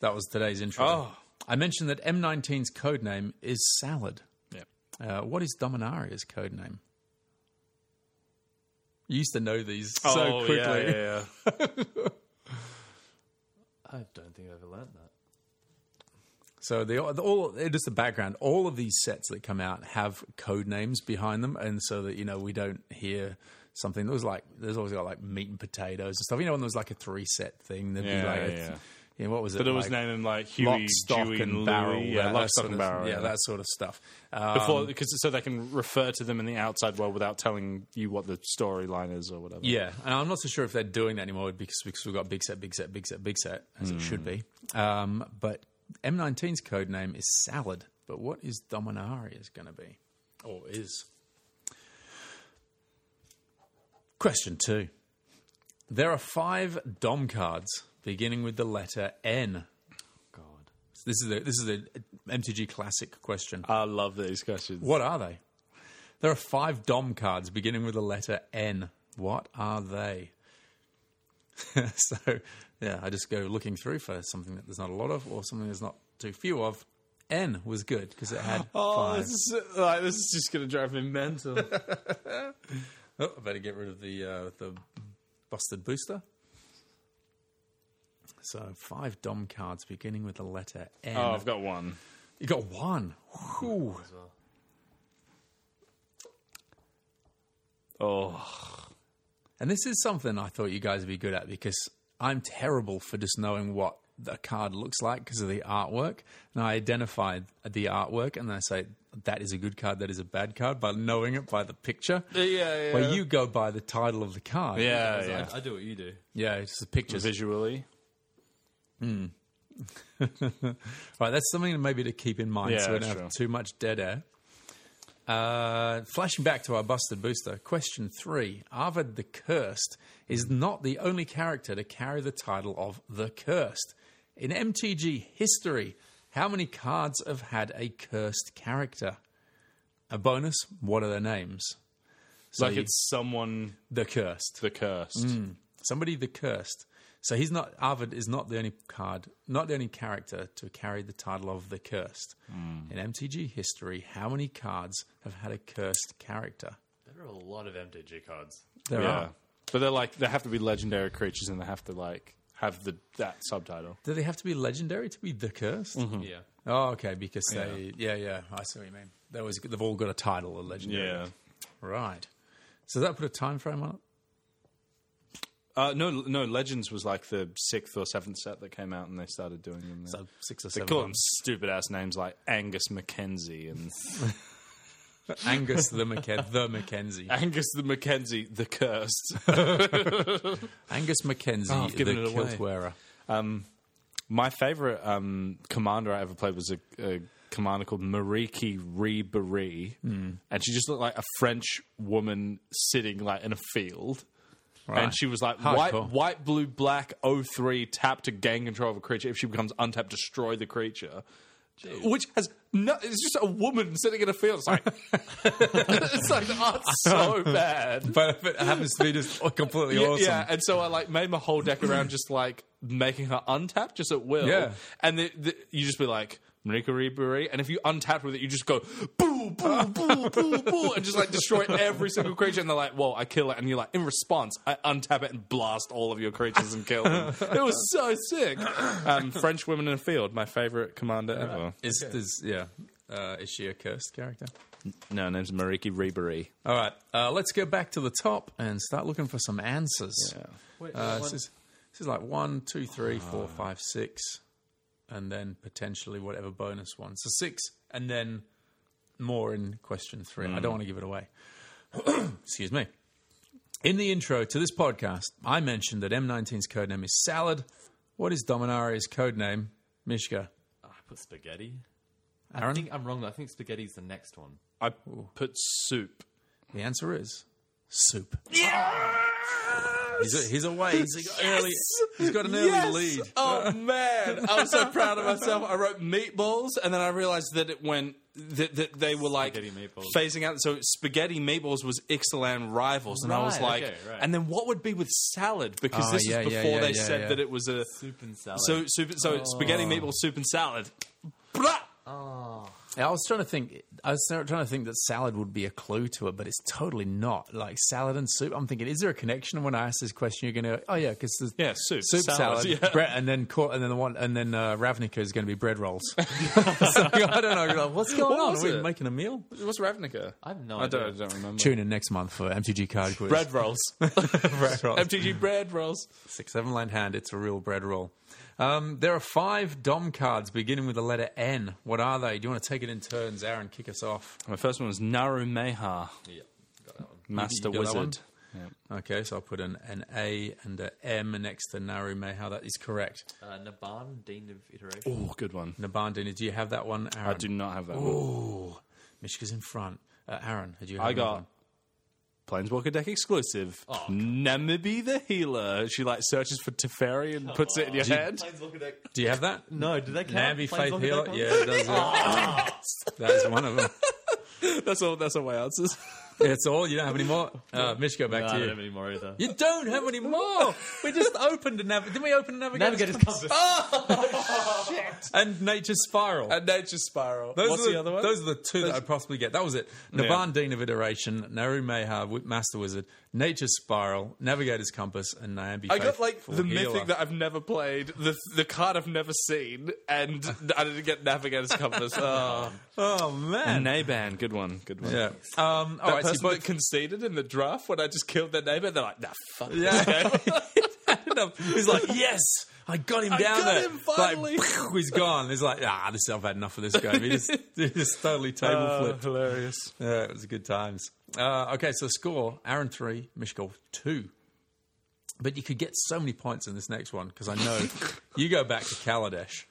[SPEAKER 2] that was today's intro.
[SPEAKER 1] Oh.
[SPEAKER 2] I mentioned that M19's code name is Salad.
[SPEAKER 1] Yeah.
[SPEAKER 2] Uh, what is Dominaria's code name? You used to know these so
[SPEAKER 1] oh,
[SPEAKER 2] quickly.
[SPEAKER 1] yeah, yeah, yeah.
[SPEAKER 4] I don't think I've ever learned that.
[SPEAKER 2] So they all, all just the background. All of these sets that come out have code names behind them, and so that you know we don't hear something that was like there's always got like meat and potatoes and stuff. You know, when there was like a three set thing, there'd
[SPEAKER 1] Yeah,
[SPEAKER 2] be like, a,
[SPEAKER 1] yeah.
[SPEAKER 2] you know, what was it?
[SPEAKER 1] [LAUGHS] But it was
[SPEAKER 2] like,
[SPEAKER 1] naming like
[SPEAKER 2] lock,
[SPEAKER 1] Huey,
[SPEAKER 2] stock,
[SPEAKER 1] Dewey,
[SPEAKER 2] and
[SPEAKER 1] Louie,
[SPEAKER 2] barrel.
[SPEAKER 1] Yeah,
[SPEAKER 2] that
[SPEAKER 1] lock, stock,
[SPEAKER 2] sort
[SPEAKER 1] and
[SPEAKER 2] of-
[SPEAKER 1] barrel.
[SPEAKER 2] Yeah,
[SPEAKER 1] yeah.
[SPEAKER 2] that sort of stuff. Um,
[SPEAKER 1] before because so they can refer to them in the outside world without telling you what the storyline is or whatever.
[SPEAKER 2] Yeah, and I'm not so sure if they're doing that anymore because because we've got big set, big set, big set, big set as it should be. Um, but M19's code name is Salad. But what is Dominaria's going to be, or is? Question two. There are five Dom cards beginning with the letter N.
[SPEAKER 4] God.
[SPEAKER 2] This is the this is the MTG classic question.
[SPEAKER 1] I love these questions.
[SPEAKER 2] What are they? There are five Dom cards beginning with the letter N. What are they? [LAUGHS] so, yeah, I just go looking through for something that there's not a lot of or something there's not too few of. N was good because it had five.
[SPEAKER 1] is like Oh, this is just going to drive me mental.
[SPEAKER 2] Oh, I better get rid of the uh, the busted booster. So five Dom cards beginning with the letter N.
[SPEAKER 1] [LAUGHS] oh, I've got one.
[SPEAKER 2] you got one. Whew.
[SPEAKER 1] Oh,
[SPEAKER 2] And this is something I thought you guys would be good at because I'm terrible for just knowing what the card looks like because of the artwork. And I identified the artwork and I say, that is a good card, that is a bad card, by knowing it by the picture.
[SPEAKER 1] yeah, yeah.
[SPEAKER 2] Where you go by the title of the card.
[SPEAKER 1] yeah,
[SPEAKER 4] So
[SPEAKER 1] yeah.
[SPEAKER 4] I, I do what you do.
[SPEAKER 2] Yeah, it's the pictures.
[SPEAKER 1] Visually,
[SPEAKER 2] Right, that's something maybe to keep in mind
[SPEAKER 1] Yeah,
[SPEAKER 2] so we don't
[SPEAKER 1] that's
[SPEAKER 2] have
[SPEAKER 1] true.
[SPEAKER 2] too much dead air. Uh, flashing back to our busted booster, question three Arvid the Cursed is not the only character to carry the title of the Cursed. In MTG history, how many cards have had a cursed character? A bonus, what are their names? So
[SPEAKER 1] like
[SPEAKER 2] you-
[SPEAKER 1] it's someone
[SPEAKER 2] the Cursed.
[SPEAKER 1] the cursed.
[SPEAKER 2] Somebody the Cursed. So he's not, Arvid is not the only card, not the only character to carry the title of the Cursed.
[SPEAKER 1] Hmm.
[SPEAKER 2] In MTG history, how many cards have had a cursed character?
[SPEAKER 4] There are a lot of MTG cards.
[SPEAKER 2] There
[SPEAKER 1] Yeah,
[SPEAKER 2] are.
[SPEAKER 1] but they're like they have to be legendary creatures and they have to like have the that subtitle.
[SPEAKER 2] Do they have to be legendary to be the Cursed?
[SPEAKER 1] Hmm. Mm-hmm.
[SPEAKER 4] Yeah.
[SPEAKER 2] Oh, okay, because they, yeah, yeah, I see what you mean. They always, they've all got a title, a legendary. Right. So does that put a time frame on it?
[SPEAKER 1] Uh, no, no. Legends was like the sixth or seventh set that came out, and they started doing them. Then.
[SPEAKER 2] So six or
[SPEAKER 1] They
[SPEAKER 2] seven.
[SPEAKER 1] call them
[SPEAKER 2] months.
[SPEAKER 1] [LAUGHS] stupid ass names like Angus Mackenzie and
[SPEAKER 2] Angus the McKen- the
[SPEAKER 1] [LAUGHS]
[SPEAKER 2] Mackenzie.
[SPEAKER 1] Angus the Mackenzie, the [LAUGHS] cursed.
[SPEAKER 2] Angus Mackenzie,
[SPEAKER 1] Oh, I've
[SPEAKER 2] the
[SPEAKER 1] given it away.
[SPEAKER 2] kilt wearer.
[SPEAKER 1] My favorite um, commander I ever played was a, a commander called Mariki Ribéry, and she just looked like a French woman sitting like in a field. And she was like white,
[SPEAKER 2] Hardcore.
[SPEAKER 1] white, blue, black, 03, tap to gain control of a creature. If she becomes untapped, destroy the creature. Which has no, it's just a woman sitting in a field. It's like, [LAUGHS] it's like, oh, it's so bad.
[SPEAKER 2] But if it happens to be
[SPEAKER 1] [LAUGHS]
[SPEAKER 2] just completely
[SPEAKER 1] Yeah,
[SPEAKER 2] awesome.
[SPEAKER 1] Yeah, and so I like made my whole deck around just like making her untap just at will.
[SPEAKER 2] Yeah.
[SPEAKER 1] And the, the, you just be like, Marika Ribéry. And if you untap with it, you just go, boo, boo, boo, boo, boo, and just like destroy every single creature. And they're like, whoa, I kill it. And you're like, in response, I untap it and blast all of your creatures and kill them. it was so sick. Um, French Women in a Field, my favorite commander ever.
[SPEAKER 2] Is, is, yeah. Uh, is she a cursed character?
[SPEAKER 1] No, her name's Mariki Ribéry.
[SPEAKER 2] All right, uh, let's go back to the top and start looking for some answers. Uh, this, is, this is like one, two, three, four, five, six, and then potentially whatever bonus one. So six, and then more in question three. I don't want to give it away. [CLEARS THROAT] Excuse me. In the intro to this podcast, I mentioned that M19's codename is Salad. What is Dominaria's codename? Mishka.
[SPEAKER 4] Ah, I put spaghetti.
[SPEAKER 2] Aaron?
[SPEAKER 4] I think I'm wrong. though. I think spaghetti's the next one.
[SPEAKER 1] I put soup.
[SPEAKER 2] The answer is soup.
[SPEAKER 1] [LAUGHS]
[SPEAKER 2] He's, he's away. He's, got early, he's got an early
[SPEAKER 1] Yes!
[SPEAKER 2] lead.
[SPEAKER 1] Oh man, I [LAUGHS] was so proud of myself. I wrote meatballs, and then I realized that it went that, that they were like
[SPEAKER 4] Spaghetti meatballs.
[SPEAKER 1] phasing out. So spaghetti meatballs was Ixalan rivals, and I was
[SPEAKER 4] Right,
[SPEAKER 1] like,
[SPEAKER 4] okay, right.
[SPEAKER 1] and then what would be with salad? Because
[SPEAKER 2] Oh,
[SPEAKER 1] this
[SPEAKER 2] yeah,
[SPEAKER 1] is
[SPEAKER 2] yeah,
[SPEAKER 1] before
[SPEAKER 2] yeah,
[SPEAKER 1] they
[SPEAKER 2] yeah,
[SPEAKER 1] said
[SPEAKER 2] yeah.
[SPEAKER 1] that it was a
[SPEAKER 4] Soup and salad.
[SPEAKER 1] so soup. So spaghetti meatballs, soup and salad. Blah!
[SPEAKER 2] I was trying to think. I was trying to think that salad would be a clue to it, but it's totally not. Like salad and soup. I'm thinking, is there a connection? And When I ask this question, you're going to, oh yeah, because there's
[SPEAKER 1] Yeah, soup,
[SPEAKER 2] soup, salad,
[SPEAKER 1] salad, yeah.
[SPEAKER 2] bread, and then cor- and then the one, and then uh, Ravnica is going to be bread rolls. [LAUGHS] so I don't know. You're like, What's going
[SPEAKER 1] What
[SPEAKER 2] on?
[SPEAKER 1] was
[SPEAKER 2] Are we
[SPEAKER 1] it?
[SPEAKER 2] making a meal?
[SPEAKER 1] What's Ravnica?
[SPEAKER 4] I have no
[SPEAKER 1] I don't, I
[SPEAKER 4] idea.
[SPEAKER 1] don't remember.
[SPEAKER 2] Tune in next month for MTG card quiz.
[SPEAKER 1] [LAUGHS] Bread rolls,
[SPEAKER 2] bread [LAUGHS] rolls.
[SPEAKER 1] MTG bread rolls.
[SPEAKER 2] Six, seven line hand. It's a real bread roll. Um, there are five Dom cards beginning with the letter N. What are they? Do you want to take it in turns, Aaron? Kick us off.
[SPEAKER 1] My first one was Narumeha,
[SPEAKER 4] Yeah, got that one.
[SPEAKER 1] Master
[SPEAKER 2] You got that one?
[SPEAKER 1] Wizard.
[SPEAKER 2] Okay, so I'll put an, an A and a M next to Narume. How that is correct.
[SPEAKER 4] Uh, Naban, Dean of Iteration.
[SPEAKER 1] Oh, good one.
[SPEAKER 2] Nabandina, do you have that one, Aaron?
[SPEAKER 1] I do not have that one.
[SPEAKER 2] Ooh, Mishka's in front. Uh, Aaron, did you? Have
[SPEAKER 1] I
[SPEAKER 2] another
[SPEAKER 1] got Oh,
[SPEAKER 2] one?
[SPEAKER 1] Planeswalker deck exclusive. Namibi the healer. She like searches for Teferi and puts it in your hand. [LAUGHS]
[SPEAKER 2] Do you have that?
[SPEAKER 4] No, did that count?
[SPEAKER 2] Nambi
[SPEAKER 4] Plains
[SPEAKER 2] Faith
[SPEAKER 4] Walker
[SPEAKER 2] Healer.
[SPEAKER 4] Deck
[SPEAKER 2] Yeah, that's it. that is one of them.
[SPEAKER 1] That's all. That's all my answers.
[SPEAKER 2] It's all. You don't have any more. Uh, Mishka, back
[SPEAKER 4] No,
[SPEAKER 2] to
[SPEAKER 4] I
[SPEAKER 2] you.
[SPEAKER 4] don't have any more either.
[SPEAKER 2] You don't have any more. We just opened a nav. Didn't we open a navigator?
[SPEAKER 4] Navigator's Compass.
[SPEAKER 2] and Nature Spiral.
[SPEAKER 1] [LAUGHS] And Nature Spiral.
[SPEAKER 2] those
[SPEAKER 1] What's
[SPEAKER 2] are the,
[SPEAKER 1] the other one?
[SPEAKER 2] Those are the two that I possibly get. That was it. Naban Dean of Iteration, Naru Meha, Wi- Master Wizard, Nature Spiral, Navigator's Compass, and Niambi.
[SPEAKER 1] I got like
[SPEAKER 2] Faithful
[SPEAKER 1] the
[SPEAKER 2] Healer.
[SPEAKER 1] mythic that I've never played, the the card I've never seen, and [LAUGHS] I didn't get Navigator's Compass. [LAUGHS] Oh.
[SPEAKER 2] Oh man.
[SPEAKER 1] Naban, good one, good one.
[SPEAKER 2] yeah. Um, all
[SPEAKER 1] That
[SPEAKER 2] right. So you
[SPEAKER 1] person
[SPEAKER 2] both
[SPEAKER 1] that conceded in the draft when I just killed their neighbor, they're like, nah, fuck [LAUGHS] this
[SPEAKER 2] Yeah.
[SPEAKER 1] game.
[SPEAKER 2] [LAUGHS] He's like, yes, I got him down
[SPEAKER 1] got
[SPEAKER 2] there.
[SPEAKER 1] him finally.
[SPEAKER 2] Like, [LAUGHS] he's gone. He's like, ah, this I've had enough of this game. He
[SPEAKER 1] [LAUGHS]
[SPEAKER 2] just, he just totally table flipped.
[SPEAKER 1] hilarious.
[SPEAKER 2] Yeah, it was good times. Uh, okay, so score Aaron three, Mishkov two. But you could get so many points in this next one because I
[SPEAKER 1] [LAUGHS]
[SPEAKER 2] know you go back to Kaladesh.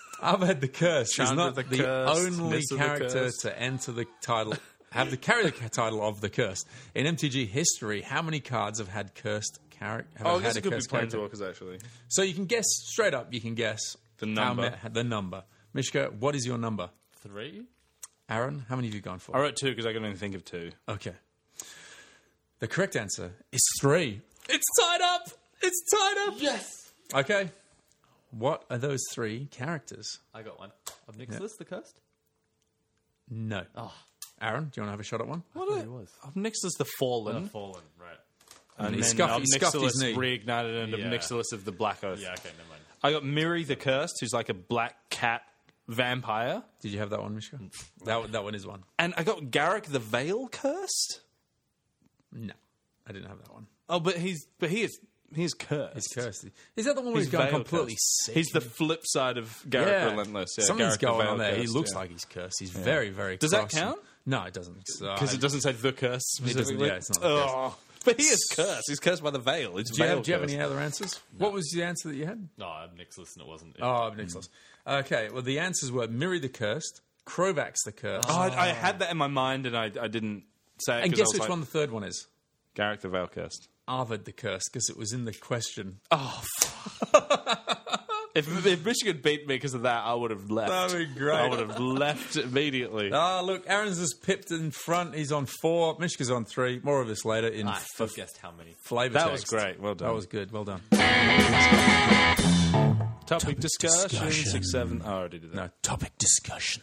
[SPEAKER 2] [LAUGHS] I've had the curse. He's
[SPEAKER 1] Chandra
[SPEAKER 2] not the,
[SPEAKER 1] the Cursed,
[SPEAKER 2] only
[SPEAKER 1] Nissa the
[SPEAKER 2] character
[SPEAKER 1] Cursed.
[SPEAKER 2] to enter the title, have the carry the [LAUGHS] ca- title of the curse in MTG history. How many cards have had cursed character?
[SPEAKER 1] Oh, I
[SPEAKER 2] have had
[SPEAKER 1] guess
[SPEAKER 2] a
[SPEAKER 1] it could be
[SPEAKER 2] cursed character?
[SPEAKER 1] Planeswalkers actually.
[SPEAKER 2] So you can guess straight up. You can guess
[SPEAKER 1] The
[SPEAKER 2] how
[SPEAKER 1] number.
[SPEAKER 2] ma- the number. Mishka, what is your number?
[SPEAKER 4] Three?
[SPEAKER 2] Aaron, how many have you gone for?
[SPEAKER 1] I wrote two because I could only think of two.
[SPEAKER 2] Okay. The correct answer is three. It's tied up. It's tied up.
[SPEAKER 4] Yes!
[SPEAKER 2] Okay. What are those three characters?
[SPEAKER 4] I got one. Of Nicholas the Cursed?
[SPEAKER 2] No. Aaron, do you want to have a shot at one?
[SPEAKER 1] What
[SPEAKER 4] He was.
[SPEAKER 1] Obnixilus the Fallen.
[SPEAKER 4] Fallen, right.
[SPEAKER 1] and
[SPEAKER 2] He
[SPEAKER 1] then
[SPEAKER 2] scuffed- he scuffed his knee.
[SPEAKER 1] Obnixilus reignited and
[SPEAKER 4] Yeah.
[SPEAKER 1] Obnixilus of the Black Oath.
[SPEAKER 4] Yeah, okay, never mind.
[SPEAKER 1] I got Miri the Cursed, who's like a black cat vampire.
[SPEAKER 2] Did you have that one, Mishka? that one- that one is one.
[SPEAKER 1] And I got Garrick the Veil Cursed.
[SPEAKER 2] No, I didn't have that one.
[SPEAKER 1] Oh, but he's but he is he's cursed.
[SPEAKER 2] It's cursed. Is that the one where he's, gone
[SPEAKER 1] Veil
[SPEAKER 2] completely
[SPEAKER 1] cursed.
[SPEAKER 2] sick?
[SPEAKER 1] He's the flip side of Garrick Relentless. Yeah,
[SPEAKER 2] Something's
[SPEAKER 1] Garrick the
[SPEAKER 2] going on
[SPEAKER 1] Veil
[SPEAKER 2] there. he
[SPEAKER 1] Cursed,
[SPEAKER 2] looks
[SPEAKER 1] yeah.
[SPEAKER 2] like he's cursed. He's very, very.
[SPEAKER 1] Does that
[SPEAKER 2] cross and-
[SPEAKER 1] count?
[SPEAKER 2] No, it doesn't. uh, So
[SPEAKER 1] because
[SPEAKER 2] I-
[SPEAKER 1] it doesn't say the curse
[SPEAKER 2] doesn't,
[SPEAKER 1] specifically.
[SPEAKER 2] yeah, it's not the curse.
[SPEAKER 1] Ugh. But he is cursed. He's cursed by the veil. It's
[SPEAKER 2] do you,
[SPEAKER 1] veil
[SPEAKER 2] have, do you have
[SPEAKER 1] cursed.
[SPEAKER 2] any other answers? What was the answer that you had?
[SPEAKER 4] No, I'm Nicholas, and it wasn't.
[SPEAKER 2] Oh, Nicholas. Okay, well, the answers were Miri the Cursed, Krovax the Cursed.
[SPEAKER 1] Oh, I, I had that in my mind and I, I didn't say it.
[SPEAKER 2] and
[SPEAKER 1] 'cause I
[SPEAKER 2] guess
[SPEAKER 1] was
[SPEAKER 2] which
[SPEAKER 1] like,
[SPEAKER 2] one the third one is?
[SPEAKER 1] Garrick the Veil cursed.
[SPEAKER 2] Arvid the Cursed, because it was in the question.
[SPEAKER 1] If, if Michigan beat me because of that, I would have left.
[SPEAKER 2] That'd be great.
[SPEAKER 1] I would have left immediately.
[SPEAKER 2] Ah, look, Aaron's is pipped in front. He's on four. Mishka's on three. More of this later in
[SPEAKER 4] Ah, I
[SPEAKER 2] f-
[SPEAKER 4] still guessed how many.
[SPEAKER 2] flavor
[SPEAKER 1] Ah, that
[SPEAKER 2] text.
[SPEAKER 1] was great. Well done.
[SPEAKER 2] That was good. Well done.
[SPEAKER 1] topic, discussion,
[SPEAKER 2] discussion.
[SPEAKER 1] six seven. Oh, I already did that.
[SPEAKER 2] No, Uh, topic discussion.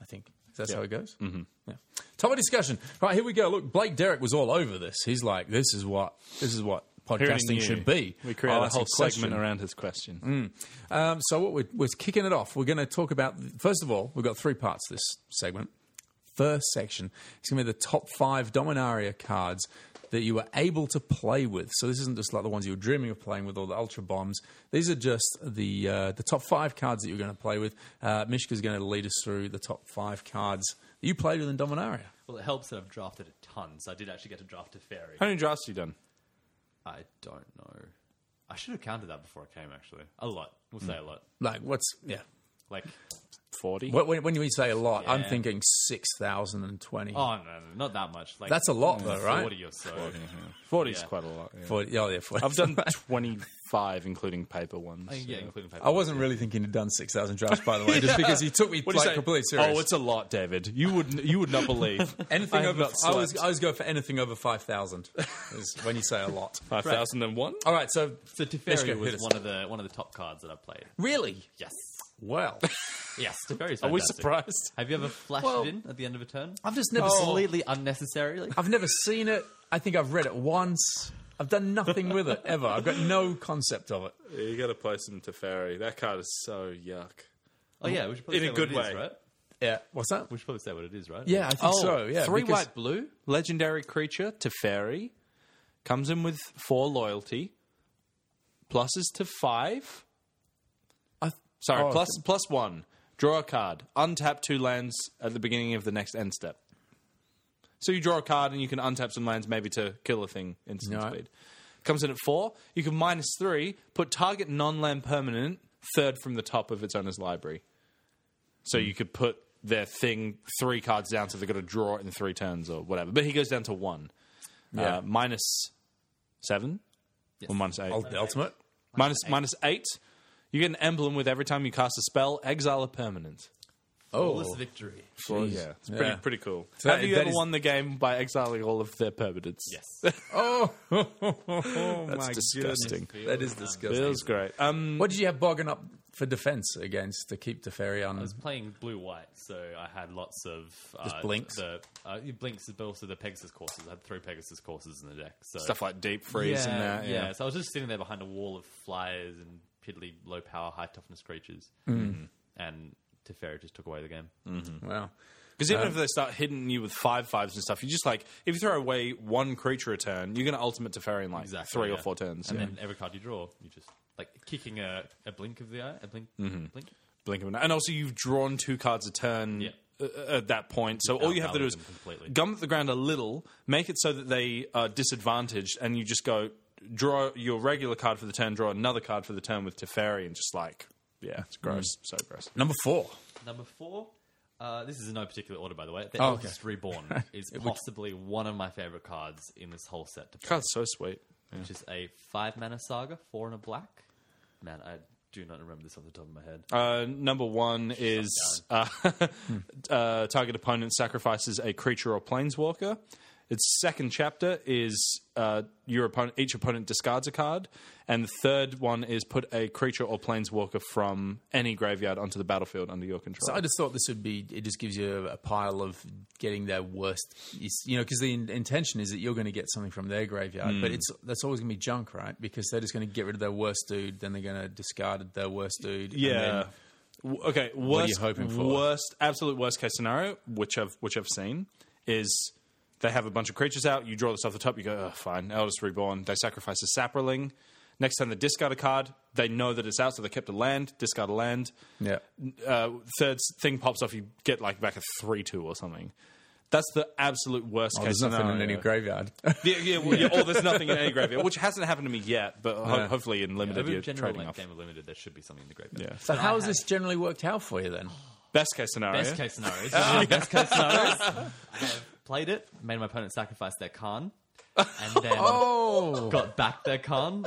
[SPEAKER 2] I think that's how it goes. Mm-hmm. Yeah. Topic discussion. Right here we go. Look, Blake Derrick was all over this. He's like, this is what this is what
[SPEAKER 1] Hearing
[SPEAKER 2] podcasting
[SPEAKER 1] you.
[SPEAKER 2] should be.
[SPEAKER 1] We created
[SPEAKER 2] I'll
[SPEAKER 1] Oh, a
[SPEAKER 2] ask
[SPEAKER 1] whole
[SPEAKER 2] question.
[SPEAKER 1] segment around his question. Hmm.
[SPEAKER 2] Um, so what we're, we're kicking it off. We're going to talk about first of all, we've got three parts to this segment. First section it's going to be the top five Dominaria cards that you were able to play with. So this isn't just like the ones you were dreaming of playing with, or the Ultra Bombs. These are just the uh, the top five cards that you're going to play with. Uh, Mishka's going to lead us through the top five cards that you played with in Dominaria.
[SPEAKER 4] Well, it helps that I've drafted a ton, so I did actually get to draft a fairy.
[SPEAKER 1] How many drafts have you done?
[SPEAKER 4] I don't know. I should have counted that before I came. Actually, a lot. We'll say a lot.
[SPEAKER 2] Like what's yeah.
[SPEAKER 4] Like,
[SPEAKER 1] 40?
[SPEAKER 2] When, when- when you say a lot, I'm
[SPEAKER 4] Yeah.
[SPEAKER 2] thinking six thousand and twenty.
[SPEAKER 4] oh no, no, not that much. Like
[SPEAKER 2] That's a lot though, right?
[SPEAKER 4] forty or so.
[SPEAKER 1] 40 is
[SPEAKER 4] Yeah.
[SPEAKER 1] quite a lot. yeah.
[SPEAKER 2] For- oh, yeah, for-
[SPEAKER 1] I've [LAUGHS] done 25, including paper ones.
[SPEAKER 4] I think, yeah,
[SPEAKER 1] so.
[SPEAKER 4] including paper.
[SPEAKER 2] I wasn't really thinking he'd done six thousand drafts, by the [LAUGHS] way, just because he took me
[SPEAKER 1] What do you
[SPEAKER 2] like
[SPEAKER 1] say?
[SPEAKER 2] completely serious.
[SPEAKER 1] Oh, it's a lot, David. You would you would not [LAUGHS] believe
[SPEAKER 2] anything
[SPEAKER 1] I have
[SPEAKER 2] over.
[SPEAKER 1] not
[SPEAKER 2] I was
[SPEAKER 1] slept.
[SPEAKER 2] I was going for anything over five [LAUGHS] thousand. when you say a lot.
[SPEAKER 1] five thousand and one.
[SPEAKER 2] All right, so
[SPEAKER 4] So
[SPEAKER 2] Let's go,
[SPEAKER 4] Teferi
[SPEAKER 2] hit
[SPEAKER 4] was
[SPEAKER 2] us.
[SPEAKER 4] one of the one of the top cards that I played.
[SPEAKER 2] really,
[SPEAKER 4] Yes,
[SPEAKER 2] [LAUGHS] well,
[SPEAKER 4] yes. Teferi's fantastic.
[SPEAKER 1] Are we surprised?
[SPEAKER 4] Have you ever flashed it in at the end of a turn?
[SPEAKER 2] I've just never.
[SPEAKER 4] Completely unnecessarily.
[SPEAKER 2] I've never seen it. I think I've read it once. I've done nothing with it ever. I've got no concept of it.
[SPEAKER 1] You got to play some Teferi. That card is so yuck.
[SPEAKER 4] Oh yeah, we should probably
[SPEAKER 1] In a
[SPEAKER 4] say what
[SPEAKER 1] good
[SPEAKER 4] it is,
[SPEAKER 1] way.
[SPEAKER 4] right?
[SPEAKER 2] Yeah, what's that? Oh,
[SPEAKER 4] We should probably say what it is, right?
[SPEAKER 2] Yeah, I think so. Yeah,
[SPEAKER 1] Oh, three
[SPEAKER 2] because-
[SPEAKER 1] white blue legendary creature Teferi comes in with four loyalty pluses to five.
[SPEAKER 2] I th-
[SPEAKER 1] Sorry,
[SPEAKER 2] Oh,
[SPEAKER 1] plus plus one. Draw a card. Untap two lands at the beginning of the next end step. So you draw a card and you can untap some lands maybe to kill a thing instant
[SPEAKER 2] Right.
[SPEAKER 1] speed. Comes in at four. You can minus three, put target non land permanent third from the top of its owner's library. So
[SPEAKER 2] Hmm.
[SPEAKER 1] you could put their thing three cards down so they've got to draw it in three turns or whatever. But he goes down to one.
[SPEAKER 2] Yeah.
[SPEAKER 1] Uh, minus seven or minus eight.
[SPEAKER 2] Ult- oh, the ultimate.
[SPEAKER 1] Minus minus eight. You get an emblem with every time you cast a spell, exile a permanent.
[SPEAKER 4] Flawless
[SPEAKER 2] Oh,
[SPEAKER 4] victory.
[SPEAKER 1] yeah, it's pretty
[SPEAKER 2] Yeah.
[SPEAKER 1] pretty cool.
[SPEAKER 2] So
[SPEAKER 1] Have
[SPEAKER 2] that-
[SPEAKER 1] you
[SPEAKER 2] that
[SPEAKER 1] ever
[SPEAKER 2] is-
[SPEAKER 1] won the game by exiling all of their permanents?
[SPEAKER 4] Yes.
[SPEAKER 2] oh, oh
[SPEAKER 1] that's
[SPEAKER 2] my
[SPEAKER 1] disgusting.
[SPEAKER 2] goodness. That is disgusting.
[SPEAKER 1] Feels great. Um,
[SPEAKER 2] What did you have bogging up for defense against to keep Teferi on?
[SPEAKER 4] I was playing blue white, so I had lots of uh,
[SPEAKER 2] Just blinks?
[SPEAKER 4] The uh, yeah, blinks, but also the Pegasus courses. I had three Pegasus courses in the deck. So
[SPEAKER 1] stuff like deep freeze and that. Yeah.
[SPEAKER 4] So I was just sitting there behind a wall of flyers and piddly low power, high toughness creatures,
[SPEAKER 1] Mm.
[SPEAKER 4] Mm. and Teferi just took away the game.
[SPEAKER 2] Wow.
[SPEAKER 1] Because even if they start hitting you with five fives and stuff, you just like if you throw away one creature a turn, you're going to ultimate Teferi in like
[SPEAKER 4] Exactly,
[SPEAKER 1] three or
[SPEAKER 4] yeah.
[SPEAKER 1] four turns.
[SPEAKER 4] And
[SPEAKER 1] yeah.
[SPEAKER 4] then every card you draw, you just like kicking a, a blink of the eye, a blink,
[SPEAKER 1] Mm-hmm.
[SPEAKER 4] blink.
[SPEAKER 1] blink of an eye. And also, you've drawn two cards a turn
[SPEAKER 4] Yeah.
[SPEAKER 1] uh, at that point. So all you have to do is
[SPEAKER 4] outvalued them completely.
[SPEAKER 1] gum at the ground a little, make it so that they are disadvantaged, and you just go draw your regular card for the turn, draw another card for the turn with Teferi, and just like, yeah, it's
[SPEAKER 4] Mm.
[SPEAKER 1] gross, so gross.
[SPEAKER 2] Number four.
[SPEAKER 4] Number four. Uh, this is in no particular order, by the way. The
[SPEAKER 2] Oh,
[SPEAKER 1] [LAUGHS]
[SPEAKER 4] Eldest Reborn is possibly one of my favorite cards in this whole set to play,
[SPEAKER 1] Card's so sweet.
[SPEAKER 4] which is a five mana saga, four and a black. Man, I do not remember this off the top of my head.
[SPEAKER 1] Uh, number one is uh, [LAUGHS] uh, target opponent sacrifices a creature or planeswalker. Its second chapter is uh, your opponent. Each opponent discards a card, and the third one is put a creature or planeswalker from any graveyard onto the battlefield under your control.
[SPEAKER 2] So I just thought this would be. It just gives you a pile of getting their worst. it's- You know, because the in- intention is that you're going to get something from their graveyard, but it's that's always going to be junk, right? Because they're just going to get rid of their worst dude, then they're going to discard their worst dude. and
[SPEAKER 1] yeah.
[SPEAKER 2] then-
[SPEAKER 1] W- okay. Worst,
[SPEAKER 2] are you hoping for?
[SPEAKER 1] Worst, absolute worst case scenario, which I've which I've seen, is they have a bunch of creatures out. You draw this off the top. You go, oh, fine. Eldest Reborn. They sacrifice a Sapperling. Next time they discard a card, they know that it's out, so they kept a land. Discard a land.
[SPEAKER 2] yeah.
[SPEAKER 1] Uh, third s- thing pops off. You get like back a three two or something. That's the absolute worst
[SPEAKER 2] Oh,
[SPEAKER 1] case
[SPEAKER 2] there's nothing in
[SPEAKER 1] scenario.
[SPEAKER 2] any graveyard. [LAUGHS]
[SPEAKER 1] Yeah, yeah, well, yeah, or there's nothing in any graveyard, which hasn't happened to me yet, but ho-
[SPEAKER 2] Yeah.
[SPEAKER 1] hopefully in limited
[SPEAKER 4] Every
[SPEAKER 1] you're
[SPEAKER 4] general
[SPEAKER 1] trading
[SPEAKER 4] like,
[SPEAKER 1] off.
[SPEAKER 4] game of limited, there should be something in the graveyard.
[SPEAKER 1] Yeah.
[SPEAKER 2] so how has this generally worked out for you then?
[SPEAKER 1] Best case scenario.
[SPEAKER 2] Oh,
[SPEAKER 1] [LAUGHS]
[SPEAKER 4] Best case scenario.
[SPEAKER 2] [LAUGHS]
[SPEAKER 4] It's one of the Best case scenarios. I have played it, made my opponent sacrifice their Khan, and then
[SPEAKER 2] [LAUGHS] Oh,
[SPEAKER 4] got back
[SPEAKER 2] [LAUGHS]
[SPEAKER 4] their Khan.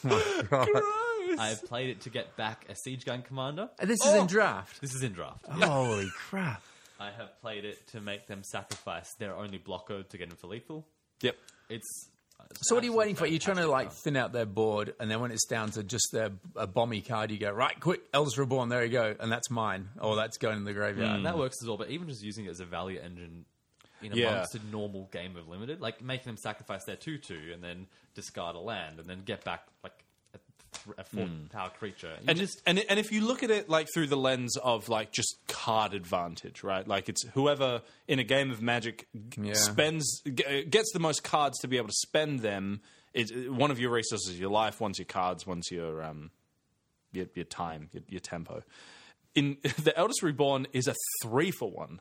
[SPEAKER 4] [LAUGHS] I have played it to get back a siege gun commander.
[SPEAKER 2] this is in draft.
[SPEAKER 4] This is in draft.
[SPEAKER 2] Oh! Holy crap!
[SPEAKER 4] I have played it to make them sacrifice their only blocker to get him for lethal.
[SPEAKER 1] Yep.
[SPEAKER 4] It's uh,
[SPEAKER 2] So what are you waiting for? You're trying to like thin out their board, and then when it's down to just their a bomby card, you go right, quick, Elves Reborn. There you go, and that's mine. Oh, that's going in the graveyard.
[SPEAKER 1] Mm.
[SPEAKER 4] And that works as well, but even just using it as a value engine in
[SPEAKER 1] Hmm. Yeah.
[SPEAKER 4] amongst a normal game of limited, like making them sacrifice their two two and then discard a land and then get back like a, th- a four power creature. You
[SPEAKER 1] Hmm. And
[SPEAKER 4] just
[SPEAKER 1] just and and if you look at it like through the lens of like just card advantage, right? Like it's whoever in a game of Magic g-
[SPEAKER 2] Yeah.
[SPEAKER 1] spends g- uh, gets the most cards to be able to spend them. It, one of your resources, is your life, one's your cards, one's your um, your, your time, your, your tempo. In [LAUGHS] the Eldest Reborn is a three for one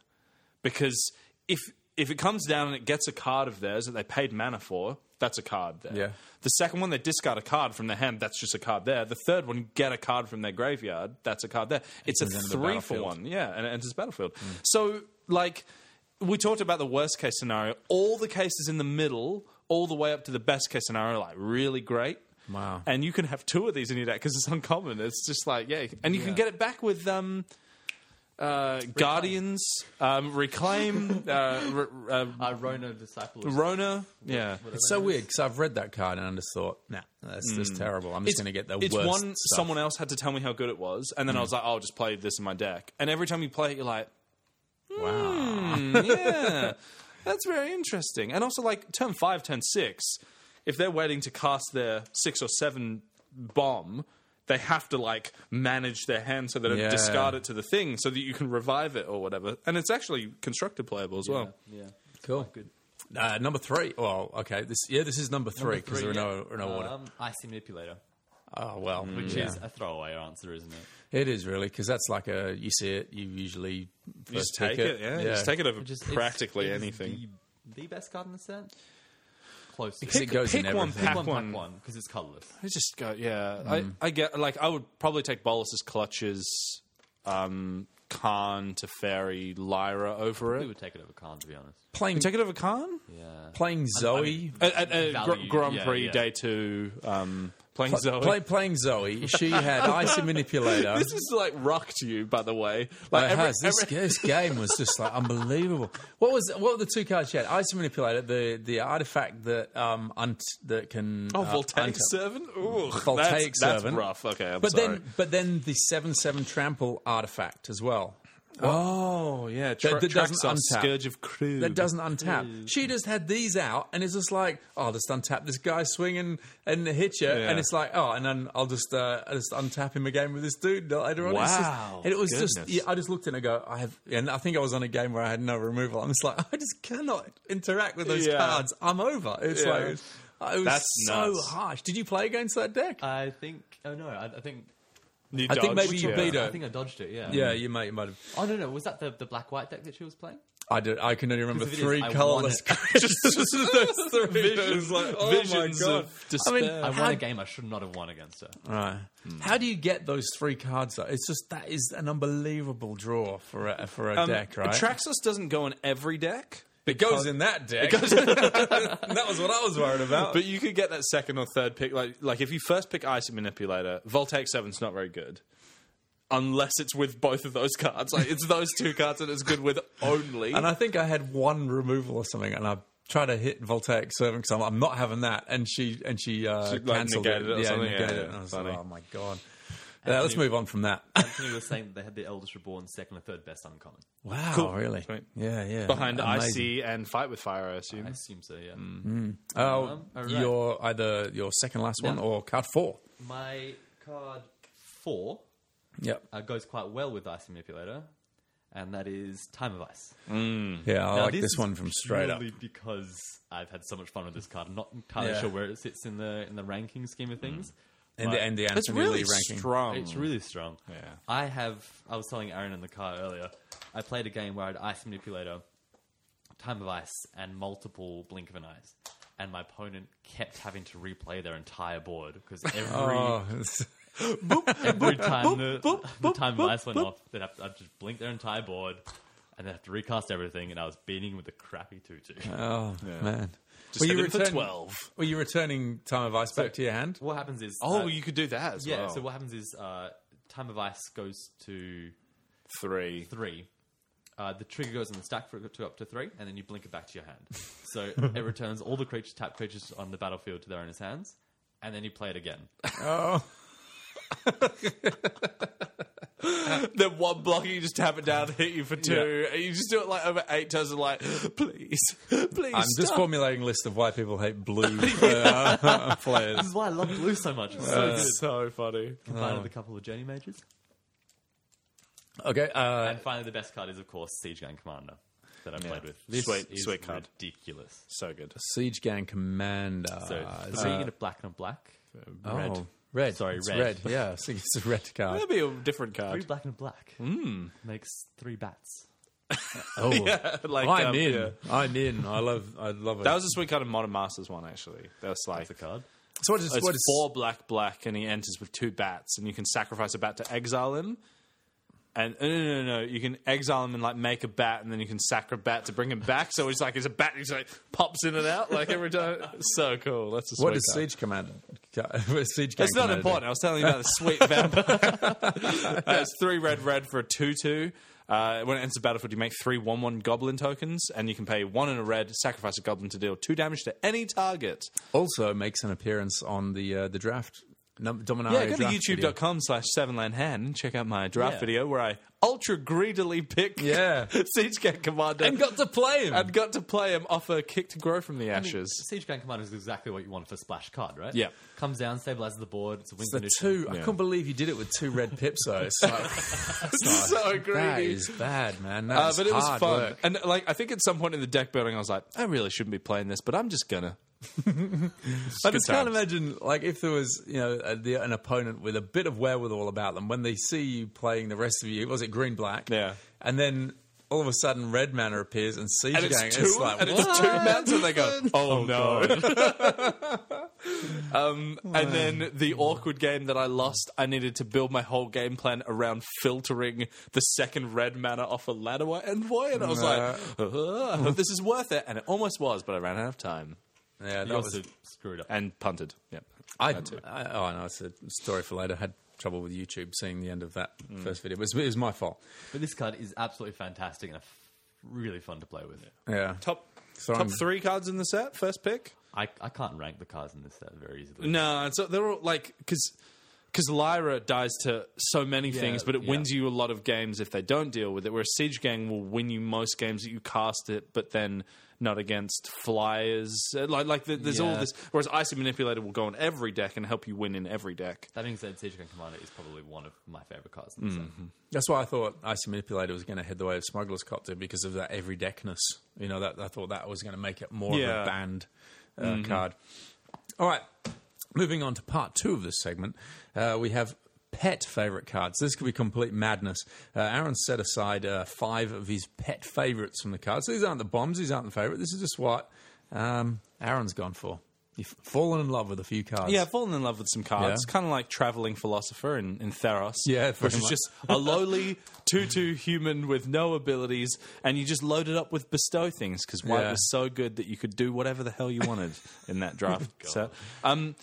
[SPEAKER 1] because if if it comes down and it gets a card of theirs that they paid mana for, that's a card there.
[SPEAKER 2] Yeah.
[SPEAKER 1] The second one, they discard a card from their hand. That's just a card there. The third one, get a card from their graveyard. That's a card there. It's a
[SPEAKER 2] comes into the
[SPEAKER 1] three for
[SPEAKER 2] battlefield. Hmm.
[SPEAKER 1] one. Yeah, and it enters battlefield. So, like, we talked about the worst case scenario. All the cases in the middle, all the way up to the best case scenario, are, like really great.
[SPEAKER 2] Wow.
[SPEAKER 1] And you can have two of these in your deck because it's uncommon. It's just like yeah, and you can get it back with um, uh, Guardians,
[SPEAKER 2] [LAUGHS]
[SPEAKER 1] um, Reclaim, uh, R- uh,
[SPEAKER 4] a Rona disciple. of-
[SPEAKER 1] Rona. Yeah.
[SPEAKER 2] It's so weird because I've read that card and I just thought, nah, that's just terrible. I'm just going to get the
[SPEAKER 1] Mm. it's
[SPEAKER 2] worst.
[SPEAKER 1] one
[SPEAKER 2] stuff.
[SPEAKER 1] someone else had to tell me how good it was, and then I was like, "Oh, I'll just play this in my deck. And every time you play it, you're like, Mm.
[SPEAKER 2] Wow.
[SPEAKER 1] yeah, that's very interesting. And also, like turn five, turn six, if they're waiting to cast their six or seven bomb, they have to like manage their hand so they don't
[SPEAKER 2] Yeah.
[SPEAKER 1] discard it to the thing, so that you can revive it or whatever. And it's actually constructed playable as well.
[SPEAKER 4] yeah.
[SPEAKER 2] Cool. Uh, number three. Well, okay. This yeah, this is number three because there are
[SPEAKER 4] Three,
[SPEAKER 2] no,
[SPEAKER 4] yeah.
[SPEAKER 2] are no
[SPEAKER 1] Uh,
[SPEAKER 2] order.
[SPEAKER 4] Um, icy manipulator,
[SPEAKER 2] Oh well,
[SPEAKER 1] Hmm. mm,
[SPEAKER 4] which
[SPEAKER 2] yeah.
[SPEAKER 4] is a throwaway answer, isn't it?
[SPEAKER 2] it is really because that's like a you see it, you usually first
[SPEAKER 1] You just take
[SPEAKER 2] pick
[SPEAKER 1] it, yeah. You just take it over
[SPEAKER 4] Which is it's-
[SPEAKER 1] practically
[SPEAKER 4] it is
[SPEAKER 1] anything.
[SPEAKER 4] The, the best card in the set. Close.
[SPEAKER 2] Pick- it goes in
[SPEAKER 1] pick one,
[SPEAKER 2] everything.
[SPEAKER 1] pack
[SPEAKER 4] one,
[SPEAKER 1] one.
[SPEAKER 4] pack one, because it's colorless.
[SPEAKER 1] I just go, yeah. I, I get like I would probably take Bolus's clutches, um, Khan to Fairy Lyra over
[SPEAKER 4] We
[SPEAKER 1] it.
[SPEAKER 4] would take it over Khan, to be honest.
[SPEAKER 2] playing
[SPEAKER 1] Take it over Khan
[SPEAKER 4] Yeah.
[SPEAKER 2] playing Zoe.
[SPEAKER 1] at, at, at Gr-
[SPEAKER 4] Value,
[SPEAKER 1] Grand
[SPEAKER 4] yeah,
[SPEAKER 1] Prix
[SPEAKER 4] yeah.
[SPEAKER 1] Day Two, um, playing
[SPEAKER 2] [LAUGHS]
[SPEAKER 1] Zoe.
[SPEAKER 2] Play, playing Zoe, she
[SPEAKER 1] [LAUGHS]
[SPEAKER 2] had Icy Manipulator.
[SPEAKER 1] this is like rocked you, by the way. Like
[SPEAKER 2] it has. This, this game was just like unbelievable. What was what were the two cards you had? Icy Manipulator, the the artifact that um unt, that can
[SPEAKER 1] oh,
[SPEAKER 2] uh,
[SPEAKER 1] voltaic
[SPEAKER 2] untap-
[SPEAKER 1] servant. Ooh,
[SPEAKER 2] Voltaic
[SPEAKER 1] that's, that's
[SPEAKER 2] servant.
[SPEAKER 1] rough. Okay, I'm
[SPEAKER 2] But
[SPEAKER 1] sorry.
[SPEAKER 2] then but then the seven seven trample artifact as well.
[SPEAKER 1] oh yeah, tra-
[SPEAKER 2] that doesn't
[SPEAKER 1] Traxxas,
[SPEAKER 2] untap.
[SPEAKER 1] Scourge of Crew.
[SPEAKER 2] That doesn't untap. She just had these out, and it's just like, oh, I'll just untap this guy, swing and, and hit you, and it's like, oh, and then I'll just uh, I'll just untap him again with this dude later on. It's just-
[SPEAKER 1] Wow.
[SPEAKER 2] and it was just,
[SPEAKER 1] Goodness.
[SPEAKER 2] yeah, I just looked at it and go, I have, and I think I was on a game where I had no removal. I'm just like, [LAUGHS] I just cannot interact with those
[SPEAKER 1] Yeah.
[SPEAKER 2] cards. I'm over. It's
[SPEAKER 1] Yeah.
[SPEAKER 2] like, it was
[SPEAKER 1] That's
[SPEAKER 2] so
[SPEAKER 1] nuts.
[SPEAKER 2] harsh. Did you play against that deck?
[SPEAKER 4] I think. Oh no, I, I think.
[SPEAKER 1] You
[SPEAKER 2] I think
[SPEAKER 1] dodged,
[SPEAKER 2] maybe you
[SPEAKER 1] yeah.
[SPEAKER 2] beat her.
[SPEAKER 4] I think I dodged it. Yeah.
[SPEAKER 2] yeah, you might, you might have.
[SPEAKER 4] Oh no, no. Was that the, the black white deck that she was playing?
[SPEAKER 2] I, do, I can only remember
[SPEAKER 4] Because if it
[SPEAKER 2] three
[SPEAKER 4] is, I won
[SPEAKER 2] colorless
[SPEAKER 4] it.
[SPEAKER 2] creatures. Just those three. [LAUGHS]
[SPEAKER 1] Visions,
[SPEAKER 2] Like, oh my
[SPEAKER 1] visions
[SPEAKER 2] God.
[SPEAKER 1] of
[SPEAKER 2] I
[SPEAKER 1] despair.
[SPEAKER 2] mean,
[SPEAKER 4] I
[SPEAKER 2] how
[SPEAKER 4] won a game I should not have won against her.
[SPEAKER 2] Right. How do you get those three cards though? It's just that is an unbelievable draw for a for a
[SPEAKER 1] Um,
[SPEAKER 2] deck, right?
[SPEAKER 1] Traxxas doesn't go in every deck.
[SPEAKER 2] it goes in that deck. [LAUGHS] that was what I was worried about.
[SPEAKER 1] But you could get that second or third pick. Like, like if you first pick Icy Manipulator, Voltaic Seven's not very good. Unless it's with both of those cards. Like, it's those two cards that it's good with only.
[SPEAKER 2] [LAUGHS] and I think I had one removal or something, and I tried to hit Voltaic Servant because I'm, I'm not having that, and she and she, uh,
[SPEAKER 1] She, like,
[SPEAKER 2] cancelled
[SPEAKER 1] negated it or
[SPEAKER 2] yeah,
[SPEAKER 1] something?
[SPEAKER 2] negated
[SPEAKER 1] Yeah,
[SPEAKER 2] it.
[SPEAKER 1] yeah.
[SPEAKER 2] And I was like,
[SPEAKER 1] Funny.
[SPEAKER 2] oh my god. Yeah, let's move on from that. [LAUGHS]
[SPEAKER 4] Anthony was saying that they had the Eldest Reborn second or third best uncommon.
[SPEAKER 2] wow, really?
[SPEAKER 1] Right.
[SPEAKER 2] Yeah, yeah.
[SPEAKER 1] Behind
[SPEAKER 2] Amazing.
[SPEAKER 1] Icy and Fight with Fire, I assume.
[SPEAKER 4] I assume so. Yeah.
[SPEAKER 2] Oh,
[SPEAKER 4] Um, all right.
[SPEAKER 2] your either your second last one
[SPEAKER 4] Yeah.
[SPEAKER 2] or card four.
[SPEAKER 4] My card four
[SPEAKER 2] Yep.
[SPEAKER 4] uh, goes quite well with Ice Manipulator, and that is Time of Ice.
[SPEAKER 2] Yeah, I
[SPEAKER 4] Now,
[SPEAKER 2] like this,
[SPEAKER 4] is
[SPEAKER 2] one from straight up.
[SPEAKER 4] purely because I've had so much fun with this card. I'm not entirely
[SPEAKER 2] Yeah. Mm.
[SPEAKER 4] sure where it sits in the in the ranking scheme of things.
[SPEAKER 2] and the,
[SPEAKER 4] But
[SPEAKER 2] and the
[SPEAKER 1] It's
[SPEAKER 2] Anthony
[SPEAKER 1] really
[SPEAKER 2] Lee ranking.
[SPEAKER 1] strong.
[SPEAKER 4] It's really strong.
[SPEAKER 1] Um, Yeah.
[SPEAKER 4] I have. I was telling Aaron in the car earlier. I played a game where I had ice manipulator, Time of Ice and multiple Blink of an Ice, and my opponent kept having to replay their entire
[SPEAKER 1] [LAUGHS]
[SPEAKER 4] board because every
[SPEAKER 1] Oh.
[SPEAKER 2] Oh, [LAUGHS]
[SPEAKER 4] every time the, the time of ice went off, they'd have to, I'd just blink their entire board, and they'd have to recast everything. And I was beating with a crappy tutu.
[SPEAKER 1] Uh,
[SPEAKER 2] oh man.
[SPEAKER 1] Just hit it for 12.
[SPEAKER 2] Were you returning time of ice back to your hand?
[SPEAKER 4] what happens is
[SPEAKER 1] Oh,
[SPEAKER 4] uh,
[SPEAKER 1] you could do that as
[SPEAKER 4] yeah.
[SPEAKER 1] well.
[SPEAKER 4] So what happens is uh, time of ice goes to
[SPEAKER 1] [LAUGHS] three.
[SPEAKER 4] three. Uh, the trigger goes on the stack for to up to three, and then you blink it back to your hand. So it returns all the creatures, tap creatures on the battlefield to their owner's hands, and then you play it [LAUGHS] again.
[SPEAKER 1] Then one block, you just tap it down, hit you for two. And you just do it like over eight turns and like, [GASPS] please, [LAUGHS] please.
[SPEAKER 2] I'm just
[SPEAKER 1] [LAUGHS] stop.
[SPEAKER 2] formulating a list of why people hate
[SPEAKER 1] [LAUGHS]
[SPEAKER 2] blue uh, [LAUGHS] players.
[SPEAKER 4] This is why I love blue so much. It's so
[SPEAKER 1] Uh,
[SPEAKER 4] good.
[SPEAKER 1] so funny.
[SPEAKER 4] Combined with a couple of journey mages.
[SPEAKER 2] Okay, uh,
[SPEAKER 4] And finally, the best card is, of course, Siege Gang Commander that I played with. This
[SPEAKER 1] Sweet-
[SPEAKER 4] is
[SPEAKER 1] sweet card.
[SPEAKER 4] ridiculous.
[SPEAKER 1] So good.
[SPEAKER 2] Siege Gang Commander.
[SPEAKER 4] So
[SPEAKER 2] Is
[SPEAKER 4] three
[SPEAKER 2] it-
[SPEAKER 4] in a black and a black.
[SPEAKER 2] oh,
[SPEAKER 4] red.
[SPEAKER 2] Red.
[SPEAKER 4] Sorry,
[SPEAKER 2] It's
[SPEAKER 4] red.
[SPEAKER 2] Yeah, I think it's a red
[SPEAKER 1] [LAUGHS]
[SPEAKER 2] card.
[SPEAKER 1] That'd be a different
[SPEAKER 4] Three
[SPEAKER 1] card.
[SPEAKER 4] black and a black mm. makes three bats.
[SPEAKER 2] Oh,
[SPEAKER 1] [LAUGHS] like,
[SPEAKER 2] I'm
[SPEAKER 1] um,
[SPEAKER 2] in.
[SPEAKER 1] yeah.
[SPEAKER 2] I'm in. I love. I love it.
[SPEAKER 1] That was a sweet card in Modern Masters one, actually. That's like
[SPEAKER 4] That's a card.
[SPEAKER 2] so what is,
[SPEAKER 1] It's
[SPEAKER 2] what is
[SPEAKER 1] four black, black, and he enters with two bats, and you can sacrifice a bat to exile him. And no, no, no, no, you can exile him and like make a bat, and then you can sack a bat to bring him back. So it's like it's a bat, and he just like pops in and out like every time. so cool. That's a sweet
[SPEAKER 2] What is
[SPEAKER 1] card.
[SPEAKER 2] Siege Commander? [LAUGHS] uh, Siege Gang
[SPEAKER 1] It's not
[SPEAKER 2] Commander do?
[SPEAKER 1] important. I was telling you about the sweet vampire.
[SPEAKER 2] [LAUGHS]
[SPEAKER 1] uh, it's three red, red for a 2 2. Uh, when it enters the battlefield, you make three 1 1 goblin tokens, and you can pay one and a red, sacrifice a goblin to deal two damage to any target.
[SPEAKER 2] Also makes an appearance on the uh, the draft. Num- Dominaria
[SPEAKER 1] Yeah, go to
[SPEAKER 2] draft video.
[SPEAKER 1] youtube.com slash sevenland hand and check out my draft
[SPEAKER 2] Yeah.
[SPEAKER 1] video where I ultra greedily pick [LAUGHS]
[SPEAKER 2] Yeah.
[SPEAKER 1] Siege Gang
[SPEAKER 2] [LAUGHS]
[SPEAKER 1] Commander
[SPEAKER 2] and got to play him.
[SPEAKER 1] and got to play him off a kick to grow from the
[SPEAKER 4] I mean,
[SPEAKER 1] ashes.
[SPEAKER 4] Siege Gang Commander is exactly what you want for splash card, right?
[SPEAKER 1] Yeah.
[SPEAKER 4] Comes down, stabilizes the board. It's a win
[SPEAKER 2] the
[SPEAKER 4] condition.
[SPEAKER 2] two. I couldn't believe you did it with two red pips. Though it's [LAUGHS] like,
[SPEAKER 1] so greedy.
[SPEAKER 2] that is bad, man.
[SPEAKER 1] Uh,
[SPEAKER 2] That's
[SPEAKER 1] but it was
[SPEAKER 2] hard
[SPEAKER 1] fun.
[SPEAKER 2] work.
[SPEAKER 1] And like I think at some point in the deck building, I was like, I really shouldn't be playing this, but I'm just gonna.
[SPEAKER 2] I just can't
[SPEAKER 1] times.
[SPEAKER 2] imagine, like, if there was, you know, a, the, an opponent with a bit of wherewithal about them, when they see you playing the rest of you, was it green black?
[SPEAKER 1] Yeah.
[SPEAKER 2] And then all of a sudden, red mana appears and siege
[SPEAKER 1] And it's
[SPEAKER 2] gang.
[SPEAKER 1] two,
[SPEAKER 2] it's like,
[SPEAKER 1] and
[SPEAKER 2] what?
[SPEAKER 1] it's two mounts, and
[SPEAKER 2] [LAUGHS]
[SPEAKER 1] they go, oh, no. [LAUGHS] um, and then the awkward game that I lost, I needed to build my whole game plan around filtering the second red mana off a Ladawa envoy, and I was like, "Ugh, I hope this is worth it, and it almost was, but I ran out of time
[SPEAKER 2] yeah, that
[SPEAKER 4] You
[SPEAKER 2] was.
[SPEAKER 4] also screwed up.
[SPEAKER 1] and punted. Yeah.
[SPEAKER 2] I, I, oh, no, it's a story for later. I had trouble with YouTube seeing the end of that
[SPEAKER 1] Mm.
[SPEAKER 2] first video. It was, it was my fault.
[SPEAKER 4] But this card is absolutely fantastic and f- really fun to play with.
[SPEAKER 2] Yeah.
[SPEAKER 1] Top
[SPEAKER 2] So
[SPEAKER 1] top
[SPEAKER 2] I'm-
[SPEAKER 1] three cards in the set, first pick.
[SPEAKER 4] I, I can't rank the cards in this set very easily.
[SPEAKER 1] No, so they're all like because because Lyra dies to so many things, but it
[SPEAKER 4] yeah.
[SPEAKER 1] wins you a lot of games if they don't deal with it. Whereas Siege Gang will win you most games that you cast it, but then not against flyers. Uh, Like like the, there's all
[SPEAKER 2] Yeah.
[SPEAKER 1] this. Whereas Icy Manipulator will go on every deck and help you win in every deck.
[SPEAKER 4] That being said, Siege Gang Commander is probably one of my favorite cards in the set.
[SPEAKER 2] That's why I thought Icy Manipulator was going to head the way of Smuggler's Copter because of that every deckness. You know, that I thought that was going to make it more of
[SPEAKER 1] Yeah. Mm-hmm.
[SPEAKER 2] a banned uh, card. All right, moving on to part two of this segment, uh, we have pet favorite cards. This could be complete madness. Uh, Aaron set aside uh, five of his pet favorites from the cards. So these aren't the bombs. These aren't the favorite. This is just what um, Aaron's gone for. You've fallen in love with a few cards.
[SPEAKER 1] Yeah, I've fallen in love with some cards.
[SPEAKER 2] Yeah.
[SPEAKER 1] Kind of like traveling philosopher in, in Theros.
[SPEAKER 2] Yeah, very
[SPEAKER 1] which is
[SPEAKER 2] much.
[SPEAKER 1] just a lowly tutu human with no abilities, and you just load it up with bestow things because white
[SPEAKER 2] Yeah.
[SPEAKER 1] was so good that you could do whatever the hell you wanted
[SPEAKER 2] [LAUGHS]
[SPEAKER 1] in that draft. so, um,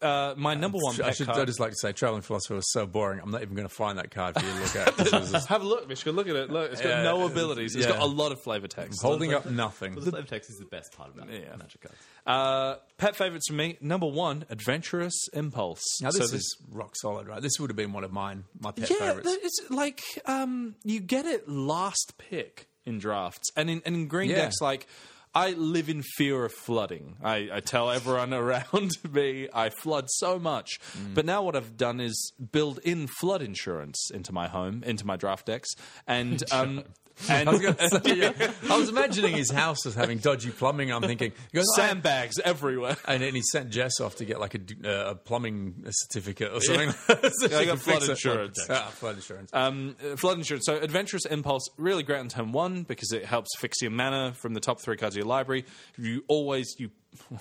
[SPEAKER 1] uh, my number one
[SPEAKER 2] I
[SPEAKER 1] pet
[SPEAKER 2] should
[SPEAKER 1] card.
[SPEAKER 2] I just like to say, Traveling Philosopher was so boring. I'm not even going to find that card for you to look
[SPEAKER 1] [LAUGHS]
[SPEAKER 2] at. 'cause it was just
[SPEAKER 1] Have a look, Mishka. Look at it. Look, it's got
[SPEAKER 2] Yeah.
[SPEAKER 1] no abilities. It's got
[SPEAKER 2] Yeah.
[SPEAKER 1] a lot of flavor text.
[SPEAKER 2] holding up nothing.
[SPEAKER 4] The Slave Text is the best part about
[SPEAKER 1] Yeah.
[SPEAKER 4] Magic cards.
[SPEAKER 1] Uh, pet favorites for me. Number one, Adventurous Impulse.
[SPEAKER 2] Now this,
[SPEAKER 1] So
[SPEAKER 2] is rock solid, right? This would have been one of mine, my pet
[SPEAKER 1] yeah,
[SPEAKER 2] favorites.
[SPEAKER 1] th- it's like um, you get it last pick in drafts, and in, and in green
[SPEAKER 2] Yeah.
[SPEAKER 1] decks, like I live in fear of flooding. I, I tell everyone [LAUGHS] around me I flood so much,
[SPEAKER 2] Mm.
[SPEAKER 1] but now what I've
[SPEAKER 2] [LAUGHS]
[SPEAKER 1] done is build in flood insurance into my home, into my draft decks, and um,
[SPEAKER 2] I [LAUGHS] was, gonna say, yeah. I was imagining his house as having dodgy plumbing. I'm thinking, he goes, "I-
[SPEAKER 1] Sandbags everywhere. [LAUGHS]
[SPEAKER 2] And then he sent Jess off to get like a, d- uh, a plumbing certificate or something. [LAUGHS] so she
[SPEAKER 1] I got
[SPEAKER 2] can
[SPEAKER 1] flood
[SPEAKER 2] fix it.
[SPEAKER 1] insurance.
[SPEAKER 2] Ah, flood insurance.
[SPEAKER 1] Um, uh, flood insurance. So, Adventurous Impulse, really great on turn one because it helps fix your mana from the top three cards of your library. You always, you, [LAUGHS]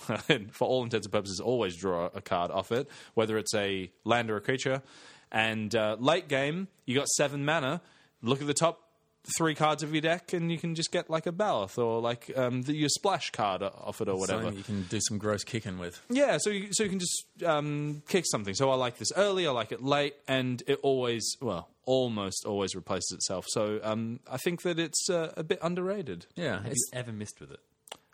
[SPEAKER 1] for all intents and purposes, always draw a card off it, whether it's a land or a creature. And uh, late game, you got seven mana. Look at the top three cards of your deck, and you can just get like a Baloth or like um, the, your splash card off it or whatever.
[SPEAKER 2] Something you can do some gross kicking with.
[SPEAKER 1] Yeah, so you, so you can just um, kick something. So I like this early, I like it late, and it always, well, almost always replaces itself. So um, I think that it's uh, a bit underrated.
[SPEAKER 2] Yeah,
[SPEAKER 4] Have
[SPEAKER 2] it's,
[SPEAKER 4] you ever missed with it?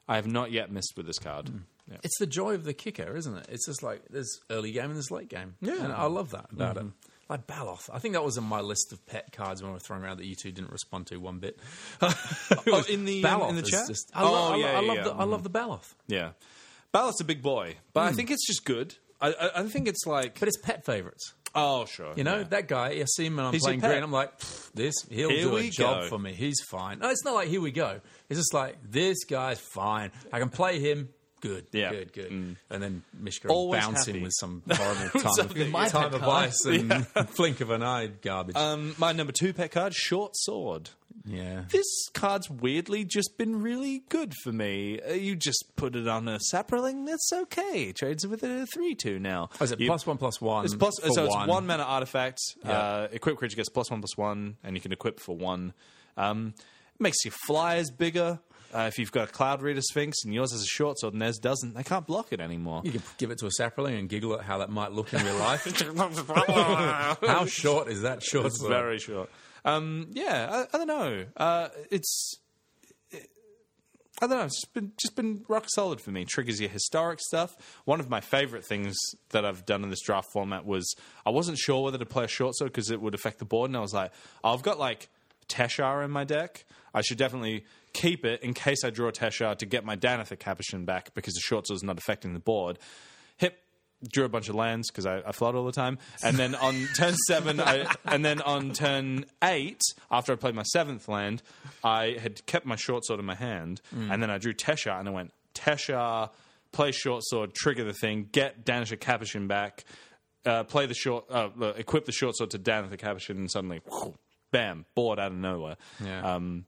[SPEAKER 1] I have not yet missed with this card. Yeah.
[SPEAKER 2] it's the joy of the kicker, isn't it? It's just like there's early game and there's late game. Yeah, and I love that about
[SPEAKER 1] Mm-hmm.
[SPEAKER 2] it. Like Baloth, I think that was on my list of pet cards when we were throwing around that you two didn't respond to one bit. [LAUGHS] oh,
[SPEAKER 1] in the- in the chat?
[SPEAKER 2] I love,
[SPEAKER 1] Oh,
[SPEAKER 2] I,
[SPEAKER 1] yeah,
[SPEAKER 2] I
[SPEAKER 1] yeah,
[SPEAKER 2] love
[SPEAKER 1] yeah.
[SPEAKER 2] The, I love the Baloth,
[SPEAKER 1] Yeah. Ballot's a big boy, but
[SPEAKER 2] Hmm.
[SPEAKER 1] I think it's just good. I, I, I think it's like,
[SPEAKER 2] but it's pet favorites.
[SPEAKER 1] oh, sure.
[SPEAKER 2] You know
[SPEAKER 1] yeah.
[SPEAKER 2] that guy. I see him and I'm
[SPEAKER 1] He's your
[SPEAKER 2] playing
[SPEAKER 1] pet.
[SPEAKER 2] green. I'm like, "Pfft, this. He'll
[SPEAKER 1] Here
[SPEAKER 2] do a
[SPEAKER 1] we
[SPEAKER 2] job
[SPEAKER 1] go.
[SPEAKER 2] for me. He's fine. No, it's not like here we go. It's just like this guy's fine. I can play him. Good.
[SPEAKER 1] Yeah. Mm.
[SPEAKER 2] Good. Good. And then Mishka
[SPEAKER 1] Always
[SPEAKER 2] bouncing
[SPEAKER 1] happy.
[SPEAKER 2] with
[SPEAKER 1] [LAUGHS]
[SPEAKER 2] some horrible time,
[SPEAKER 1] Something,
[SPEAKER 4] yeah.
[SPEAKER 2] time of
[SPEAKER 4] Pet card.
[SPEAKER 2] ice and [LAUGHS] blink of an eye garbage.
[SPEAKER 1] Um, my number two pet card, Short Sword.
[SPEAKER 2] yeah.
[SPEAKER 1] This card's weirdly just been really good for me. Uh, you just put it on a Sapperling, that's okay. Trades with a 3 2 now.
[SPEAKER 2] Oh, is it
[SPEAKER 1] You-
[SPEAKER 2] plus one plus one?
[SPEAKER 1] It's plus,
[SPEAKER 2] for
[SPEAKER 1] so it's
[SPEAKER 2] one.
[SPEAKER 1] one mana artifact. Uh, equip creature gets plus one plus one, and you can equip for one. Um, it makes your flyers bigger. Uh, if you've got a Cloud Reader Sphinx and yours has a short sword and theirs doesn't, they can't block it anymore.
[SPEAKER 2] You could give it to a sapperling and giggle at how that might look
[SPEAKER 1] [LAUGHS]
[SPEAKER 2] in real life. how short is that short?
[SPEAKER 1] It's
[SPEAKER 2] sword?
[SPEAKER 1] very short. Um, yeah, I, I don't know. Uh, it's. I don't know. It's just been just been rock solid for me. Triggers your historic stuff. One of my favorite things that I've done in this draft format was I wasn't sure whether to play a short sword because it would affect the board, and I was like, I've got like Teshar in my deck. I should definitely keep it in case I draw Teshar to get my Danatha Capuchin back because the short sword's not affecting the board. Hip drew a bunch of lands because I, I flood all the time, and then
[SPEAKER 2] [LAUGHS]
[SPEAKER 1] on turn seven, I, and then on turn eight, after I played my seventh land, I had kept my short sword in my hand,
[SPEAKER 2] Hmm.
[SPEAKER 1] and then I drew Tesha, and I went Tesha, play short sword, trigger the thing, get Danisher Capuchin back, uh, play the short, uh, uh, equip the short sword to Danisher Capuchin, and suddenly, bam, bored out of nowhere.
[SPEAKER 2] Yeah.
[SPEAKER 1] Um,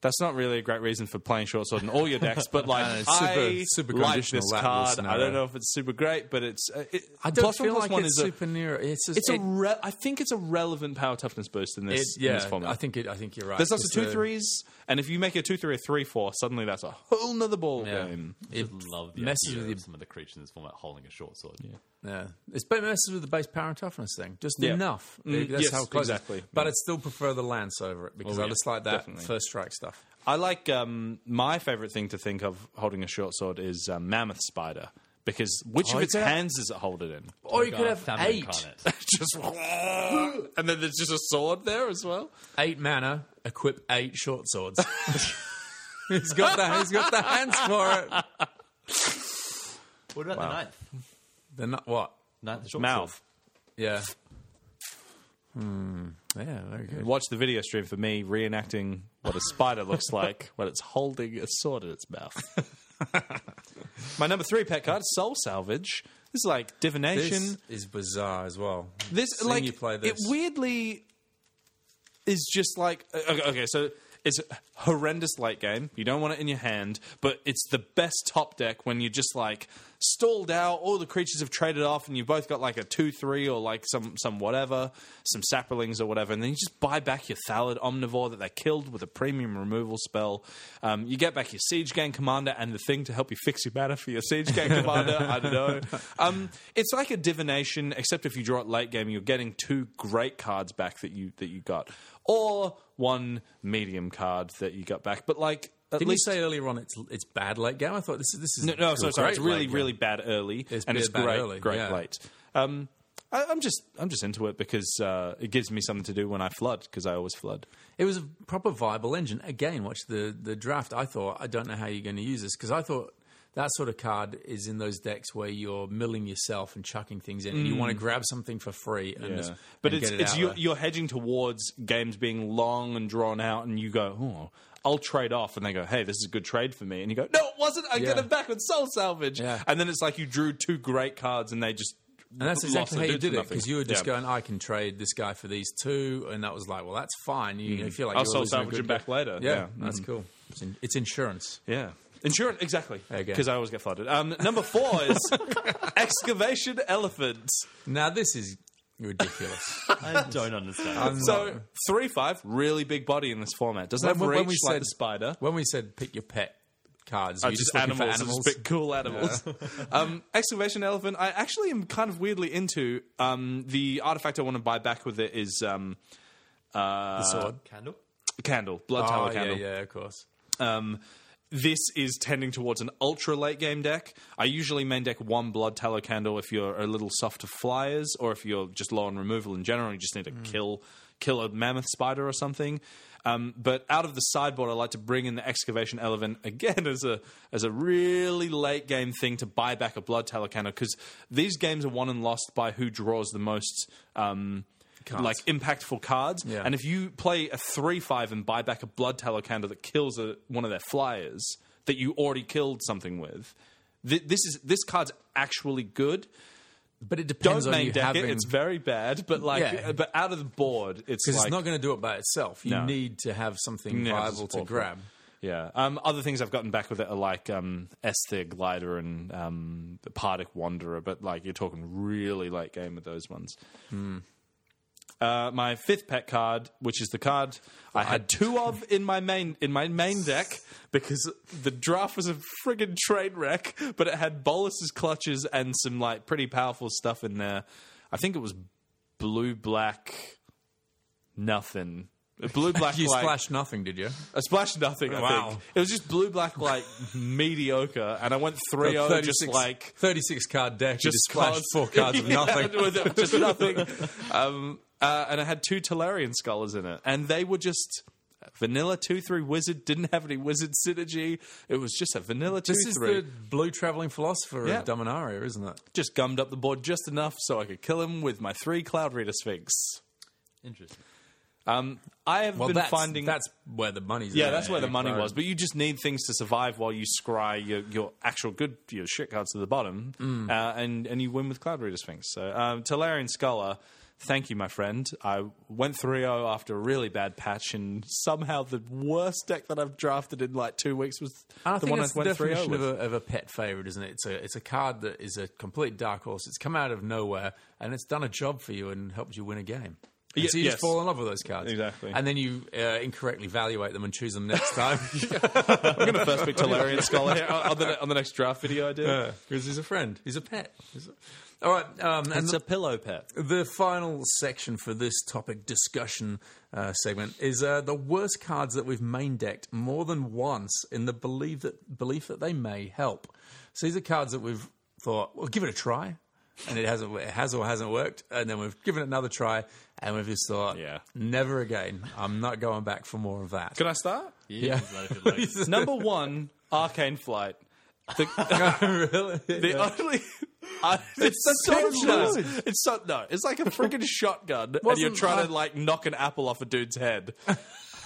[SPEAKER 1] that's not really a great reason for playing short sword in all your decks,
[SPEAKER 2] [LAUGHS]
[SPEAKER 1] but like
[SPEAKER 2] No, Uh, it's super-
[SPEAKER 1] I
[SPEAKER 2] super
[SPEAKER 1] like
[SPEAKER 2] conditional,
[SPEAKER 1] this
[SPEAKER 2] that
[SPEAKER 1] card.
[SPEAKER 2] listener.
[SPEAKER 1] I don't know if it's super great, but it's uh, it,
[SPEAKER 2] I don't
[SPEAKER 1] plus one,
[SPEAKER 2] feel
[SPEAKER 1] plus
[SPEAKER 2] like
[SPEAKER 1] one
[SPEAKER 2] it's
[SPEAKER 1] is
[SPEAKER 2] super near. It's just
[SPEAKER 1] a. It's a
[SPEAKER 2] it-
[SPEAKER 1] re- I think it's a relevant power toughness boost in this,
[SPEAKER 2] It- yeah,
[SPEAKER 1] in this format.
[SPEAKER 2] I think it, I think you're right.
[SPEAKER 1] There's lots of
[SPEAKER 2] It's
[SPEAKER 1] two
[SPEAKER 2] the-
[SPEAKER 1] threes, and if you make a two three a three four, suddenly that's a whole nother ball
[SPEAKER 2] Yeah.
[SPEAKER 1] game.
[SPEAKER 4] I just love the
[SPEAKER 2] messes
[SPEAKER 4] idea
[SPEAKER 2] with
[SPEAKER 4] of
[SPEAKER 2] your-
[SPEAKER 4] some of the creatures in this format holding a short sword.
[SPEAKER 2] Yeah, it's it messes with the base power and toughness thing. Just
[SPEAKER 1] Yeah.
[SPEAKER 2] enough.
[SPEAKER 1] Mm,
[SPEAKER 2] That's
[SPEAKER 1] yes,
[SPEAKER 2] how close it is.
[SPEAKER 1] exactly. Oh,
[SPEAKER 2] But I'd still prefer the lance over it because I
[SPEAKER 1] yeah,
[SPEAKER 2] just like that
[SPEAKER 1] definitely.
[SPEAKER 2] first strike stuff.
[SPEAKER 1] I like um, my favorite thing to think of holding a short sword is um, mammoth spider because which
[SPEAKER 2] Oh,
[SPEAKER 1] of its
[SPEAKER 2] yeah.
[SPEAKER 1] hands does it hold it in? [LAUGHS]
[SPEAKER 2] Or you could
[SPEAKER 4] God,
[SPEAKER 2] have
[SPEAKER 4] famine
[SPEAKER 2] eight,
[SPEAKER 4] incarnate.
[SPEAKER 1] just and then there's just a sword there as well.
[SPEAKER 2] eight mana, equip eight short
[SPEAKER 1] [LAUGHS]
[SPEAKER 2] swords. [LAUGHS] he's got the he's got the hands for it.
[SPEAKER 4] What about the ninth?
[SPEAKER 2] They're not what?
[SPEAKER 4] Ninth short
[SPEAKER 1] Mouth.
[SPEAKER 2] Yeah. Hmm. Yeah. Very good.
[SPEAKER 1] Watch the video stream for me reenacting what a spider
[SPEAKER 2] [LAUGHS]
[SPEAKER 1] looks like when it's holding a sword in its mouth. My number three pet card, Soul Salvage. This is like divination.
[SPEAKER 2] This is bizarre as well.
[SPEAKER 1] This,
[SPEAKER 2] Seeing
[SPEAKER 1] like
[SPEAKER 2] you play this.
[SPEAKER 1] it weirdly is just like okay, okay, so it's a horrendous late game. You don't want it in your hand, but it's the best top deck when you're just like stalled out. All the creatures have traded off, and you've both got like a two three or like some some whatever, some sapperlings or whatever, and then you just buy back your Thalid Omnivore that they killed with a premium removal spell. Um, you get back your Siege Gang Commander and the thing to help you fix your mana for your Siege Gang Commander. I don't know. Um, it's like a divination, except if you draw it late game, you're getting two great cards back that you that you got, or one medium card that you got back. But like at
[SPEAKER 2] Did you
[SPEAKER 1] least
[SPEAKER 2] say earlier on it's it's bad late game? I thought this is this is
[SPEAKER 1] no, no, sorry, sorry,
[SPEAKER 2] great
[SPEAKER 1] it's really
[SPEAKER 2] late game.
[SPEAKER 1] really bad early,
[SPEAKER 2] It's
[SPEAKER 1] and it's
[SPEAKER 2] bad
[SPEAKER 1] great
[SPEAKER 2] early,
[SPEAKER 1] great
[SPEAKER 2] yeah.
[SPEAKER 1] late. Um, I, I'm just I'm just into it because uh, it gives me something to do when I flood because I always flood.
[SPEAKER 2] It was a proper viable engine. Again, watch the the draft. I thought I don't know how you're going to use this because I thought that sort of card is in those decks where you're milling yourself and chucking things in, and you want to grab something for free. And just,
[SPEAKER 1] Mm. But
[SPEAKER 2] and
[SPEAKER 1] it's
[SPEAKER 2] get it
[SPEAKER 1] it's
[SPEAKER 2] out
[SPEAKER 1] you,
[SPEAKER 2] there.
[SPEAKER 1] you're hedging towards games being long and drawn out, and you go, oh, I'll trade off, and they go, hey, this is a good trade for me, and you go, no, it wasn't. I
[SPEAKER 2] Yeah.
[SPEAKER 1] get it back with soul salvage,
[SPEAKER 2] Yeah.
[SPEAKER 1] and then it's like you drew two great cards, and they just
[SPEAKER 2] And that's exactly how you did it because you were just
[SPEAKER 1] going.
[SPEAKER 2] going, I can trade this guy for these two, and that was like, well, that's fine. You, you feel like
[SPEAKER 1] Mm. I'll
[SPEAKER 2] you're
[SPEAKER 1] soul
[SPEAKER 2] losing a
[SPEAKER 1] salvage
[SPEAKER 2] good
[SPEAKER 1] him back
[SPEAKER 2] guy.
[SPEAKER 1] later.
[SPEAKER 2] Yeah,
[SPEAKER 1] Yeah. Mm.
[SPEAKER 2] that's cool. It's, in, it's insurance.
[SPEAKER 1] Yeah. Insurance, exactly.
[SPEAKER 2] Okay.
[SPEAKER 1] Because I always get flooded. Um, number four is [LAUGHS] excavation elephants.
[SPEAKER 2] Now this is
[SPEAKER 1] [LAUGHS]
[SPEAKER 2] ridiculous.
[SPEAKER 4] I don't understand.
[SPEAKER 2] I'm
[SPEAKER 1] So
[SPEAKER 2] not-
[SPEAKER 1] three five, really big body in this format. Doesn't
[SPEAKER 2] When-
[SPEAKER 1] have reach
[SPEAKER 2] when we
[SPEAKER 1] like
[SPEAKER 2] said-
[SPEAKER 1] the spider.
[SPEAKER 2] when we said pick your pet cards,
[SPEAKER 1] Uh,
[SPEAKER 2] you
[SPEAKER 1] just
[SPEAKER 2] just looking
[SPEAKER 1] animals,
[SPEAKER 2] for
[SPEAKER 1] It's
[SPEAKER 2] animals.
[SPEAKER 1] just big, cool animals. [LAUGHS] um, excavation elephant. I actually am kind of weirdly into. Um, the artifact I want to buy back with it is um,
[SPEAKER 2] the sword.
[SPEAKER 4] Candle?
[SPEAKER 1] candle, blood tower
[SPEAKER 2] Oh, yeah,
[SPEAKER 1] Ah. candle.
[SPEAKER 2] yeah, of course.
[SPEAKER 1] Um, this is tending towards an ultra late game deck. I usually main deck one Blood Tallow Candle if you're a little soft to flyers, or if you're just low on removal in general. You just need to kill kill a mammoth spider or something. Um, but out of the sideboard, I like to bring in the excavation elephant again [LAUGHS] as a as a really late game thing to buy back a blood tallow candle because these games are won and lost by who draws the most um, like impactful cards.
[SPEAKER 2] Yeah.
[SPEAKER 1] And if you play a three five and buy back a blood tallow candle that kills a, one of their flyers that you already killed something with, th- this is this card's actually good.
[SPEAKER 2] But it
[SPEAKER 1] Don't
[SPEAKER 2] depends on
[SPEAKER 1] main
[SPEAKER 2] you
[SPEAKER 1] deck
[SPEAKER 2] having.
[SPEAKER 1] it; it's very bad. But like,
[SPEAKER 2] Yeah.
[SPEAKER 1] but out of the board, it's
[SPEAKER 2] because
[SPEAKER 1] like
[SPEAKER 2] it's not going to do it by itself. You
[SPEAKER 1] No.
[SPEAKER 2] need to have something
[SPEAKER 1] Yeah,
[SPEAKER 2] viable to
[SPEAKER 1] support it.
[SPEAKER 2] grab.
[SPEAKER 1] Yeah. Um, other things I've gotten back with it are like um, Esther Glider and um, the Pardic Wanderer, but like you're talking really late game with those ones.
[SPEAKER 2] Hmm.
[SPEAKER 1] Uh, my fifth pet card, which is the card I had two of in my main in my main deck because the draft was a friggin' train wreck, but it had Bolus's clutches and some like pretty powerful stuff in there. I think it was blue black nothing.
[SPEAKER 2] [LAUGHS]
[SPEAKER 1] Blue black
[SPEAKER 2] You
[SPEAKER 1] like,
[SPEAKER 2] splashed nothing, did you?
[SPEAKER 1] I splashed nothing. I
[SPEAKER 2] Wow.
[SPEAKER 1] think it was just blue black like [LAUGHS] mediocre, and I went 3-0 just like
[SPEAKER 2] thirty-six card deck. Just, you just splashed
[SPEAKER 1] cards-
[SPEAKER 2] four cards of
[SPEAKER 1] [LAUGHS] Yeah,
[SPEAKER 2] nothing.
[SPEAKER 1] with- just nothing. Um, uh, and I had two Talarian scholars in it, and they were just. Vanilla two three wizard didn't have any wizard synergy. It was just a vanilla
[SPEAKER 2] [LAUGHS]
[SPEAKER 1] two
[SPEAKER 2] This is
[SPEAKER 1] three.
[SPEAKER 2] the blue traveling philosopher
[SPEAKER 1] Yeah.
[SPEAKER 2] of Dominaria, isn't it?
[SPEAKER 1] Just gummed up the board just enough so I could kill him with my three cloud reader sphinx.
[SPEAKER 4] Interesting.
[SPEAKER 1] Um, I have
[SPEAKER 2] Well,
[SPEAKER 1] been
[SPEAKER 2] that's,
[SPEAKER 1] finding
[SPEAKER 2] that's where the money's.
[SPEAKER 1] Yeah,
[SPEAKER 2] at.
[SPEAKER 1] that's where the money
[SPEAKER 2] Right.
[SPEAKER 1] was. But you just need things to survive while you scry your, your actual good your shit cards to the bottom,
[SPEAKER 2] Mm.
[SPEAKER 1] uh, and and you win with Cloud Reader Sphinx. So um, Talarian Scholar, thank you, my friend. I went 3-0 after a really bad patch, and somehow the worst deck that I've drafted in like two weeks was
[SPEAKER 2] And I
[SPEAKER 1] the
[SPEAKER 2] think
[SPEAKER 1] one I
[SPEAKER 2] that's the
[SPEAKER 1] went 3-0
[SPEAKER 2] definition
[SPEAKER 1] with.
[SPEAKER 2] of a, of a pet favorite, isn't it? It's a it's a card that is a complete dark horse. It's come out of nowhere and it's done a job for you and helped you win a game. And
[SPEAKER 1] Ye-
[SPEAKER 2] so you
[SPEAKER 1] yes.
[SPEAKER 2] just fall in love with those cards,
[SPEAKER 1] Exactly.
[SPEAKER 2] And then you uh, incorrectly evaluate them and choose them
[SPEAKER 1] [LAUGHS]
[SPEAKER 2] next time [LAUGHS]
[SPEAKER 1] I'm going to first pick Talarian Scholar here on on the, on the next draft video I do.
[SPEAKER 2] because he's a friend, he's a pet. He's a- All right, um, and
[SPEAKER 1] It's a pillow pet.
[SPEAKER 2] The final section for this topic discussion uh, segment is uh, the worst cards that we've main decked more than once in the belief that belief that they may help. So these are cards that we've thought, well, give it a try, and it hasn't, it has or hasn't worked, and then we've given it another try, and we've just thought,
[SPEAKER 1] Yeah.
[SPEAKER 2] never again. I'm not going back for more of that.
[SPEAKER 1] Can I start?
[SPEAKER 4] Yeah. is that a good look?
[SPEAKER 1] Number one, Arcane Flight. The-
[SPEAKER 2] [LAUGHS] really?
[SPEAKER 1] The only. [LAUGHS] I, it's
[SPEAKER 2] so
[SPEAKER 1] dangerous.
[SPEAKER 2] good.
[SPEAKER 1] It's so no. It's like a
[SPEAKER 2] [LAUGHS]
[SPEAKER 1] freaking shotgun, and you're
[SPEAKER 2] Wasn't
[SPEAKER 1] trying to
[SPEAKER 2] I-
[SPEAKER 1] like knock an apple off a
[SPEAKER 2] [LAUGHS]
[SPEAKER 1] dude's head,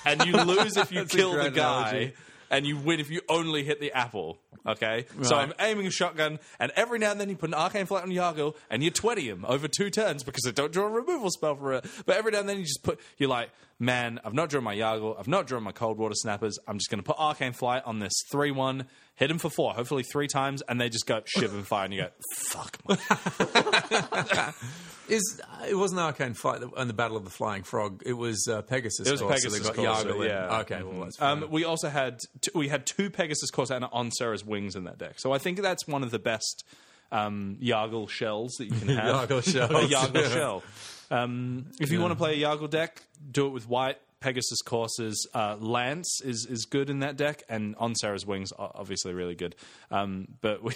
[SPEAKER 1] and you lose if you
[SPEAKER 2] That's a
[SPEAKER 1] kill the
[SPEAKER 2] great
[SPEAKER 1] guy,
[SPEAKER 2] analogy.
[SPEAKER 1] and you win if you only hit the apple. Okay, so I'm aiming a shotgun, and every now and then you put an arcane flight on Yago, and you twenty him over two turns because I don't draw a removal spell for it. But every now and then you just put, you're like, man, I've not drawn my Yago, I've not drawn my cold water snappers. I'm just going to put arcane flight on this three one. Hit him for four, hopefully three times, and they just go shiv and fire, and you go, "Fuck!" My
[SPEAKER 2] Is uh, it wasn't Arcane Fight that- and the Battle of the Flying Frog? It was uh, Pegasus.
[SPEAKER 1] It was
[SPEAKER 2] Corsair
[SPEAKER 1] Pegasus
[SPEAKER 2] that got
[SPEAKER 1] Corsair,
[SPEAKER 2] Yargle in.
[SPEAKER 1] yeah.
[SPEAKER 2] Okay, well that's fine.
[SPEAKER 1] Um, we also had t- we had two Pegasus Corsair on Sarah's wings in that deck, so I think that's one of the best um, Yargle shells that you
[SPEAKER 2] [LAUGHS]
[SPEAKER 1] can have.
[SPEAKER 2] Yargle shells,
[SPEAKER 1] [LAUGHS] a Yargle
[SPEAKER 2] yeah.
[SPEAKER 1] shell. Um, if you want to play a Yargle deck, do it with White. Pegasus Coursers, uh, Lance is is good in that deck, and on Sarah's wings, o- obviously really good. Um, but we,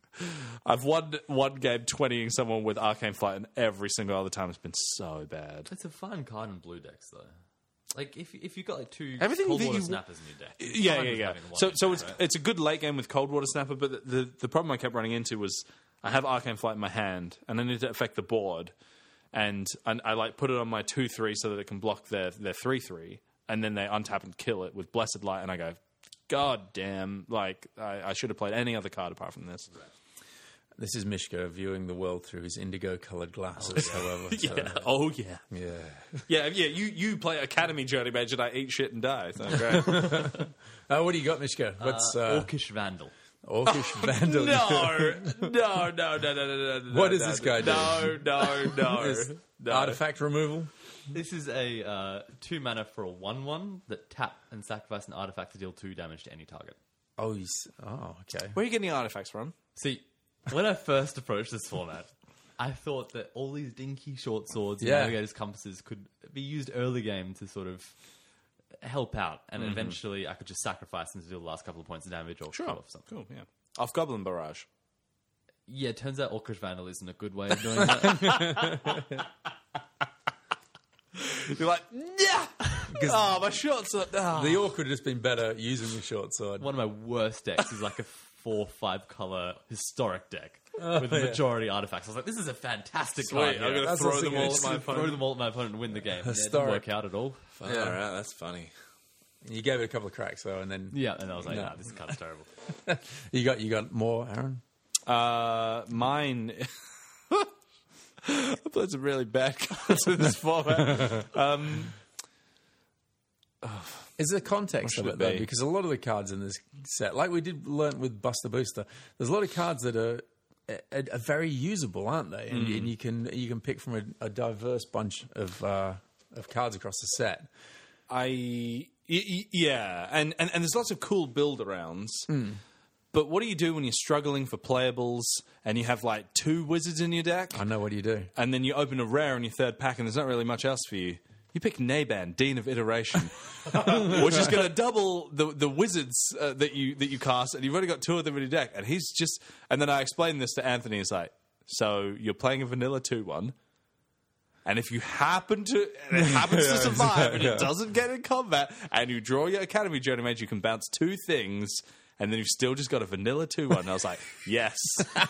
[SPEAKER 1] [LAUGHS] I've won one game twentying someone with Arcane Flight, and every single other time it's been so bad.
[SPEAKER 4] It's a fine card in blue decks, though. Like if if you got like two
[SPEAKER 1] Everything
[SPEAKER 4] cold
[SPEAKER 1] that
[SPEAKER 4] water
[SPEAKER 1] you-
[SPEAKER 4] snappers in your deck, it's
[SPEAKER 1] yeah,
[SPEAKER 4] fine
[SPEAKER 1] yeah,
[SPEAKER 4] with
[SPEAKER 1] yeah.
[SPEAKER 4] having one
[SPEAKER 1] So,
[SPEAKER 4] in
[SPEAKER 1] so
[SPEAKER 4] there,
[SPEAKER 1] it's
[SPEAKER 4] right?
[SPEAKER 1] it's a good late game with Cold Water Snapper, but the, the the problem I kept running into was I have Arcane Flight in my hand, and I need to affect the board, and and I like put it on my two three so that it can block their their three three, and then they untap and kill it with Blessed Light, and I go, God damn! Like I, I should have played any other card apart from this.
[SPEAKER 2] This is Mishko viewing the world through his indigo-colored glasses. However, so,
[SPEAKER 1] Yeah. Oh [LAUGHS] yeah.
[SPEAKER 2] yeah.
[SPEAKER 1] Yeah. Yeah. You you play Academy Journey Mage, and I eat shit and die. So great.
[SPEAKER 2] Uh, what do you got, Mishka? What's uh,
[SPEAKER 4] Orcish Vandal.
[SPEAKER 2] Orcish
[SPEAKER 1] [LAUGHS]
[SPEAKER 2] Vandal?
[SPEAKER 1] [LAUGHS] no, no, no, no, no, no, no.
[SPEAKER 2] What
[SPEAKER 1] no,
[SPEAKER 2] is
[SPEAKER 1] no,
[SPEAKER 2] this guy
[SPEAKER 1] No, no, [LAUGHS] no,
[SPEAKER 2] Is
[SPEAKER 1] no.
[SPEAKER 2] Artifact removal?
[SPEAKER 4] This is a uh, two mana for a one-one that tap and sacrifice an artifact to deal two damage to any target.
[SPEAKER 2] Oh, he's, oh, okay.
[SPEAKER 1] Where are you getting the artifacts from?
[SPEAKER 4] See, when I first approached this format, I thought that all these dinky short swords
[SPEAKER 2] Yeah.
[SPEAKER 4] and navigators' compasses could be used early game to sort of help out, and
[SPEAKER 1] Mm-hmm.
[SPEAKER 4] eventually I could just sacrifice them to do the last couple of points of damage or cut off something.
[SPEAKER 1] Cool, yeah. Off Goblin Barrage.
[SPEAKER 4] Yeah, it turns out Orcish Vandal isn't a good way of
[SPEAKER 1] [LAUGHS]
[SPEAKER 4] doing that.
[SPEAKER 1] You're like, yeah! Oh, my shorts are. ah.
[SPEAKER 2] The orc would have just been better using the short sword.
[SPEAKER 4] One of my worst decks is like a four five color historic deck with the majority artifacts. I was like, this is a fantastic
[SPEAKER 1] Oh,
[SPEAKER 4] card.
[SPEAKER 1] Sweet, I'm
[SPEAKER 4] here.
[SPEAKER 1] going to
[SPEAKER 2] That's
[SPEAKER 1] throw
[SPEAKER 2] what's
[SPEAKER 1] them all at
[SPEAKER 2] against
[SPEAKER 1] my
[SPEAKER 4] Just throw
[SPEAKER 1] opponent.
[SPEAKER 4] them all at my opponent and win the game. Yeah, it didn't
[SPEAKER 2] Historic.
[SPEAKER 4] work out at all.
[SPEAKER 2] Yeah.
[SPEAKER 1] All right, that's funny.
[SPEAKER 2] You gave it a couple of cracks though, and then
[SPEAKER 4] Yeah, and I was like, nah, this card's terrible.
[SPEAKER 2] you got you got more, Aaron.
[SPEAKER 1] Uh, mine. [LAUGHS] I played some really bad [LAUGHS] cards in this format.
[SPEAKER 2] Is the context
[SPEAKER 1] should
[SPEAKER 2] of
[SPEAKER 1] it
[SPEAKER 2] it though?
[SPEAKER 1] be?
[SPEAKER 2] Because a lot of the cards in this set, like we did learn with Buster Booster, there's a lot of cards that are are, are very usable, aren't they? And, and you can you can pick from a, a diverse bunch of uh, of cards across the set.
[SPEAKER 1] I. y- y- Yeah, and, and, and there's lots of cool build arounds. But what do you do when you're struggling for playables and you have like two wizards in your deck?
[SPEAKER 2] I know what do you do.
[SPEAKER 1] and then you open a rare in your third pack, and there's not really much else for you. You pick Naban, Dean of Iteration, which is going to double the the wizards uh, that you that you cast, and you've already got two of them in your deck. And he's just, and then I explained this to Anthony. He's like, "So you're playing a vanilla two one, and if you happen to, and it happens to survive, and it doesn't get in combat, and you draw your academy journey mage, you can bounce two things." And then you've still just got a vanilla 2 1. I was like, yes.
[SPEAKER 2] [LAUGHS] And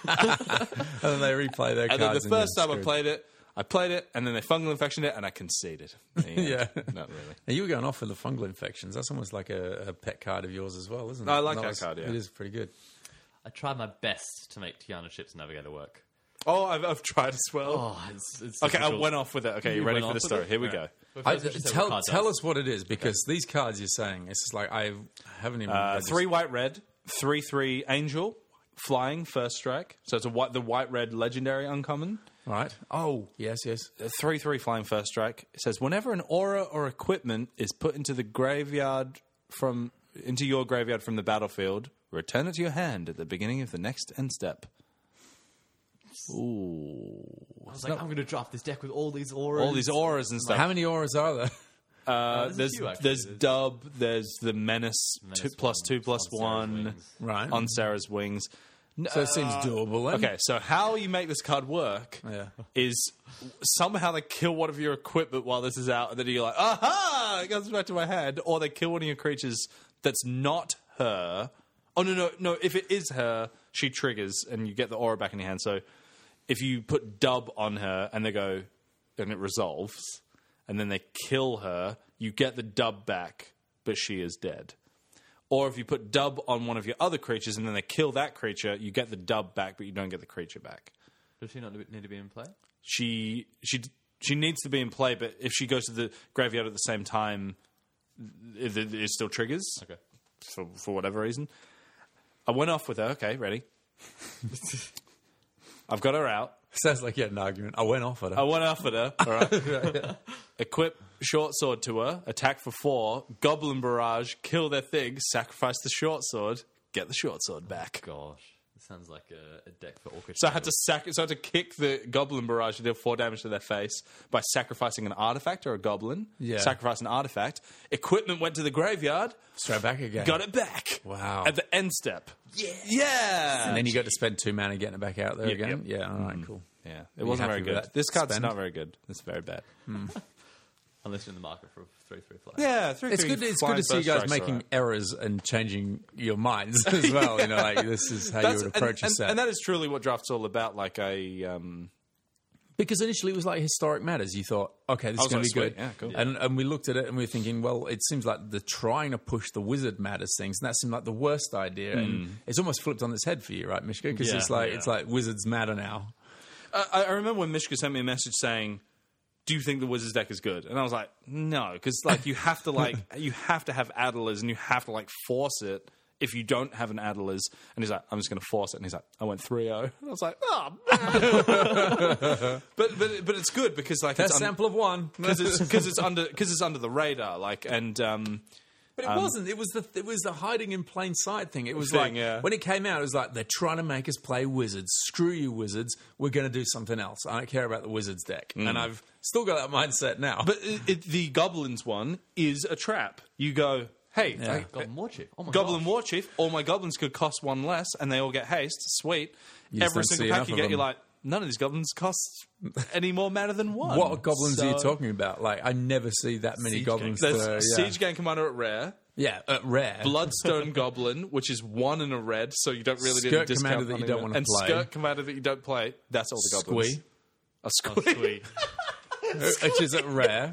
[SPEAKER 2] then they replay their
[SPEAKER 1] And then the
[SPEAKER 2] cards.
[SPEAKER 1] first
[SPEAKER 2] you're
[SPEAKER 1] time I
[SPEAKER 2] screwed.
[SPEAKER 1] played it, I played it, and then they fungal infectioned it, and I conceded. [LAUGHS] There you go.
[SPEAKER 2] Yeah.
[SPEAKER 1] not really.
[SPEAKER 2] Now, you were going off with the fungal infections. That's almost like a, a pet card of yours as well, isn't it?
[SPEAKER 1] I like that
[SPEAKER 2] was-
[SPEAKER 1] card, yeah.
[SPEAKER 2] It is pretty good.
[SPEAKER 4] [LAUGHS] I tried my best to make Tiana Ships Navigator work.
[SPEAKER 1] Oh, I've, I've tried as well.
[SPEAKER 4] Oh, it's, it's
[SPEAKER 1] okay, I
[SPEAKER 4] difficult.
[SPEAKER 1] went off with it. Okay, you,
[SPEAKER 4] You
[SPEAKER 1] ready
[SPEAKER 4] went
[SPEAKER 1] for the
[SPEAKER 4] off
[SPEAKER 1] story?
[SPEAKER 4] with it?
[SPEAKER 1] Here we
[SPEAKER 4] All
[SPEAKER 1] go.
[SPEAKER 4] right. Well,
[SPEAKER 2] I,
[SPEAKER 4] first we should say what
[SPEAKER 2] tell
[SPEAKER 4] card
[SPEAKER 2] tell
[SPEAKER 4] does.
[SPEAKER 2] us what it is because these cards you're saying, it's just like I haven't even.
[SPEAKER 1] Uh,
[SPEAKER 2] read this.
[SPEAKER 1] three white red, three three angel, flying first strike. So it's a white, the white red legendary uncommon.
[SPEAKER 2] All right. Oh, yes, yes.
[SPEAKER 1] Uh, Three three flying first strike. It says whenever an aura or equipment is put into the graveyard from into your graveyard from the battlefield, return it to your hand at the beginning of the next end step.
[SPEAKER 4] I was like, I'm going to draft this deck with all these auras.
[SPEAKER 1] All these auras and stuff.
[SPEAKER 2] How many auras are there?
[SPEAKER 1] Uh,
[SPEAKER 4] there's a
[SPEAKER 1] there's
[SPEAKER 4] few, actually.
[SPEAKER 1] there's
[SPEAKER 4] There's-
[SPEAKER 1] dub. There's the menace,
[SPEAKER 4] Menace
[SPEAKER 1] two, plus
[SPEAKER 4] one,
[SPEAKER 1] two plus
[SPEAKER 4] on Sarah's
[SPEAKER 1] one
[SPEAKER 4] wings.
[SPEAKER 2] Right.
[SPEAKER 1] on Sarah's wings. N-
[SPEAKER 2] so it seems doable. Then.
[SPEAKER 1] okay, so how you make this card work
[SPEAKER 2] Yeah.
[SPEAKER 1] is somehow they kill one of your equipment while this is out, and then you're like, aha, it comes back to my hand, or they kill one of your creatures that's not her. Oh no no no! If it is her, she triggers, and you get the aura back in your hand. So if you put dub on her and they go and it resolves, and then they kill her, you get the dub back, but she is dead. Or if you put dub on one of your other creatures and then they kill that creature, you get the dub back, but you don't get the creature back
[SPEAKER 4] Does she not need to be in play?
[SPEAKER 1] she she she needs to be in play, but if she goes to the graveyard at the same time, it, it, it still triggers. Okay. For for whatever reason, I went off with her. Okay, [LAUGHS] ready. I've got her out.
[SPEAKER 2] [LAUGHS] Sounds like you had an argument. I went off at it.
[SPEAKER 1] I went off with her. All [LAUGHS] right. Equip short sword to her. Attack for four. Goblin barrage. Kill their thing. Sacrifice the short sword. Get the short sword back.
[SPEAKER 4] Gosh, this sounds like a, a deck for Orcish.
[SPEAKER 1] So I had to sac- so I had to kick the goblin barrage to deal four damage to their face by sacrificing an artifact or a goblin.
[SPEAKER 2] Yeah.
[SPEAKER 1] Sacrifice an artifact. Equipment went to the graveyard.
[SPEAKER 2] Straight back again.
[SPEAKER 1] Got it back.
[SPEAKER 2] Wow.
[SPEAKER 1] At the end step. Yeah. Yeah.
[SPEAKER 2] And then you got to spend two mana getting it back out there
[SPEAKER 1] Yep,
[SPEAKER 2] again.
[SPEAKER 1] yep.
[SPEAKER 2] Hmm. Yeah. All right. Cool.
[SPEAKER 1] yeah. It wasn't very
[SPEAKER 2] happy with
[SPEAKER 1] good.
[SPEAKER 2] that
[SPEAKER 1] This card's
[SPEAKER 2] spend?
[SPEAKER 1] not very good. It's very bad.
[SPEAKER 4] Unless you're in the market for a three-three flag.
[SPEAKER 1] Yeah, three,
[SPEAKER 2] It's
[SPEAKER 1] three,
[SPEAKER 2] good. It's
[SPEAKER 1] flying
[SPEAKER 2] good to see you
[SPEAKER 1] first
[SPEAKER 2] guys
[SPEAKER 1] strike's
[SPEAKER 2] making
[SPEAKER 1] alright.
[SPEAKER 2] errors and changing your minds [LAUGHS] as well. You know, like this is how you
[SPEAKER 1] That's-
[SPEAKER 2] would approach
[SPEAKER 1] and,
[SPEAKER 2] a set.
[SPEAKER 1] and, and that is truly what draft's all about. Like a um,
[SPEAKER 2] because initially it was like historic matters. You thought, okay, this is
[SPEAKER 1] was
[SPEAKER 2] going
[SPEAKER 1] like,
[SPEAKER 2] to be good.
[SPEAKER 1] sweet, yeah, cool.
[SPEAKER 2] And and we looked at it and we were thinking, well, it seems like they're trying to push the wizard matters things, and that seemed like the worst idea. And it's almost flipped on its head for you, right, Mishka? Because
[SPEAKER 4] Yeah,
[SPEAKER 2] it's like
[SPEAKER 4] yeah.
[SPEAKER 2] it's like wizards matter now.
[SPEAKER 1] I, I remember when Mishka sent me a message saying, "Do you think the Wizards deck is good?" And I was like, "No," because like you have to [LAUGHS] like you have to have Adelers and you have to like force it. If you don't have an Adelers, and he's like, "I'm just going to force it," and he's like, [LAUGHS] "I went 3-0. And I was like, "Oh man!" but but but it's good because like
[SPEAKER 2] That's
[SPEAKER 1] it's un-
[SPEAKER 2] sample of one.
[SPEAKER 1] because it's because [LAUGHS] it's under because it's under the radar. Like and um,
[SPEAKER 2] But it wasn't. It was the it was the hiding in plain sight thing. It was
[SPEAKER 1] Thing,
[SPEAKER 2] like
[SPEAKER 1] yeah.
[SPEAKER 2] when it came out, it was like they're trying to make us play wizards. Screw you, wizards. We're going to do something else. I don't care about the wizards deck. And I've still got that mindset now.
[SPEAKER 1] Hmm. but it, it, the goblins one is a trap. You go, "Hey, I-
[SPEAKER 4] Goblin War Chief. Oh my
[SPEAKER 1] Goblin
[SPEAKER 4] gosh.
[SPEAKER 1] War Chief, all my goblins could cost one less and they all get haste. Sweet.
[SPEAKER 2] just
[SPEAKER 1] Every
[SPEAKER 2] don't see
[SPEAKER 1] single pack
[SPEAKER 2] enough
[SPEAKER 1] you
[SPEAKER 2] of
[SPEAKER 1] get,
[SPEAKER 2] them.
[SPEAKER 1] you're like, none of these goblins cost
[SPEAKER 2] [LAUGHS]
[SPEAKER 1] any more mana than one.
[SPEAKER 2] [LAUGHS] what goblins are you
[SPEAKER 1] So-
[SPEAKER 2] talking about? Like I never see that many goblins.
[SPEAKER 1] There's
[SPEAKER 2] for- yeah.
[SPEAKER 1] Siege Gang Commander at rare,
[SPEAKER 2] Yeah, uh, rare. [LAUGHS]
[SPEAKER 1] Bloodstone Goblin, which is one in a red, so you don't really need
[SPEAKER 2] Skirt
[SPEAKER 1] a discount
[SPEAKER 2] Commander that
[SPEAKER 1] on
[SPEAKER 2] you
[SPEAKER 1] it.
[SPEAKER 2] don't wanna
[SPEAKER 1] and
[SPEAKER 2] play.
[SPEAKER 1] Skirt Commander that you don't play. That's all the goblins.
[SPEAKER 2] Squee,
[SPEAKER 1] A
[SPEAKER 4] [LAUGHS] Oh,
[SPEAKER 1] squee. [LAUGHS]
[SPEAKER 4] sweet.
[SPEAKER 2] [LAUGHS] which is at rare.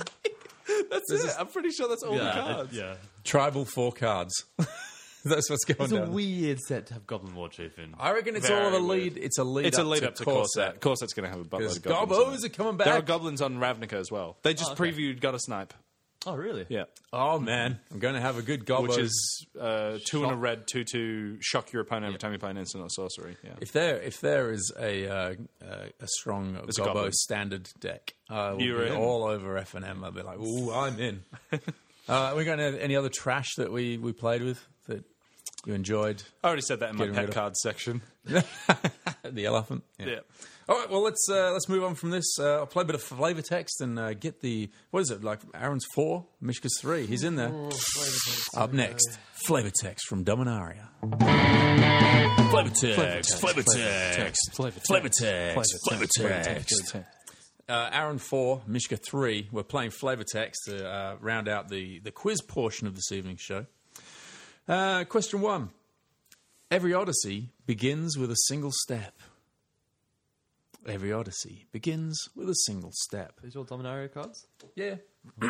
[SPEAKER 1] that's it. I'm pretty sure that's all the
[SPEAKER 4] yeah, it-
[SPEAKER 1] cards.
[SPEAKER 4] Uh, yeah.
[SPEAKER 2] Tribal four cards. [LAUGHS] That's what's going
[SPEAKER 4] It's a
[SPEAKER 2] down.
[SPEAKER 4] weird set to have Goblin War Chief in.
[SPEAKER 2] I reckon it's
[SPEAKER 1] Very
[SPEAKER 2] all a lead.
[SPEAKER 1] weird.
[SPEAKER 2] It's a lead.
[SPEAKER 1] It's
[SPEAKER 2] up
[SPEAKER 1] a lead up to Corset. Corset's going to have a buttload
[SPEAKER 2] Because
[SPEAKER 1] of goblins. on it.
[SPEAKER 2] Gobos are coming
[SPEAKER 1] There are
[SPEAKER 2] back.
[SPEAKER 1] goblins on Ravnica as well. They just previewed Gutter Snipe.
[SPEAKER 4] oh, really?
[SPEAKER 1] Yeah.
[SPEAKER 2] oh man, I'm going to have a good gobos.
[SPEAKER 1] which is uh, two in a red, two to shock your opponent every time you play an instant or sorcery. Yeah.
[SPEAKER 2] If there, if there is a uh, uh, a strong
[SPEAKER 1] a
[SPEAKER 2] Gobbo
[SPEAKER 1] goblin.
[SPEAKER 2] standard deck, I will
[SPEAKER 1] You're
[SPEAKER 2] be
[SPEAKER 1] in.
[SPEAKER 2] all over F and M. I'll be like, "Ooh, I'm in."
[SPEAKER 1] [LAUGHS]
[SPEAKER 2] uh, we got any, any other trash that we, we played with that you
[SPEAKER 1] [LAUGHS]
[SPEAKER 2] enjoyed?
[SPEAKER 1] I already said that in my
[SPEAKER 2] Getting rid
[SPEAKER 1] pet
[SPEAKER 2] of-
[SPEAKER 1] cards section.
[SPEAKER 2] the elephant.
[SPEAKER 1] Yeah.
[SPEAKER 2] All right. Well, let's uh, let's move on from this. Uh, I'll play a bit of flavor text and uh, get the what is it like? Aaron's four, Mishka's three. He's in there. Up next, flavor text from Dominaria. Flavor text. Flavor text. Flavor text. Flavor text. Uh, Aaron four, Mishka three. We're playing flavor text to uh, round out the the quiz portion of this evening's show. Uh, question one. Every odyssey begins with a single step. Every odyssey begins with a single step. Oh
[SPEAKER 4] These are all Dominaria cards?
[SPEAKER 2] Yeah.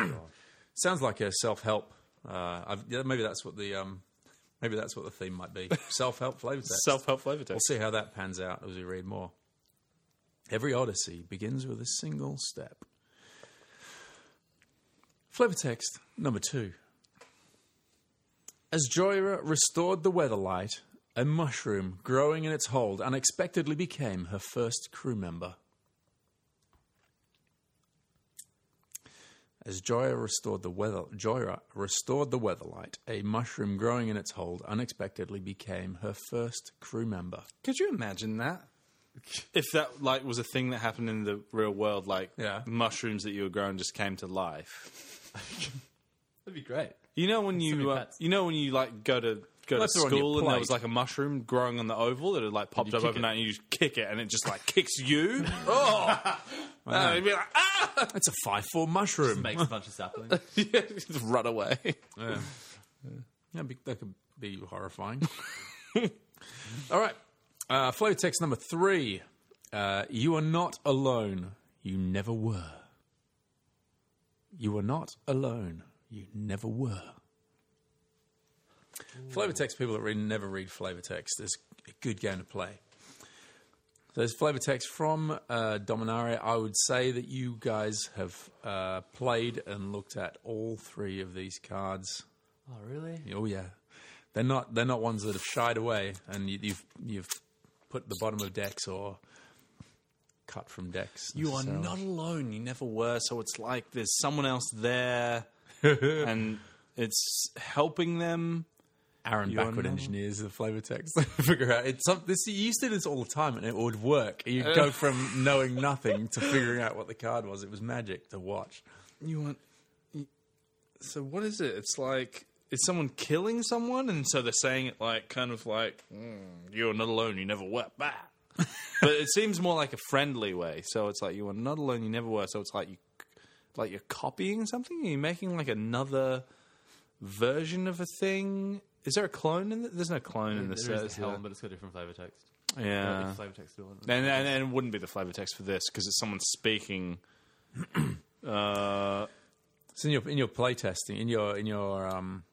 [SPEAKER 2] [CLEARS THROAT] Sounds like a self-help. Uh, I've, yeah, maybe that's what the um, maybe that's what the theme might [LAUGHS] be. self-help flavor text.
[SPEAKER 1] Self help flavor
[SPEAKER 2] We'll
[SPEAKER 1] text.
[SPEAKER 2] see how that pans out as we read more. Every odyssey begins with a single step. Flavor text number two. As Joyra restored the weatherlight, a mushroom growing in its hold unexpectedly became her first crew member. As Joyra restored the weather, Joyra restored the weatherlight, a mushroom growing in its hold unexpectedly became her first crew member.
[SPEAKER 1] Could you imagine that? [LAUGHS] If that like was a thing that happened in the real world, like
[SPEAKER 2] Yeah.
[SPEAKER 1] mushrooms that you were growing just came to life.
[SPEAKER 4] That'd be [LAUGHS] great.
[SPEAKER 1] You know when you
[SPEAKER 4] many
[SPEAKER 1] uh,
[SPEAKER 4] pets.
[SPEAKER 1] you know when you like go to go
[SPEAKER 2] Unless
[SPEAKER 1] to
[SPEAKER 2] they're on your
[SPEAKER 1] school and there
[SPEAKER 2] plate.
[SPEAKER 1] was like a mushroom growing on the oval that had like popped up
[SPEAKER 4] kick
[SPEAKER 1] overnight and you just kick it and it just like kicks you. [LAUGHS] oh, Uh, you'd be like ah,
[SPEAKER 2] That's a five-four mushroom.
[SPEAKER 4] Makes a bunch of [LAUGHS] saplings.
[SPEAKER 1] [LAUGHS] just
[SPEAKER 2] [LAUGHS]
[SPEAKER 1] run away.
[SPEAKER 2] That'd be, that could be horrifying. [LAUGHS] All right. Uh, flow text number three. Uh, you are not alone. You never were. You are not alone. You never were. Flavor text people that read, never read flavor text is a good game to play. So there's flavor text from uh, Dominaria. I would say that you guys have uh, played and looked at all three of these cards.
[SPEAKER 4] oh, really?
[SPEAKER 2] Oh yeah, they're not they're not ones that have shied away, and you, you've you've put the bottom of decks or cut from decks.
[SPEAKER 1] You are
[SPEAKER 2] necessarily.
[SPEAKER 1] not alone. You never were. So it's like there's someone else there, [LAUGHS] and it's helping them.
[SPEAKER 2] Aaron
[SPEAKER 1] are
[SPEAKER 2] backward
[SPEAKER 1] not-
[SPEAKER 2] engineers the flavor text. [LAUGHS] figure out it's some, this. You used to do this all the time, and it would work. You would
[SPEAKER 1] [LAUGHS]
[SPEAKER 2] go from knowing nothing to figuring out what the card was. It was magic to watch.
[SPEAKER 1] You want. So what is it? It's like is someone killing someone, and so they're saying it like kind of like mm, you're not alone. You never were. [LAUGHS] Bah. but it seems more like a friendly way. So it's like you are not alone. You never were. So it's like you. like you're copying something? Are you making like another version of a thing? Is there a clone in? The, there's no clone in
[SPEAKER 4] There
[SPEAKER 1] this.
[SPEAKER 4] is
[SPEAKER 1] set,
[SPEAKER 4] this
[SPEAKER 1] is
[SPEAKER 4] helm,
[SPEAKER 1] there?
[SPEAKER 4] but it's got different flavor text.
[SPEAKER 1] Yeah.
[SPEAKER 4] Flavor text still in it.
[SPEAKER 1] And, and, and it wouldn't be the flavor text for this because it's someone speaking. uh,
[SPEAKER 2] It's in your in your playtesting, in your in your um,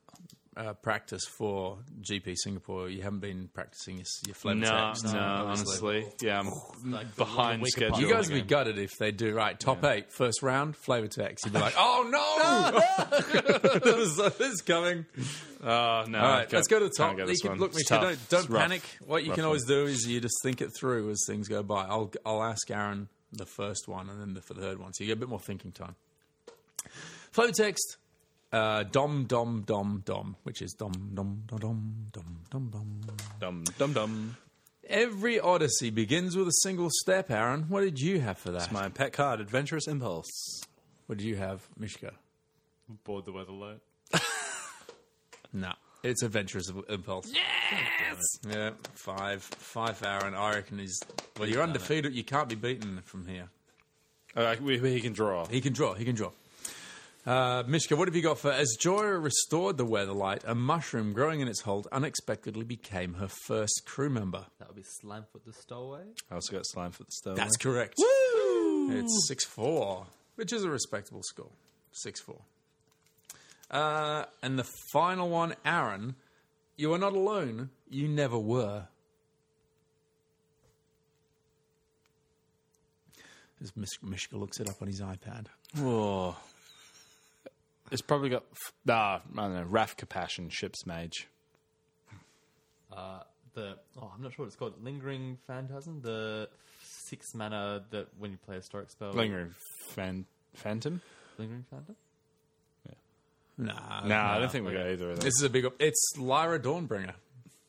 [SPEAKER 2] uh, practice for GP Singapore, you haven't been practicing your, your
[SPEAKER 1] no,
[SPEAKER 2] flavor
[SPEAKER 1] no,
[SPEAKER 2] text.
[SPEAKER 1] honestly, yeah, I'm
[SPEAKER 4] Like the one
[SPEAKER 1] behind
[SPEAKER 4] week apart.
[SPEAKER 1] schedule.
[SPEAKER 2] You guys would be gutted if they do right top eight first round flavor text. You'd be
[SPEAKER 1] [LAUGHS]
[SPEAKER 2] like, oh no, [LAUGHS] this, is- this is coming.
[SPEAKER 1] Oh, no,
[SPEAKER 2] All right, let's go to the top.
[SPEAKER 1] Can't go
[SPEAKER 2] you
[SPEAKER 1] this
[SPEAKER 2] can
[SPEAKER 1] one.
[SPEAKER 2] look me.
[SPEAKER 1] It's tough.
[SPEAKER 2] Don't, don't
[SPEAKER 1] It's rough.
[SPEAKER 2] panic. What you
[SPEAKER 1] Rough
[SPEAKER 2] can
[SPEAKER 1] one.
[SPEAKER 2] always do is you just think it through as things go by. I'll I'll ask Aaron the first one and then the, for the third one, so you get a bit more thinking time. Flow text. Uh, dom dom dom dom, which is dom dom dom dom dom dom dom.
[SPEAKER 1] Dum dum dum.
[SPEAKER 2] Every odyssey begins with a single step. Aaron, what did you have for that?
[SPEAKER 1] My pet card, adventurous impulse.
[SPEAKER 2] What did you have, Mishka?
[SPEAKER 4] Board the weather light.
[SPEAKER 2] No. It's adventurous impulse. Yes. Yeah, five, five hour, and I reckon he's. Well, you're undefeated. You can't be beaten from here.
[SPEAKER 1] All right, we, we can draw.
[SPEAKER 2] He can draw. He can draw. Uh, Mishka, what have you got for? As Joya restored the weatherlight, a mushroom growing in its hold unexpectedly became her first crew member.
[SPEAKER 4] That would be Slimefoot the Stowaway.
[SPEAKER 1] I also got slime for the stone.
[SPEAKER 2] That's correct. Woo! It's six four, which is a respectable score. Six four. Uh, and the final one, Aaron, you are not alone. You never were. As Mish- Mishka looks it up on his iPad.
[SPEAKER 1] Whoa. It's probably got f- ah, I don't know, Raf Compassion, Ship's Mage.
[SPEAKER 4] Uh, the oh, I'm not sure what it's called. Lingering Phantasm. The six mana that when you play a historic spell.
[SPEAKER 1] Lingering fan- Phantom?
[SPEAKER 4] Lingering Phantom.
[SPEAKER 2] Nah,
[SPEAKER 1] No, I don't think we got either of those.
[SPEAKER 2] This is a big. Op- it's Lyra Dawnbringer.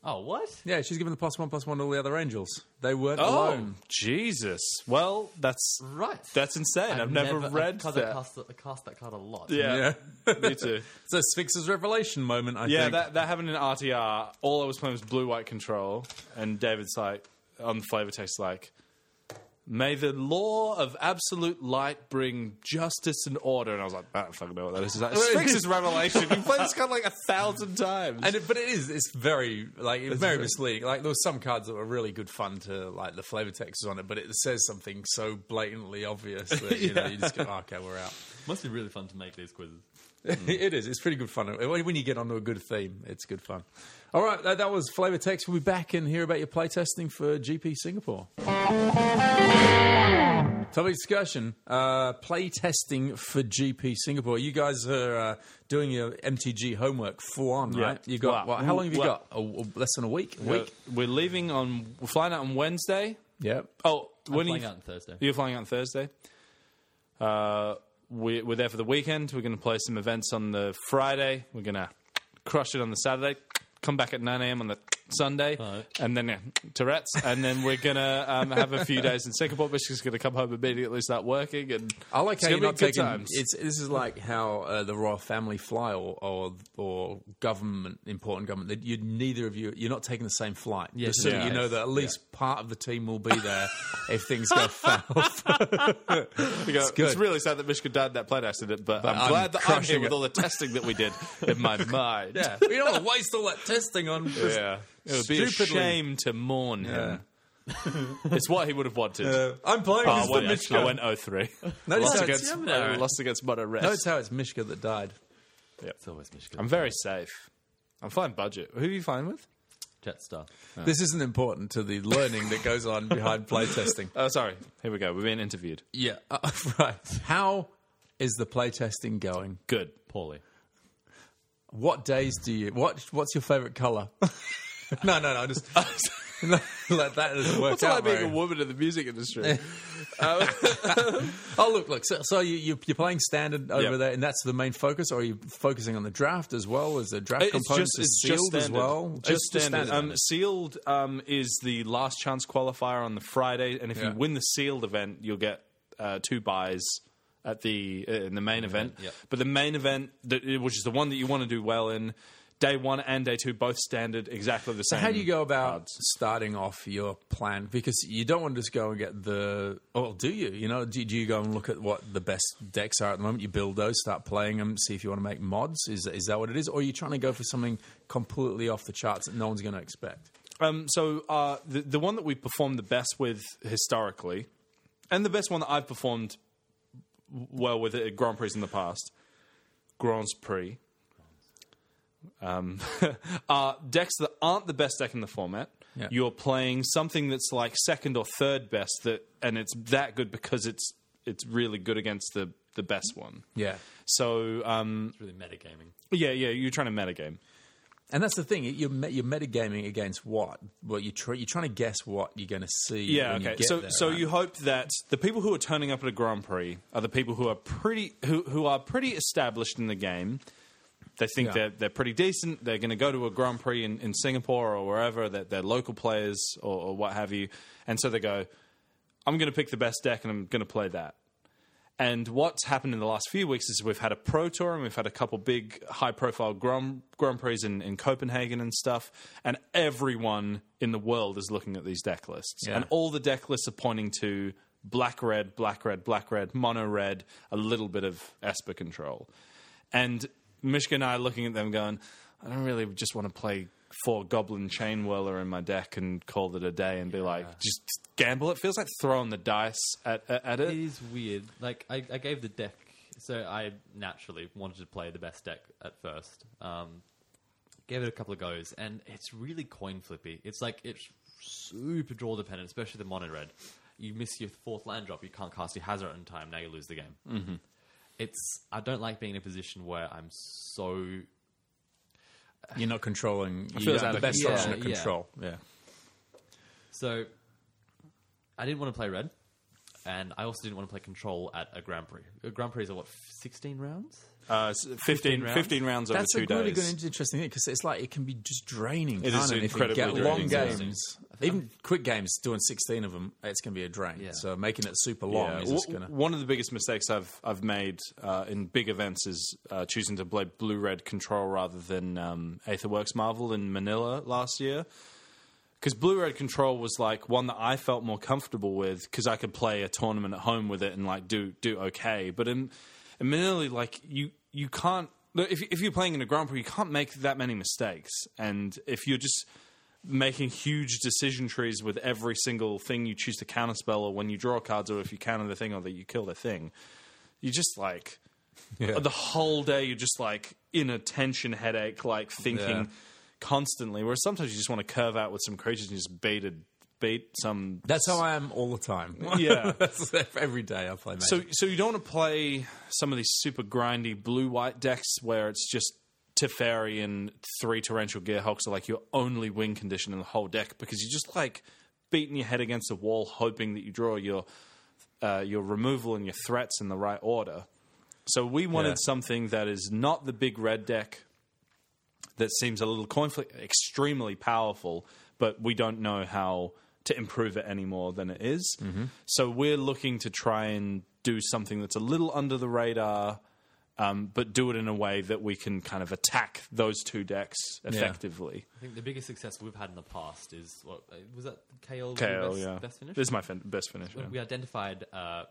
[SPEAKER 4] Oh, what?
[SPEAKER 2] Yeah, she's given the plus one plus one to all the other angels. They weren't
[SPEAKER 1] Oh,
[SPEAKER 2] alone.
[SPEAKER 1] Jesus. Well, that's
[SPEAKER 4] Right.
[SPEAKER 1] that's insane. I've, never, read
[SPEAKER 4] I've
[SPEAKER 1] that.
[SPEAKER 4] Cast, I cast that card a lot.
[SPEAKER 1] yeah, [LAUGHS] me too.
[SPEAKER 2] [LAUGHS] it's a Sphinx's revelation moment. I
[SPEAKER 1] Yeah,
[SPEAKER 2] think.
[SPEAKER 1] that, that happened in RTR. All I was playing was blue white control, and David's like on the flavor text like, "May the law of absolute light bring justice and order." And I was like, "Ah, "I don't fucking know what that is." He's like, Sphinx's revelation. You played this card like a thousand times.
[SPEAKER 2] And it, but it is it's very like it's very misleading. Like there were some cards that were really good fun to like the flavor text is on it, but it says something so blatantly obvious that you know you just go, "Oh, okay, we're out.
[SPEAKER 4] Must be really fun to make these quizzes.
[SPEAKER 2] [LAUGHS] it is. It's pretty good fun when when you get onto a good theme. It's good fun. All right, that, that was flavor text. We'll be back and hear about your playtesting for GP Singapore. Topic discussion: uh, playtesting for GP Singapore. You guys are uh, doing your MTG homework full on,
[SPEAKER 1] Yeah.
[SPEAKER 2] right? You got
[SPEAKER 1] Wow.
[SPEAKER 2] what, how long have you
[SPEAKER 1] Well-
[SPEAKER 2] got? A, a- less than a week. A
[SPEAKER 1] we're,
[SPEAKER 2] week.
[SPEAKER 1] we're leaving on. We're flying out on Wednesday.
[SPEAKER 2] Yep.
[SPEAKER 1] Oh, when
[SPEAKER 4] I'm
[SPEAKER 1] are
[SPEAKER 4] playing
[SPEAKER 1] you,
[SPEAKER 4] out on Thursday.
[SPEAKER 1] you're flying out on Thursday. Uh, we, we're there for the weekend. We're going to play some events on the Friday. We're going to crush it on the Saturday. Come back at 9 a.m. on the Sunday,
[SPEAKER 4] Alright.
[SPEAKER 1] and then uh, Tourette's, and then we're gonna um, have a few days in Singapore. But she's gonna come home immediately, start working, and
[SPEAKER 2] I like
[SPEAKER 1] it's
[SPEAKER 2] how
[SPEAKER 1] gonna
[SPEAKER 2] you're
[SPEAKER 1] be
[SPEAKER 2] not
[SPEAKER 1] good
[SPEAKER 2] taking.
[SPEAKER 1] times.
[SPEAKER 2] It's this is like how uh, the royal family fly or, or or government important government. That you neither of you you're not taking the same flight. Yeah, so that
[SPEAKER 1] yeah.
[SPEAKER 2] you know that at least part of the team will be there if things [LAUGHS] go foul.
[SPEAKER 1] We go, it's,
[SPEAKER 2] good.
[SPEAKER 1] really sad that Mishka died in that plane accident, but, I'm,
[SPEAKER 2] I'm
[SPEAKER 1] glad that I'm
[SPEAKER 2] crushing
[SPEAKER 1] here with
[SPEAKER 2] it.
[SPEAKER 1] all the testing that we did
[SPEAKER 2] [LAUGHS]
[SPEAKER 1] in my mind.
[SPEAKER 2] yeah, we don't want to waste all that testing on.
[SPEAKER 1] Yeah. It would be a
[SPEAKER 2] Stupidly.
[SPEAKER 1] shame to mourn him. [LAUGHS] it's what he would have wanted.
[SPEAKER 2] [LAUGHS] I'm playing.
[SPEAKER 1] Oh,
[SPEAKER 2] this
[SPEAKER 1] I,
[SPEAKER 2] is the
[SPEAKER 1] went,
[SPEAKER 2] Mishka.
[SPEAKER 1] I
[SPEAKER 2] [LAUGHS]
[SPEAKER 1] went 03.
[SPEAKER 2] Notice
[SPEAKER 1] lost,
[SPEAKER 2] how
[SPEAKER 1] against,
[SPEAKER 2] it's,
[SPEAKER 1] uh, lost against Mono Rest.
[SPEAKER 2] notice how it's Mishka that died.
[SPEAKER 4] It's always Michigan.
[SPEAKER 1] I'm very safe. I'm fine budget. Who are you fine with?
[SPEAKER 4] Jetstar.
[SPEAKER 2] This isn't important to the learning that goes on [LAUGHS] behind playtesting.
[SPEAKER 1] Oh, sorry. Here we go. We're being interviewed.
[SPEAKER 2] Yeah, [LAUGHS] uh, right. How is the playtesting going?
[SPEAKER 1] Good.
[SPEAKER 4] Poorly.
[SPEAKER 2] What days do you? What What's your favorite color? [LAUGHS] [LAUGHS] no, no, no.
[SPEAKER 1] [LAUGHS]
[SPEAKER 2] Just [LAUGHS] no, like that doesn't work
[SPEAKER 1] What's it
[SPEAKER 2] out.
[SPEAKER 1] like being
[SPEAKER 2] very-
[SPEAKER 1] a woman in the
[SPEAKER 2] [LAUGHS]
[SPEAKER 1] music industry?
[SPEAKER 2] oh, look, look. So, so you, you you're playing standard over
[SPEAKER 1] Yeah.
[SPEAKER 2] there, and that's the main focus. Or are you focusing on the draft as well? Is the draft component is sealed as
[SPEAKER 1] standard.
[SPEAKER 2] well?
[SPEAKER 1] Just, standard. Um, sealed um, is the last chance qualifier on the Friday, and if
[SPEAKER 2] Yeah.
[SPEAKER 1] you win the sealed event, you'll get uh, two buys at the uh, in the main event.
[SPEAKER 4] yeah.
[SPEAKER 1] But the main event, th- which is the one that you want to do well in, day one and day two both standard exactly the same.
[SPEAKER 2] How do you go about starting off your plan? Because you don't want to just go and get the. Well, do you? You know, do, do you go and look at what the best decks are at the moment? You build those, start playing them, see if you want to make mods. Is is that what it is, or are you trying to go for something completely off the charts that no one's going to expect?
[SPEAKER 1] Um, so uh, the the one that we performed the best with historically, and the best one that I've performed w- well with at Grand Prix in the past, Grand Prix, um, [LAUGHS] are decks that aren't the best deck in the format.
[SPEAKER 2] Yeah.
[SPEAKER 1] You're playing something that's like second or third best that, and it's that good because it's it's really good against the the best one.
[SPEAKER 2] Yeah,
[SPEAKER 1] So um,
[SPEAKER 4] It's really metagaming.
[SPEAKER 1] yeah, yeah, you're trying to metagame.
[SPEAKER 2] and that's the thing. You're me- you're metagaming against what? Well, you try you're trying to guess what you're going to see.
[SPEAKER 1] Yeah,
[SPEAKER 2] when you
[SPEAKER 1] okay.
[SPEAKER 2] get
[SPEAKER 1] So
[SPEAKER 2] there,
[SPEAKER 1] so
[SPEAKER 2] right?
[SPEAKER 1] you hope that the people who are turning up at a Grand Prix are the people who are pretty who who are pretty established in the game. They think
[SPEAKER 2] Yeah.
[SPEAKER 1] they're they're pretty decent. They're going to go to a Grand Prix in, in Singapore or wherever. They're, they're local players or, or what have you, and so they go. I'm going to pick the best deck and I'm going to play that. And what's happened in the last few weeks is we've had a pro tour and we've had a couple big high profile Grand, Grand Prix in, in Copenhagen and stuff. And everyone in the world is looking at these deck lists.
[SPEAKER 2] Yeah.
[SPEAKER 1] And all the deck lists are pointing to black red, black red, black red, mono red, a little bit of Esper control. And Mishka and I are looking at them going, I don't really just want to play four Goblin Chain Whirler in my deck and call it a day and be like, just gamble. It feels like throwing the dice at, at, at it.
[SPEAKER 4] It is weird. Like I, I gave the deck, so I naturally wanted to play the best deck at first. Um, gave it a couple of goes, and it's really coin flippy. It's like it's super draw dependent, especially the mono red. You miss your fourth land drop, you can't cast your hazard in time. Now you lose the game. Mm-hmm. It's I don't like being in a position where I'm so
[SPEAKER 2] you're not controlling. You
[SPEAKER 1] feels
[SPEAKER 2] don't have
[SPEAKER 1] out
[SPEAKER 2] the
[SPEAKER 1] of
[SPEAKER 2] best
[SPEAKER 4] control.
[SPEAKER 2] option
[SPEAKER 4] Yeah,
[SPEAKER 2] of
[SPEAKER 4] yeah.
[SPEAKER 2] control. yeah.
[SPEAKER 4] so. I didn't want to play red, and I also didn't want to play control at a Grand Prix. Uh, Grand Prix are what sixteen rounds.
[SPEAKER 1] Uh, s- 15, 15 rounds,
[SPEAKER 4] rounds?
[SPEAKER 1] over
[SPEAKER 2] That's
[SPEAKER 1] two
[SPEAKER 2] a really
[SPEAKER 1] days.
[SPEAKER 2] good, interesting thing because it's like it can be just draining.
[SPEAKER 1] It
[SPEAKER 2] can't
[SPEAKER 1] is
[SPEAKER 2] it? If you
[SPEAKER 1] incredibly
[SPEAKER 2] get
[SPEAKER 1] draining,
[SPEAKER 2] long
[SPEAKER 1] yeah.
[SPEAKER 2] games, even quick games, doing sixteen of them, it's going to be a drain.
[SPEAKER 4] Yeah.
[SPEAKER 2] So making it super
[SPEAKER 1] Yeah.
[SPEAKER 2] long is just
[SPEAKER 1] W-
[SPEAKER 2] going to.
[SPEAKER 1] One of the biggest mistakes I've I've made uh, in big events is uh, choosing to play blue red control rather than um, Aetherworks Marvel in Manila last year. Because blue red control was like one that I felt more comfortable with because I could play a tournament at home with it and like do do okay. But in, in Manila, like you you can't if if you're playing in a Grand Prix, you can't make that many mistakes. And if you're just making huge decision trees with every single thing you choose to counterspell, or when you draw cards, or if you counter the thing, or that you kill the thing. You just like the whole day. You're just like in a tension headache, like thinking
[SPEAKER 2] Yeah.
[SPEAKER 1] constantly. Whereas sometimes you just want to curve out with some creatures and just beat a, beat some.
[SPEAKER 2] That's how I am all the time.
[SPEAKER 1] [LAUGHS] Yeah.
[SPEAKER 2] That's [LAUGHS] every day I play. Magic.
[SPEAKER 1] So so you don't want to play some of these super grindy blue white decks where it's just Teferi and three torrential gearhawks are like your only win condition in the whole deck because you're just like beating your head against the wall hoping that you draw your uh, your removal and your threats in the right order. So we wanted
[SPEAKER 2] Yeah.
[SPEAKER 1] something that is not the big red deck that seems a little coin flip, extremely powerful, but we don't know how to improve it any more than it is. So we're looking to try and do something that's a little under the radar, um, but do it in a way that we can kind of attack those two decks effectively.
[SPEAKER 4] I think the biggest success we've had in the past is what uh, was that KL,
[SPEAKER 1] KO,
[SPEAKER 4] best,
[SPEAKER 1] yeah,
[SPEAKER 4] best finish.
[SPEAKER 1] This is my fin- best finish.
[SPEAKER 4] When
[SPEAKER 1] yeah.
[SPEAKER 4] We identified uh,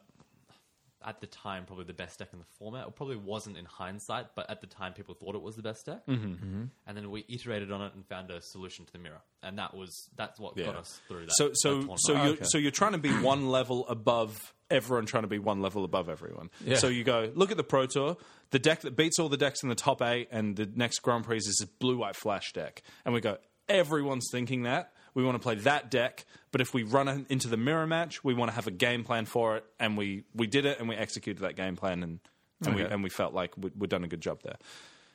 [SPEAKER 4] at the time probably the best deck in the format. It probably wasn't in hindsight, but at the time people thought it was the best deck. Mm-hmm. And then we iterated on it and found a solution to the mirror, and that was that's what got
[SPEAKER 1] Yeah.
[SPEAKER 4] us through that.
[SPEAKER 1] So
[SPEAKER 4] that
[SPEAKER 1] so
[SPEAKER 4] tournament.
[SPEAKER 1] so you're so you're trying to be one level above everyone, trying to be one level above everyone.
[SPEAKER 2] Yeah.
[SPEAKER 1] So you go look at the Pro Tour, the deck that beats all the decks in the top eight, and the next Grand Prix is this blue white flash deck, and we go everyone's thinking that. We want to play that deck, but if we run in- into the mirror match, we want to have a game plan for it, and we, we did it, and we executed that game plan, and, and we
[SPEAKER 2] Okay.
[SPEAKER 1] and we felt like we, we'd done a good job there.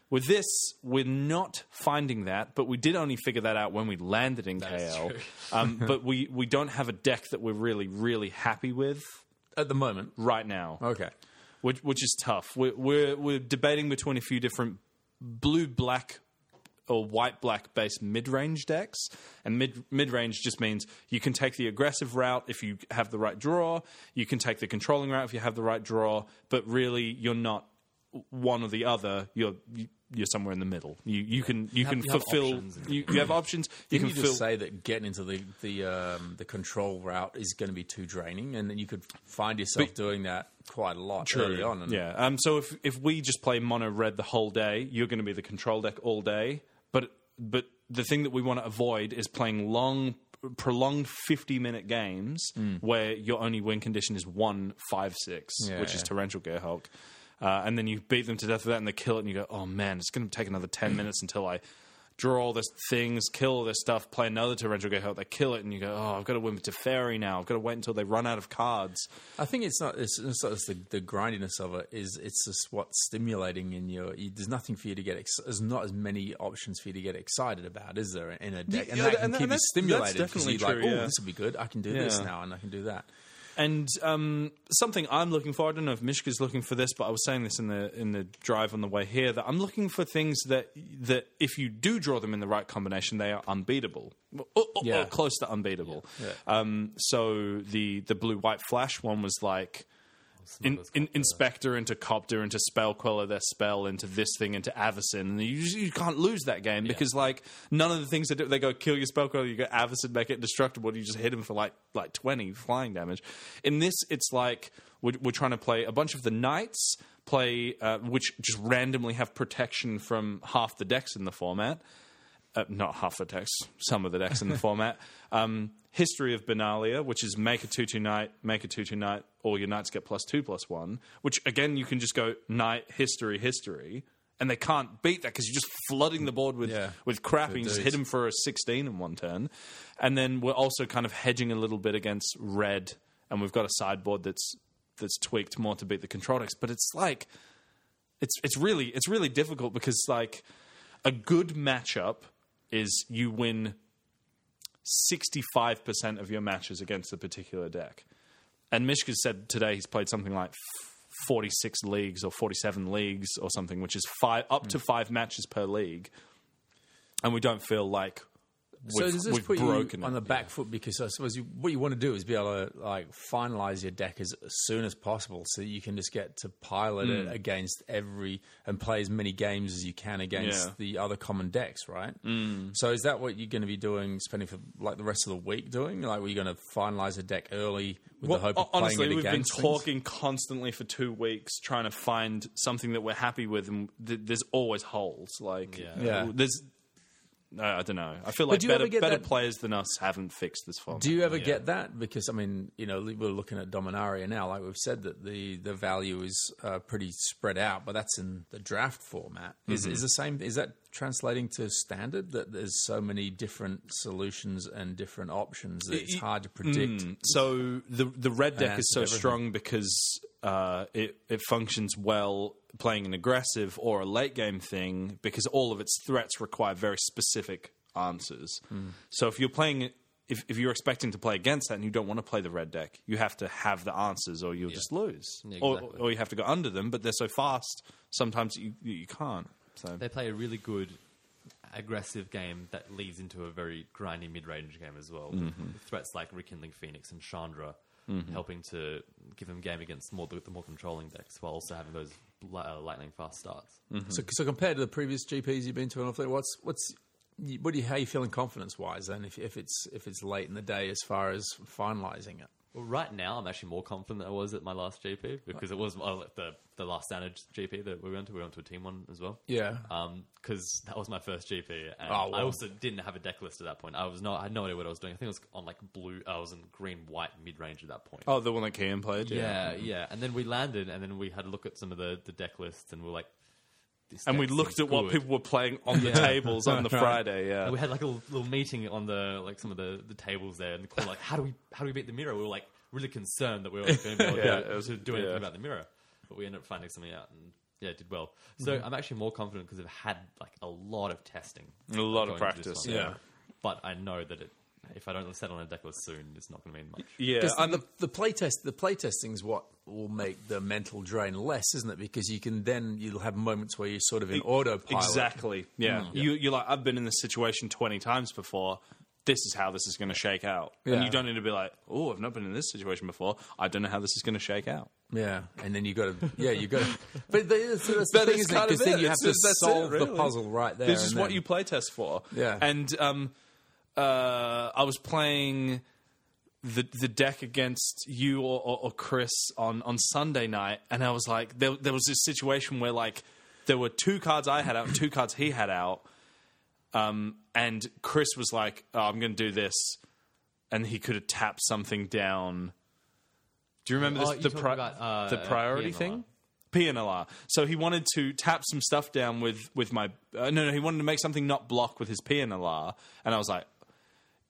[SPEAKER 1] With this, we're not finding that, but we did only figure that out when we landed in
[SPEAKER 4] is
[SPEAKER 1] KL.
[SPEAKER 4] true. [LAUGHS]
[SPEAKER 1] um, but we, we don't have a deck that we're really, really happy with
[SPEAKER 2] at the moment,
[SPEAKER 1] right now,
[SPEAKER 2] okay,
[SPEAKER 1] which, which is tough. We're, we're, we're debating between a few different blue black or white black based mid range decks. And mid mid range just means you can take the aggressive route if you have the right draw, you can take the controlling route if you have the right draw, but really you're not one or the other. You're, you, you're somewhere in the middle. You you can you,
[SPEAKER 4] have-
[SPEAKER 1] can
[SPEAKER 4] you have
[SPEAKER 1] fulfill
[SPEAKER 4] options and-
[SPEAKER 1] you, you have options. You
[SPEAKER 2] Didn't
[SPEAKER 1] can
[SPEAKER 2] you
[SPEAKER 1] fill
[SPEAKER 2] just say that getting into the the um, the control route is going to be too draining, and then you could find yourself doing that quite a lot early on. And
[SPEAKER 1] Yeah. Um. So if if we just play mono red the whole day, you're going to be the control deck all day. But but the thing that we want to avoid is playing long, prolonged fifty minute games
[SPEAKER 2] Hmm.
[SPEAKER 1] where your only win condition is one five six,
[SPEAKER 2] Yeah,
[SPEAKER 1] which is
[SPEAKER 2] yeah.
[SPEAKER 1] torrential gear hulk. Uh, and then you beat them to death with that, and they kill it, and you go, "Oh man, it's going to take
[SPEAKER 2] [CLEARS THROAT]
[SPEAKER 1] another ten minutes until I draw all this things, kill all this stuff, play another torrential gear hulk." They kill it, and you go, "Oh, I've got to win with Teferi now. I've got to wait until they run out of cards."
[SPEAKER 2] I think it's not it's, it's not just the, the grindiness of it is it's just what's stimulating in your. You, there's nothing for you to get. Ex- there's not as many options for you to get excited about, is there? In a deck, and
[SPEAKER 1] yeah,
[SPEAKER 2] that
[SPEAKER 1] and
[SPEAKER 2] can keep
[SPEAKER 1] that- and
[SPEAKER 2] you
[SPEAKER 1] that's-
[SPEAKER 2] stimulated
[SPEAKER 1] that's
[SPEAKER 2] 'cause
[SPEAKER 1] definitely
[SPEAKER 2] you're like,
[SPEAKER 1] true,
[SPEAKER 2] oh,
[SPEAKER 1] yeah.
[SPEAKER 2] this will be good. I can do this
[SPEAKER 1] Yeah.
[SPEAKER 2] now, and I can do that.
[SPEAKER 1] And um, something I'm looking for, I don't know if Mishka's looking for this, but I was saying this in the in the drive on the way here that I'm looking for things that that if you do draw them in the right combination, they are unbeatable, or, or- or
[SPEAKER 2] Yeah.
[SPEAKER 1] close to unbeatable. Um, so the the blue white flash one was like. In, in, inspector into copter into spell queller their spell into this thing into avison and you just, you can't lose that game because like none of the things they do they go kill your spell queller you go avison make it indestructible you just hit him for like like 20 flying damage in this it's like we're, we're trying to play a bunch of the knights play uh, which just randomly have protection from half the decks in the format uh, not half the text, some of the decks in the format. Um, History of Benalia, which is make a 2 2 knight, make a 2 2 knight, all your knights get plus 2 plus 1, which again, you can just go knight, history, history, and they can't beat that because you're just flooding the board with,
[SPEAKER 2] Yeah.
[SPEAKER 1] with crap and you
[SPEAKER 2] Good
[SPEAKER 1] just
[SPEAKER 2] dudes.
[SPEAKER 1] hit them for a 16 in one turn. And then we're also kind of hedging a little bit against red, and we've got a sideboard that's that's tweaked more to beat the control decks, but it's like it's it's really it's really difficult because like a good matchup is you win 65% of your matches against a particular deck. And Mishka said today he's played something like f- 46 leagues or 47 leagues or something, which is five up
[SPEAKER 2] Hmm.
[SPEAKER 1] to five matches per league. And we don't feel like
[SPEAKER 2] So
[SPEAKER 1] we've,
[SPEAKER 2] does this
[SPEAKER 1] we've
[SPEAKER 2] put
[SPEAKER 1] broken
[SPEAKER 2] you on
[SPEAKER 1] it.
[SPEAKER 2] the back foot because I suppose you, what you want to do is be able to like finalize your deck as, as soon as possible, so you can just get to pilot
[SPEAKER 1] Hmm.
[SPEAKER 2] it against every and play as many games as you can against
[SPEAKER 1] Yeah. Hmm.
[SPEAKER 2] the other common decks, right? Mm. So is that what you're going to be doing? Spending for like the rest of the week doing? Like, were you going to finalize a deck early with the hope of playing
[SPEAKER 1] honestly,
[SPEAKER 2] it
[SPEAKER 1] we've been
[SPEAKER 2] against things?
[SPEAKER 1] talking constantly for two weeks, trying to find something that we're happy with, and th- there's always holes. Like, uh,
[SPEAKER 2] Yeah.
[SPEAKER 1] there's. I I don't know. I feel like
[SPEAKER 2] do you ever
[SPEAKER 1] better,
[SPEAKER 2] get
[SPEAKER 1] better
[SPEAKER 2] that-
[SPEAKER 1] players than us haven't fixed this format.
[SPEAKER 2] Do you ever get that? Because I mean, you know, we're looking at Dominaria now. Like we've said, that the the value is uh, pretty spread out, but that's in the draft format. Is is the same? Is that translating to standard? That there's so many different solutions and different options that it's hard to predict.
[SPEAKER 1] So the the red deck
[SPEAKER 2] that's
[SPEAKER 1] is so
[SPEAKER 2] everything.
[SPEAKER 1] strong because uh, it it functions well playing an aggressive or a late game thing because all of its threats require very specific answers.
[SPEAKER 4] Hmm.
[SPEAKER 1] So if you're playing if, if you're expecting to play against that and you don't want to play the red deck, you have to have the answers or you'll just lose, or,
[SPEAKER 4] exactly.
[SPEAKER 1] or you have to go under them. But they're so fast, sometimes you you can't. So
[SPEAKER 4] They play a really good aggressive game that leads into a very grindy mid-range game as well.
[SPEAKER 2] Mm-hmm.
[SPEAKER 4] With Threats like Rekindling Phoenix and Chandra helping to give them game against more the, the more controlling decks while also having those li- uh, lightning fast starts.
[SPEAKER 2] So, so compared to the previous GPs you've been to, and all that, what's what's you- what do you, how are you feeling confidence wise? Then if, if it's if it's late in the day as far as finalizing it.
[SPEAKER 4] Well, right now I'm actually more confident than I was at my last GP because it was well, the the last standard GP that we went to. We went to a team one as well.
[SPEAKER 2] Yeah.
[SPEAKER 4] because that was my first GP, and
[SPEAKER 2] Oh,
[SPEAKER 4] I
[SPEAKER 2] wow.
[SPEAKER 4] also didn't have a deck list at that point. I was not, I had no idea what I was doing. I think I was on like blue, I was in green, white, mid range at that point.
[SPEAKER 1] oh, the one that Kian played,
[SPEAKER 4] yeah, Uh, yeah. And then we landed, and then we had a look at some of the the deck lists, and we are like, this
[SPEAKER 1] And we
[SPEAKER 4] deck
[SPEAKER 1] looked
[SPEAKER 4] seems
[SPEAKER 1] at what
[SPEAKER 4] good.
[SPEAKER 1] people were playing on the tables on
[SPEAKER 4] [LAUGHS]
[SPEAKER 1] the Friday. Yeah,
[SPEAKER 4] And we had like a little, little meeting on the like some of the, the tables there, and the corner, like how do we how do we beat the mirror? We were like really concerned that we were going to be
[SPEAKER 1] [LAUGHS]
[SPEAKER 4] able
[SPEAKER 1] Yeah,
[SPEAKER 4] to,
[SPEAKER 1] it was-
[SPEAKER 4] to do anything
[SPEAKER 1] yeah.
[SPEAKER 4] about the mirror, but we ended up finding something out and yeah, it did well. So
[SPEAKER 1] Mm-hmm.
[SPEAKER 4] I'm actually more confident because I've had like a lot of testing,
[SPEAKER 1] A lot of
[SPEAKER 4] going into this
[SPEAKER 1] practice,
[SPEAKER 4] one.
[SPEAKER 2] yeah.
[SPEAKER 4] But I know that it, if I don't settle on a deck list soon, it's not going to mean much.
[SPEAKER 1] yeah.
[SPEAKER 2] Because the, the playtest, the playtesting is what will make the mental drain less, isn't it? Because you can then you'll have moments where you're
[SPEAKER 1] E,
[SPEAKER 2] sort of Mm. in autopilot.
[SPEAKER 1] Exactly. Yeah. You, you're like, I've been in this situation 20 times before. this is how this is going to shake out.
[SPEAKER 2] Yeah.
[SPEAKER 1] And you don't need to be like, oh, I've not been in this situation before. I don't know how this is going to shake out.
[SPEAKER 2] Yeah, and then you got to, yeah, you got to. But the, that's, that's the
[SPEAKER 1] That
[SPEAKER 2] thing,
[SPEAKER 1] is
[SPEAKER 2] isn't it?
[SPEAKER 1] kind of
[SPEAKER 2] Because then
[SPEAKER 1] it.
[SPEAKER 2] you have
[SPEAKER 1] It's
[SPEAKER 2] to
[SPEAKER 1] just- that's it,
[SPEAKER 2] solve the
[SPEAKER 1] really.
[SPEAKER 2] puzzle right there.
[SPEAKER 1] This is
[SPEAKER 2] and
[SPEAKER 1] what
[SPEAKER 2] then.
[SPEAKER 1] you play test for.
[SPEAKER 2] Yeah.
[SPEAKER 1] And um, uh, I was playing the the deck against you or, or, or Chris on on Sunday night, and I was like, there, there was this situation where like there were two cards I had out and two cards he had out, um, and Chris was like, oh, "I'm going to do this," and he could have tapped something down. Do you remember
[SPEAKER 4] Oh,
[SPEAKER 1] this,
[SPEAKER 4] you
[SPEAKER 1] the
[SPEAKER 4] talked
[SPEAKER 1] pri-
[SPEAKER 4] about, uh,
[SPEAKER 1] the
[SPEAKER 4] uh,
[SPEAKER 1] priority
[SPEAKER 4] PNLR.
[SPEAKER 1] thing? PNLR. So he wanted to tap some stuff down with with my uh, no no he wanted to make something not block with his PNLR and I was like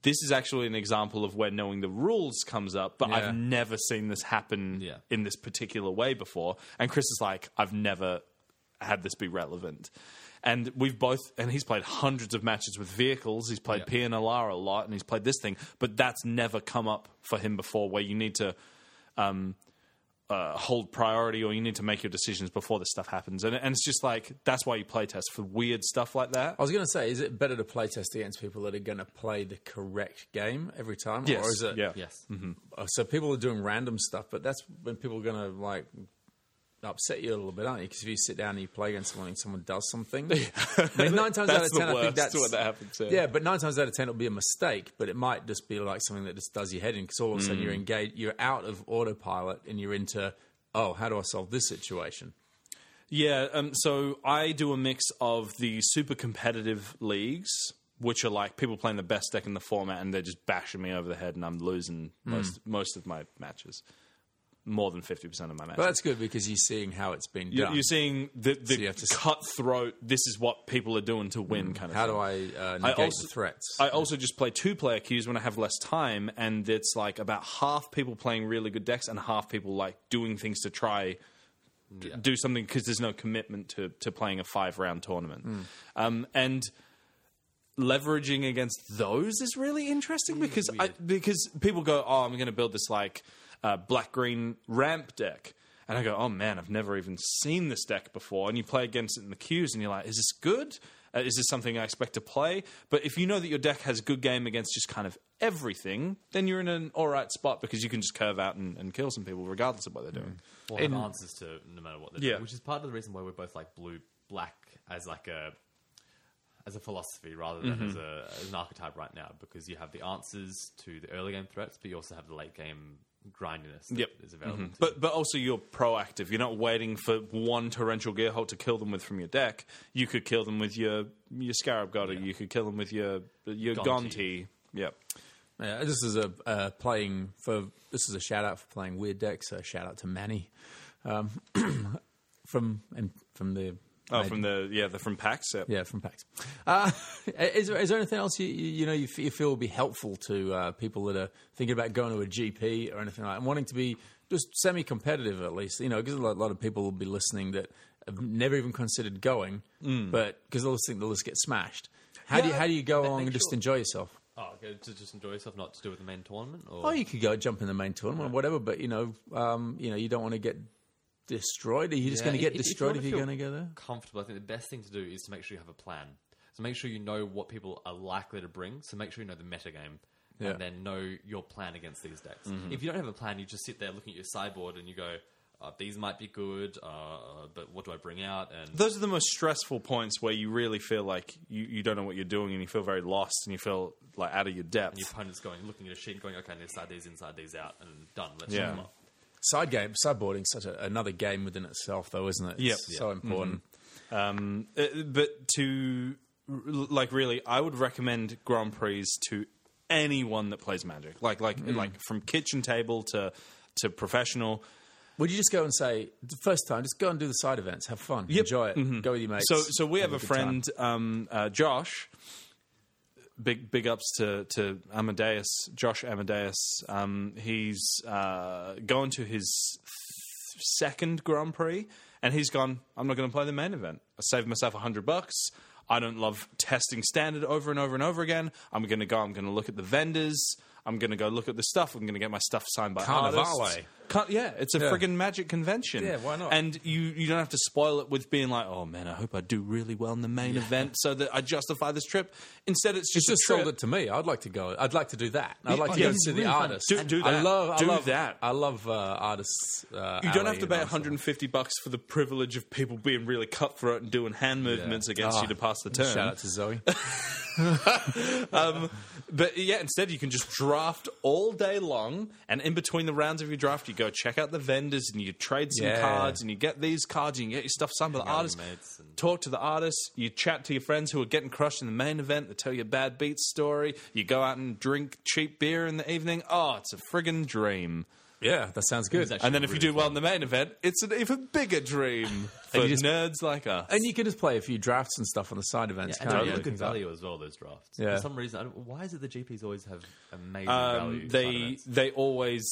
[SPEAKER 1] this is actually an example of where knowing the rules comes up but
[SPEAKER 2] Yeah.
[SPEAKER 1] I've never seen this happen
[SPEAKER 4] Yeah.
[SPEAKER 1] in this particular way before and Chris is like I've never had this be relevant and we've both and he's played hundreds of matches with vehicles he's played PNLR a lot and he's played this thing but that's never come up for him before where you need to um, uh, hold priority or you need to make your decisions before this stuff happens. And, and it's just like, that's why you play test for weird stuff like that.
[SPEAKER 2] I was going to say, is it better to play test against people that are going to play the correct game every time?
[SPEAKER 1] Yes.
[SPEAKER 2] Or is it.
[SPEAKER 1] Yeah.
[SPEAKER 4] Yes.
[SPEAKER 2] oh, So people are doing random stuff, but that's when people are going to, like, upset you a little bit, aren't you? Because if you sit down and you play against someone and someone does
[SPEAKER 1] [LAUGHS]
[SPEAKER 2] something. I mean, nine times out of
[SPEAKER 1] That's
[SPEAKER 2] ten,
[SPEAKER 1] the
[SPEAKER 2] I think
[SPEAKER 1] worst
[SPEAKER 2] that's.
[SPEAKER 1] when that happens. Yeah.
[SPEAKER 2] Yeah, but nine times out of ten it'll be a mistake, but it might just be like something that just does your head in because all of a sudden
[SPEAKER 1] Mm.
[SPEAKER 2] you're engaged, you're out of autopilot, and you're into oh, how do I solve this situation?
[SPEAKER 1] Yeah, um, so I do a mix of the super competitive leagues, which are like people playing the best deck in the format, and they're just bashing me over the head, and I'm losing
[SPEAKER 2] Hmm.
[SPEAKER 1] most most of my matches, more than fifty percent of my matches.
[SPEAKER 2] But that's good because you're seeing how it's been
[SPEAKER 1] You-
[SPEAKER 2] done.
[SPEAKER 1] You're seeing the, the
[SPEAKER 2] you have to s- Hmm.
[SPEAKER 1] cutthroat. This is what people are doing to win, kind of.
[SPEAKER 2] how
[SPEAKER 1] thing.
[SPEAKER 2] do I uh, negate
[SPEAKER 1] also-
[SPEAKER 2] the threats?
[SPEAKER 1] I also just play two player queues when I have less time, and it's like about half people playing really good decks and half people like doing things to try d- do something because there's no commitment to to playing a five round tournament. Um, and leveraging against those is really interesting because I, because people go, oh, I'm going to build this like uh, black green ramp deck, and I go, oh man, I've never even seen this deck before. And you play against it in the queues, and you're like, is this good? Uh, is this something I expect to play? But if you know that your deck has good game against just kind of everything, then you're in an all right spot because you can just curve out and, and kill some people regardless of what they're doing.
[SPEAKER 4] Or have answers to no matter what they're
[SPEAKER 1] Yeah.
[SPEAKER 4] doing, which is part of the reason why we're both like blue black as like a as a philosophy rather than
[SPEAKER 1] Mm-hmm.
[SPEAKER 4] as, a, as an archetype right now because you have the answers to the early game threats, but you also have the late game grindiness that is
[SPEAKER 1] Yep. Mm-hmm.
[SPEAKER 4] available. To
[SPEAKER 1] But but also you're proactive. You're not waiting for one torrential gearhold to kill them with from your deck. You could kill them with your your scarab god, or you could kill them with your your
[SPEAKER 4] Gonti.
[SPEAKER 1] gonti. Yep.
[SPEAKER 2] Yeah, this is a uh, playing for. This is a shout out for playing weird decks. So shout out to Manny um, [CLEARS THROAT] from and from the
[SPEAKER 1] Oh, from the yeah, the from packs. Yep.
[SPEAKER 2] Yeah, from PAX. Uh, [LAUGHS] is, there, is there anything else you, you, you know you, f- you feel will be helpful to uh, people that are thinking about going to a GP or anything like that and wanting to be just semi competitive at least? You know, because a lot, lot of people will be listening that have never even considered going, but because they'll just think they'll just get smashed. How, do, you, how do you go along and just enjoy yourself?
[SPEAKER 4] oh, okay, to just enjoy yourself, not to do with the main tournament. Or
[SPEAKER 2] Oh, you could go jump in the main tournament or whatever, but you know, um, you know, you don't want to get destroyed. Are you just
[SPEAKER 4] Yeah,
[SPEAKER 2] going to
[SPEAKER 4] if-
[SPEAKER 2] get
[SPEAKER 4] if- if you
[SPEAKER 2] destroyed
[SPEAKER 4] wanna
[SPEAKER 2] if, you're
[SPEAKER 4] feel
[SPEAKER 2] going to go there?
[SPEAKER 4] comfortable. I think the best thing to do is to make sure you have a plan. So make sure you know what people are likely to bring. So make sure you know the meta game.
[SPEAKER 2] Yeah.
[SPEAKER 4] And then know your plan against these decks.
[SPEAKER 1] Mm-hmm.
[SPEAKER 4] If you don't have a plan, you just sit there looking at your sideboard and you go, uh, "These might be good, uh, uh, but what do I bring out?" And
[SPEAKER 1] Those are the most stressful points where you really feel like you, you don't know what you're doing and you feel very lost and you feel like out of your depth.
[SPEAKER 4] your opponent's going, looking at a sheet, and going, "Okay, I need to side these inside these out," and done. Let's
[SPEAKER 1] Yeah.
[SPEAKER 4] yeah. them up.
[SPEAKER 2] Side game, sideboarding, such a, another game within itself, though, isn't it? It's
[SPEAKER 1] Yep.
[SPEAKER 2] so important.
[SPEAKER 1] Um, uh, but to r- like really, I would recommend Grand Prix to anyone that plays Magic. Like like like from kitchen table to to professional.
[SPEAKER 2] Would you just go and say the first time? Just go and do the side events, have fun, enjoy it, go with your mates.
[SPEAKER 1] Mm-hmm. So so we have a
[SPEAKER 2] good time.
[SPEAKER 1] friend, um, uh, Josh. Big big ups to to Amadeus, Josh Amadeus. Um, he's uh, going to his th- second Grand Prix, and he's gone. I'm not going to play the main event. I saved myself hundred bucks. I don't love testing standard over and over and over again. I'm going to go. I'm going to look at the vendors. I'm going to go look at the stuff. I'm going to get my stuff signed by
[SPEAKER 2] Carnivale.
[SPEAKER 1] artists. Car- yeah, it's a
[SPEAKER 2] Yeah.
[SPEAKER 1] friggin' magic convention.
[SPEAKER 2] Yeah, why not?
[SPEAKER 1] And you, you don't have to spoil it with being like, oh man, I hope I do really well in the main event so that I justify this trip. Instead, it's just,
[SPEAKER 2] It's just
[SPEAKER 1] a trip.
[SPEAKER 2] sold it to me. I'd like to go. I'd like to do that. I'd like to
[SPEAKER 1] yeah,
[SPEAKER 2] go
[SPEAKER 1] it's
[SPEAKER 2] see
[SPEAKER 1] really
[SPEAKER 2] the
[SPEAKER 1] fun.
[SPEAKER 2] artist.
[SPEAKER 1] Do- do
[SPEAKER 2] I
[SPEAKER 1] that.
[SPEAKER 2] love. I
[SPEAKER 1] Do
[SPEAKER 2] love
[SPEAKER 1] that.
[SPEAKER 2] I love uh, artists. Uh,
[SPEAKER 1] You don't have
[SPEAKER 2] alley
[SPEAKER 1] to pay
[SPEAKER 2] and all that
[SPEAKER 1] 150 bucks for the privilege of people being really cutthroat and doing hand movements against
[SPEAKER 2] Oh,
[SPEAKER 1] you to pass the
[SPEAKER 2] stuff.
[SPEAKER 1] turn.
[SPEAKER 2] Shout out to
[SPEAKER 1] [LAUGHS]
[SPEAKER 2] Zoe.
[SPEAKER 1] um, but yeah, instead you can just draft all day long, and in between the rounds of your draft, you go check out the vendors and you trade some
[SPEAKER 2] Yeah.
[SPEAKER 1] cards and you get these cards and you get your stuff signed by the artists. Talk to the artists. You chat to your friends who are getting crushed in the main event. They tell you a bad beat story. You go out and drink cheap beer in the evening. Oh, it's a friggin' dream.
[SPEAKER 2] yeah, that sounds good.
[SPEAKER 4] actually-
[SPEAKER 1] And then if you do well in the main event, it's an even bigger
[SPEAKER 2] [LAUGHS]
[SPEAKER 1] dream for
[SPEAKER 2] you just-
[SPEAKER 1] nerds like us.
[SPEAKER 2] And you can just play a few drafts and stuff on the side events.
[SPEAKER 4] and
[SPEAKER 2] can't
[SPEAKER 4] they're
[SPEAKER 2] you?
[SPEAKER 4] really good value as well. Those drafts.
[SPEAKER 2] Yeah.
[SPEAKER 4] For some reason, I don't, why is it the GPs always have amazing value?
[SPEAKER 1] um,
[SPEAKER 4] side
[SPEAKER 1] they
[SPEAKER 4] events?
[SPEAKER 1] they always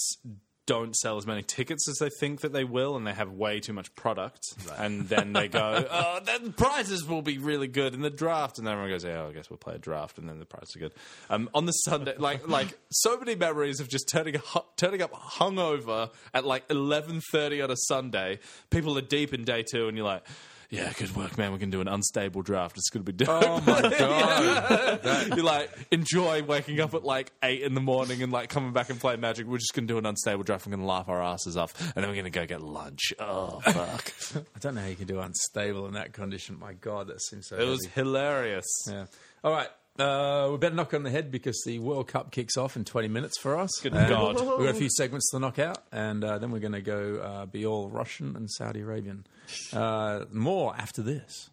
[SPEAKER 1] don't sell as many tickets as they think that they will, and they have way too much product. And then they go,
[SPEAKER 2] [LAUGHS]
[SPEAKER 1] "Oh, then the prizes will be really good in the draft." And then everyone goes, "Yeah, I guess we'll play a draft," and then the prizes are good. Um, on the Sunday,
[SPEAKER 2] [LAUGHS]
[SPEAKER 1] like like so many memories of just turning hu- turning up hungover at like eleven thirty on a Sunday. People are deep in day two, and you're like. Yeah, good work, man. We're gonna do an unstable draft. It's gonna be dope.
[SPEAKER 2] Oh my [LAUGHS]
[SPEAKER 4] [LAUGHS]
[SPEAKER 2] god!
[SPEAKER 1] you like enjoy waking up at like eight in the morning and like coming back and playing Magic. We're just gonna do an unstable draft. We're gonna laugh our asses off, and then we're gonna go get lunch. [LAUGHS] Oh fuck!
[SPEAKER 2] I don't know how you can do unstable in that condition. My god, that seems so.
[SPEAKER 1] it was
[SPEAKER 2] heavy.
[SPEAKER 1] hilarious.
[SPEAKER 2] Yeah. All right. Uh, we better knock on the head because the World Cup kicks off in 20 minutes for us.
[SPEAKER 1] Good
[SPEAKER 2] And
[SPEAKER 1] God.
[SPEAKER 2] We've got a few segments to knock out, and uh, then we're going to go uh, be all Russian and Saudi Arabian.
[SPEAKER 1] [LAUGHS]
[SPEAKER 2] Uh, more after this.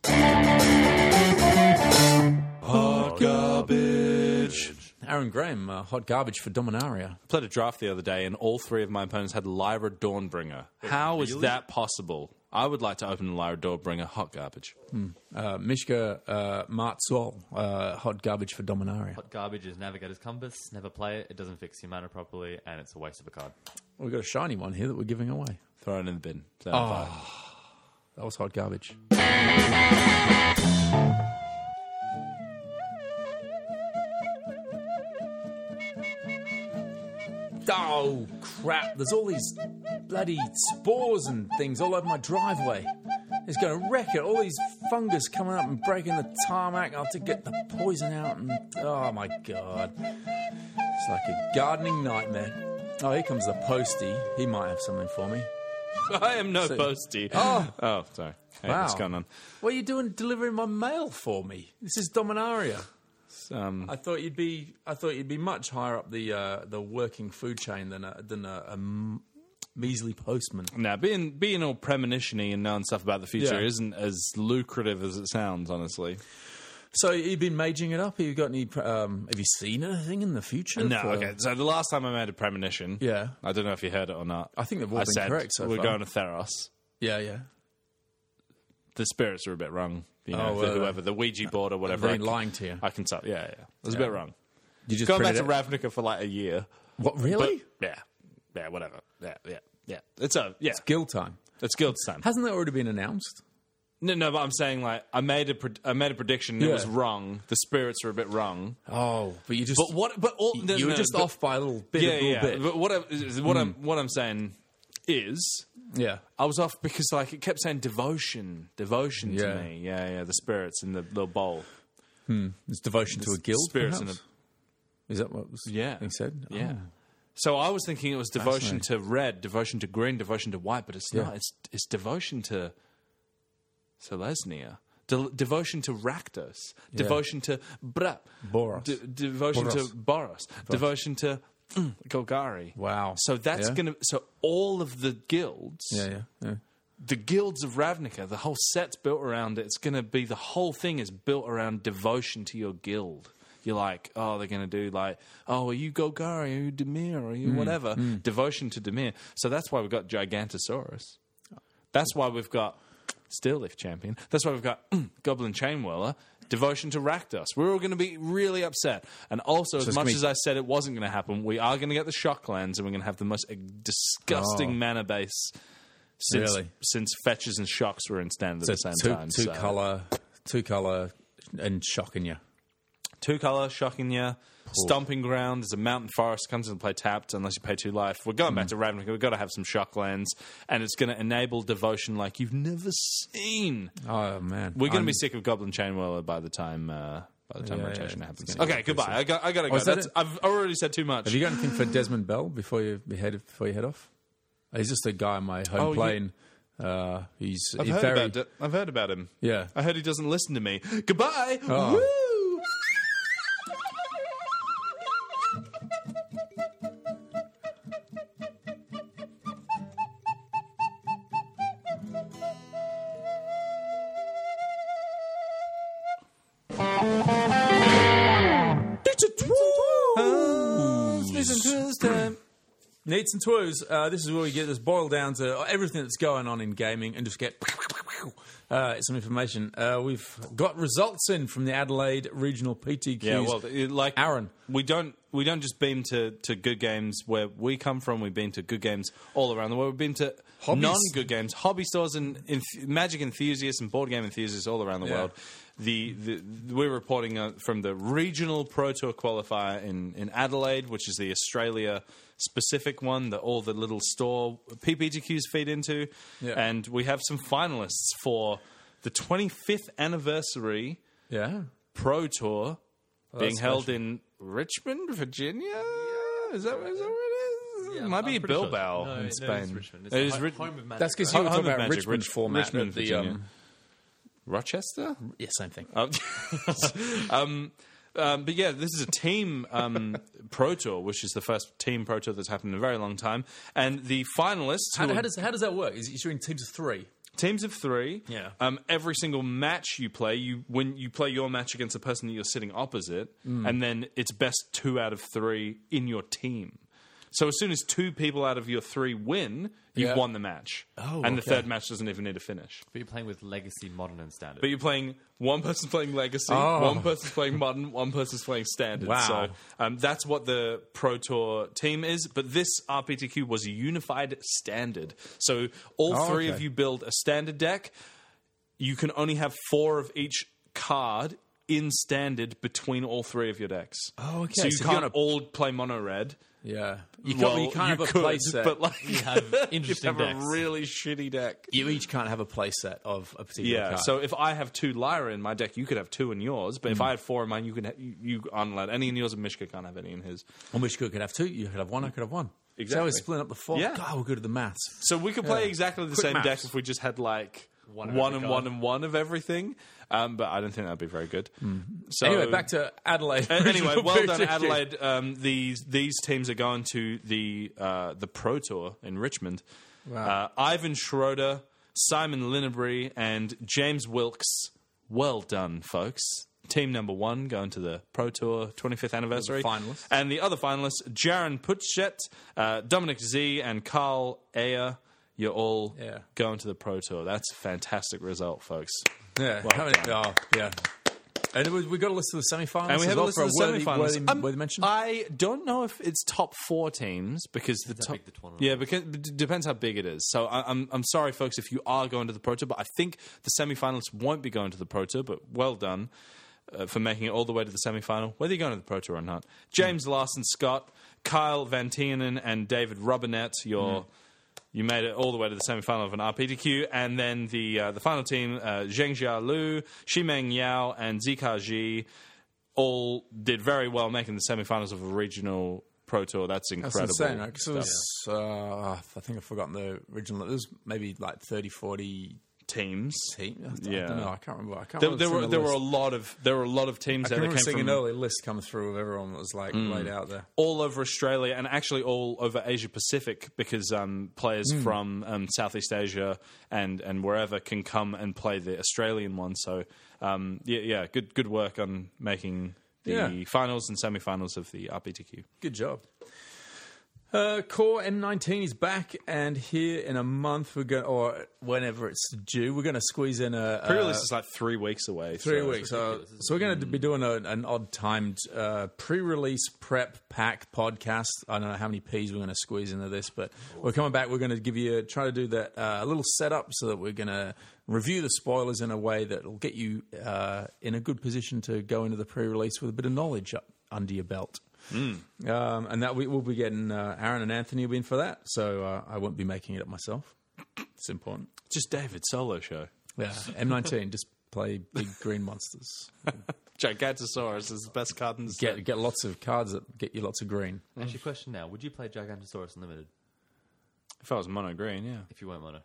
[SPEAKER 2] Hot garbage. Aaron Graham, uh, hot garbage for Dominaria.
[SPEAKER 1] I played a draft the other day, and all three of my opponents had Lyra Dawnbringer. How is that possible? I would like to open Lyra Dawnbringer hot garbage.
[SPEAKER 2] Uh, Mishka uh, Marzol, uh, hot garbage for Dominaria.
[SPEAKER 4] Hot garbage is Navigator's Compass. Never play it. It doesn't fix your mana properly, and it's a waste of a card.
[SPEAKER 2] We've got a shiny one here that we're giving away.
[SPEAKER 1] Thrown in the bin. Oh.
[SPEAKER 2] That was hot garbage. Oh, crap. There's all these bloody spores and things all over my driveway. It's going to wreck it. All these fungus coming up and breaking the tarmac. I have to get the poison out. And oh, my God. It's like a gardening nightmare. Oh, here comes the postie. He might have something for me.
[SPEAKER 1] [LAUGHS] I am no
[SPEAKER 2] See.
[SPEAKER 1] postie. Oh, sorry. Hey,
[SPEAKER 2] Wow.
[SPEAKER 1] what's going on?
[SPEAKER 2] What are you doing delivering my mail for me? This is Dominaria.
[SPEAKER 1] Um,
[SPEAKER 2] I thought you'd be I thought you'd be much higher up the uh, the working food chain than a than a, a m- measly postman.
[SPEAKER 1] Now, being being all premonitiony and knowing stuff about the future
[SPEAKER 2] Yeah.
[SPEAKER 1] isn't as lucrative as it sounds, honestly.
[SPEAKER 2] So you've been maging it up. Have you got any? pr- Um, have you seen anything in the future?
[SPEAKER 1] No,
[SPEAKER 2] for-
[SPEAKER 1] okay. So the last time I made a premonition,
[SPEAKER 2] Yeah.
[SPEAKER 1] I don't know if you heard it or not.
[SPEAKER 2] I think they've all
[SPEAKER 1] I
[SPEAKER 2] been
[SPEAKER 1] said
[SPEAKER 2] correct so
[SPEAKER 1] we're
[SPEAKER 2] far.
[SPEAKER 1] going to Theros.
[SPEAKER 2] Yeah, yeah.
[SPEAKER 1] The spirits are a bit wrong. You
[SPEAKER 2] Oh,
[SPEAKER 1] know, the-
[SPEAKER 2] were they?
[SPEAKER 1] whoever the Ouija board or whatever.
[SPEAKER 2] They've
[SPEAKER 1] I
[SPEAKER 2] been
[SPEAKER 1] can-
[SPEAKER 2] lying to you.
[SPEAKER 1] I can tell. Yeah, yeah. It was a bit wrong.
[SPEAKER 2] You just
[SPEAKER 1] Going back
[SPEAKER 2] printed
[SPEAKER 1] to
[SPEAKER 2] it-
[SPEAKER 1] Ravnica for like a year.
[SPEAKER 2] What
[SPEAKER 1] But
[SPEAKER 2] really?
[SPEAKER 1] yeah, yeah, whatever. Yeah, yeah, yeah. It's a yeah.
[SPEAKER 2] Guild time
[SPEAKER 1] It's guild time.
[SPEAKER 2] hasn't that already been announced?
[SPEAKER 1] No, no. But I'm saying like I made a pred- I made a prediction. and It
[SPEAKER 2] Yeah.
[SPEAKER 1] was wrong. The spirits were a bit wrong.
[SPEAKER 2] Oh, but you just
[SPEAKER 1] But what? But all no,
[SPEAKER 2] you were
[SPEAKER 1] no,
[SPEAKER 2] just
[SPEAKER 1] but-
[SPEAKER 2] off by a little bit, a
[SPEAKER 1] Yeah,
[SPEAKER 2] little
[SPEAKER 1] yeah.
[SPEAKER 2] bit. Hmm.
[SPEAKER 1] But what I, is- what I'm what I'm saying is
[SPEAKER 2] yeah.
[SPEAKER 1] I was off because like it kept saying devotion, devotion
[SPEAKER 2] Yeah.
[SPEAKER 1] to me. Yeah, yeah. The spirits in the little bowl.
[SPEAKER 2] It's devotion to a guild.
[SPEAKER 1] spirits in
[SPEAKER 2] perhaps? Is that what was
[SPEAKER 1] Yeah.
[SPEAKER 2] being said?
[SPEAKER 1] Yeah.
[SPEAKER 2] Oh.
[SPEAKER 1] So I was thinking it was devotion to red, devotion to green, devotion to white, but it's not. It's it's devotion to Selesnia. De- devotion to Rakdos. Devotion to Bra.
[SPEAKER 2] Boros.
[SPEAKER 1] De- devotion
[SPEAKER 2] Boros.
[SPEAKER 1] to Boros. Devotion to mm, Golgari.
[SPEAKER 2] Wow.
[SPEAKER 1] So that's
[SPEAKER 2] Yeah.
[SPEAKER 1] going to. So all of the guilds.
[SPEAKER 2] Oh, Yeah, yeah, yeah.
[SPEAKER 1] the guilds of Ravnica, the whole set's built around it. It's going to be the whole thing is built around devotion to your guild. You're like, oh, they're going to do like, oh, are you Golgari? Are you Demir? Are
[SPEAKER 2] Hmm,
[SPEAKER 1] you whatever? Devotion to Demir. So that's why we've got Gigantosaurus. That's why we've got Steel Leaf Champion. That's why we've got [CLEARS THROAT] Goblin Chainwheeler. Devotion to Rakdos. We're all going to be really upset. And also, as
[SPEAKER 2] it's
[SPEAKER 1] much
[SPEAKER 2] gonna be-
[SPEAKER 1] as I said it wasn't going to happen, we are going to get the Shocklands and we're going to have the most uh, disgusting
[SPEAKER 2] Oh.
[SPEAKER 1] mana base since
[SPEAKER 2] Really?
[SPEAKER 1] since fetches and shocks were in standard at the same
[SPEAKER 2] two,
[SPEAKER 1] time.
[SPEAKER 2] two
[SPEAKER 1] so.
[SPEAKER 2] color, two color, and shocking you.
[SPEAKER 1] two color, shocking you. Stomping Ground is a mountain forest, comes into play tapped unless you pay two life. We're going back
[SPEAKER 2] Hmm.
[SPEAKER 1] to Ravnica, we've got to have some shocklands, and it's going to enable devotion like you've never seen.
[SPEAKER 2] Oh man,
[SPEAKER 1] We're going to be sick of Goblin Chainwheeler by the time uh, by the time
[SPEAKER 2] Yeah,
[SPEAKER 1] rotation
[SPEAKER 2] it's
[SPEAKER 1] happens.
[SPEAKER 2] gonna
[SPEAKER 1] Okay,
[SPEAKER 2] get
[SPEAKER 1] goodbye. I got I got to go.
[SPEAKER 2] Oh, is that
[SPEAKER 1] That's,
[SPEAKER 2] it?
[SPEAKER 1] I've already said too much.
[SPEAKER 2] Have you got anything for Desmond Bell before you be head before you head off? He's just a guy on my
[SPEAKER 1] Oh,
[SPEAKER 2] home
[SPEAKER 1] you-
[SPEAKER 2] plane. Uh, he's
[SPEAKER 1] I've
[SPEAKER 2] he's
[SPEAKER 1] heard
[SPEAKER 2] very
[SPEAKER 1] about it. I've heard about him.
[SPEAKER 2] yeah.
[SPEAKER 1] I heard he doesn't listen to me. Goodbye.
[SPEAKER 2] Oh.
[SPEAKER 1] Woo!
[SPEAKER 2] uh, Needs and twos. Uh, this is where we get this boiled down to everything that's going on in gaming and just get [LAUGHS] uh, some information. Uh, we've got results in from the Adelaide Regional PTQs.
[SPEAKER 1] Yeah, well, it- like
[SPEAKER 2] Aaron.
[SPEAKER 1] we don't we don't just beam to, to good games where we come from. We beam to good games all around the world. We beam to
[SPEAKER 2] Hobbies.
[SPEAKER 1] non-good games, hobby stores, and enth- magic enthusiasts and board game enthusiasts all around the
[SPEAKER 2] Yeah.
[SPEAKER 1] world. The, the we're reporting uh, from the regional Pro Tour qualifier in, in Adelaide, which is the Australia specific one that all the little store PPGQs feed into,
[SPEAKER 2] Yeah.
[SPEAKER 1] and we have some finalists for the 25th anniversary.
[SPEAKER 2] yeah.
[SPEAKER 1] Pro Tour being
[SPEAKER 2] that's
[SPEAKER 1] held in Richmond, Virginia. Is that, is that where it is?
[SPEAKER 4] Yeah,
[SPEAKER 1] it might
[SPEAKER 4] I'm
[SPEAKER 1] be
[SPEAKER 4] pretty sure-
[SPEAKER 1] Bilbao
[SPEAKER 4] no, no,
[SPEAKER 1] in
[SPEAKER 4] it's
[SPEAKER 1] Spain.
[SPEAKER 4] Richmond. It's
[SPEAKER 1] It
[SPEAKER 4] the
[SPEAKER 1] is
[SPEAKER 4] ho-
[SPEAKER 1] Ri-
[SPEAKER 4] home of Magic,
[SPEAKER 2] That's because
[SPEAKER 4] right?
[SPEAKER 2] you were
[SPEAKER 1] Home
[SPEAKER 2] talking
[SPEAKER 1] of
[SPEAKER 2] about
[SPEAKER 1] Magic,
[SPEAKER 2] Richmond
[SPEAKER 1] Rich-
[SPEAKER 2] format
[SPEAKER 1] Richmond,
[SPEAKER 2] at the
[SPEAKER 1] Virginia.
[SPEAKER 2] um,
[SPEAKER 1] Rochester.
[SPEAKER 2] yeah, same thing.
[SPEAKER 1] Oh, um, um, but yeah, this is a team
[SPEAKER 4] [LAUGHS]
[SPEAKER 1] um, pro tour, which is the first team pro tour that's happened in a very long time. And the finalists,
[SPEAKER 2] How,
[SPEAKER 1] who
[SPEAKER 2] how
[SPEAKER 1] are
[SPEAKER 2] does how does that work? Is it you're in teams of three?
[SPEAKER 1] teams of three,
[SPEAKER 2] Yeah.
[SPEAKER 1] um, every single match you play, you when you play your match against the person that you're sitting opposite,
[SPEAKER 2] Mm.
[SPEAKER 1] and then it's best two out of three in your team. So as soon as two people out of your three win, you've
[SPEAKER 2] Yeah.
[SPEAKER 1] won the match,
[SPEAKER 2] Oh,
[SPEAKER 1] and the
[SPEAKER 2] okay.
[SPEAKER 1] third match doesn't even need to finish.
[SPEAKER 4] But you're playing with legacy, modern, and standard.
[SPEAKER 1] But you're playing one person's playing legacy,
[SPEAKER 2] Oh.
[SPEAKER 1] one person's playing modern, one person's playing standard.
[SPEAKER 2] Wow.
[SPEAKER 1] So um, that's what the Pro Tour team is. But this RPTQ was a unified standard. So all
[SPEAKER 2] Oh,
[SPEAKER 1] three of
[SPEAKER 2] okay.
[SPEAKER 1] you build a standard deck. You can only have four of each card in standard between all three of your decks.
[SPEAKER 2] Oh, okay.
[SPEAKER 1] So you
[SPEAKER 2] So you're
[SPEAKER 1] can't
[SPEAKER 2] gonna-
[SPEAKER 1] all play mono red.
[SPEAKER 2] Yeah, you can't,
[SPEAKER 1] Well,
[SPEAKER 2] you can't have a
[SPEAKER 1] could,
[SPEAKER 2] play set.
[SPEAKER 1] but like [LAUGHS] you
[SPEAKER 4] have interesting
[SPEAKER 1] have a
[SPEAKER 4] decks.
[SPEAKER 1] really shitty deck.
[SPEAKER 2] you each can't have a play set of a particular
[SPEAKER 1] Yeah.
[SPEAKER 2] card.
[SPEAKER 1] So if I have two Lyra in my deck, you could have two in yours. But if
[SPEAKER 2] Mm-hmm.
[SPEAKER 1] I had four in mine, you could ha- you, you aren't allowed any in yours, and Mishka can't have any in his.
[SPEAKER 2] and which could could have two. You could have one. I could have one. So
[SPEAKER 1] Exactly.
[SPEAKER 2] we're splitting up the four.
[SPEAKER 1] Yeah.
[SPEAKER 2] God, we're good at the maths.
[SPEAKER 1] So we could play
[SPEAKER 2] Yeah.
[SPEAKER 1] exactly the
[SPEAKER 2] Quick
[SPEAKER 1] same
[SPEAKER 2] maths.
[SPEAKER 1] deck if we just had like one,
[SPEAKER 4] One of every
[SPEAKER 1] and
[SPEAKER 4] card.
[SPEAKER 1] one and one of everything. Um, but I don't think that'd be very good. So
[SPEAKER 2] Mm-hmm. Anyway, back to Adelaide. [LAUGHS]
[SPEAKER 1] A- Anyway,
[SPEAKER 2] Original
[SPEAKER 1] well done,
[SPEAKER 2] PTQ.
[SPEAKER 1] Adelaide. Um, these these teams are going to the uh, the Pro Tour in Richmond.
[SPEAKER 2] Wow.
[SPEAKER 1] Uh, Ivan Schroeder, Simon Linnebury, and James Wilkes. Well done, folks. Team number one going to the Pro Tour 25th anniversary.
[SPEAKER 2] finalists.
[SPEAKER 1] And the other finalists, Jaron Putschet, uh, Dominic Z, and Carl Ayer. You're all
[SPEAKER 2] Yeah.
[SPEAKER 1] going to the Pro Tour. That's a fantastic result, folks.
[SPEAKER 2] Yeah.
[SPEAKER 1] Well
[SPEAKER 2] how many- oh, yeah. And it was, we got a list of the semifinals.
[SPEAKER 1] And
[SPEAKER 2] as
[SPEAKER 1] we have
[SPEAKER 2] well
[SPEAKER 1] a list
[SPEAKER 2] for
[SPEAKER 1] of the
[SPEAKER 2] worthy-
[SPEAKER 1] semifinals.
[SPEAKER 2] Worthy,
[SPEAKER 1] Um,
[SPEAKER 2] worthy mention.
[SPEAKER 1] I don't know if it's top four teams because the top.
[SPEAKER 4] big the tournament
[SPEAKER 1] yeah, because it d- depends how big it is. So I, I'm I'm sorry, folks, if you are going to the Pro Tour, but I think the semifinalists won't be going to the Pro Tour. But well done uh, for making it all the way to the semifinal, whether you're going to the Pro Tour or not. James Larson Scott, Kyle Van Tienen, and David Robinette. Your
[SPEAKER 2] Mm-hmm.
[SPEAKER 1] you made it all the way to the semifinal of an RPTQ, and then the uh, the final team: uh, Zheng Jia Lu, Shimeng Yao, and Zika Ji all did very well making the semifinals of a regional pro tour. That's
[SPEAKER 2] That's
[SPEAKER 1] incredible.
[SPEAKER 2] insane, right? 'Cause it was, uh, I think I've forgotten the original. It was maybe like 30, 40
[SPEAKER 1] Teams.
[SPEAKER 2] team. I, don't- I
[SPEAKER 1] Yeah.
[SPEAKER 2] don't know. I can't remember. I can't
[SPEAKER 1] There,
[SPEAKER 2] remember
[SPEAKER 1] there
[SPEAKER 2] seeing
[SPEAKER 1] were
[SPEAKER 2] the
[SPEAKER 1] there were a
[SPEAKER 2] list.
[SPEAKER 1] lot of there were a lot of teams
[SPEAKER 2] I
[SPEAKER 1] there that
[SPEAKER 2] remember
[SPEAKER 1] came
[SPEAKER 2] seeing
[SPEAKER 1] from Hmm.
[SPEAKER 2] an early list come through of everyone that was like laid out there.
[SPEAKER 1] all over Australia and actually all over Asia Pacific because um, players
[SPEAKER 2] Hmm.
[SPEAKER 1] from um, Southeast Asia and, and wherever can come and play the Australian one. So um, yeah, yeah, good good work on making the
[SPEAKER 2] Yeah.
[SPEAKER 1] finals and semifinals of the RPTQ.
[SPEAKER 2] Good job. Uh, Core M19 is back, and here in a month we're going, or whenever it's due, we're going to squeeze in a
[SPEAKER 1] Pre-release
[SPEAKER 2] uh,
[SPEAKER 1] is like three weeks away.
[SPEAKER 2] three
[SPEAKER 1] so-
[SPEAKER 2] weeks. So, so we're going to be doing a, an odd timed uh, pre-release prep pack podcast. I don't know how many P's we're going to squeeze into this, but we're coming back. We're going to give you try to do that uh, a little setup so that we're going to review the spoilers in a way that will get you uh, in a good position to go into the pre-release with a bit of knowledge up. under your belt. Um, and that we will be getting uh, Aaron and Anthony will be in for that, so uh, I won't be making it up myself. It's important.
[SPEAKER 1] Just David solo show.
[SPEAKER 2] Yeah, M19 just play big green monsters.
[SPEAKER 1] Gigantosaurus is the best card in the set.
[SPEAKER 2] Get get lots of cards that get you lots of green. [LAUGHS]
[SPEAKER 4] Actually, question now: Would you play Gigantosaurus Unlimited
[SPEAKER 1] If I was mono green, yeah.
[SPEAKER 4] if you weren't mono?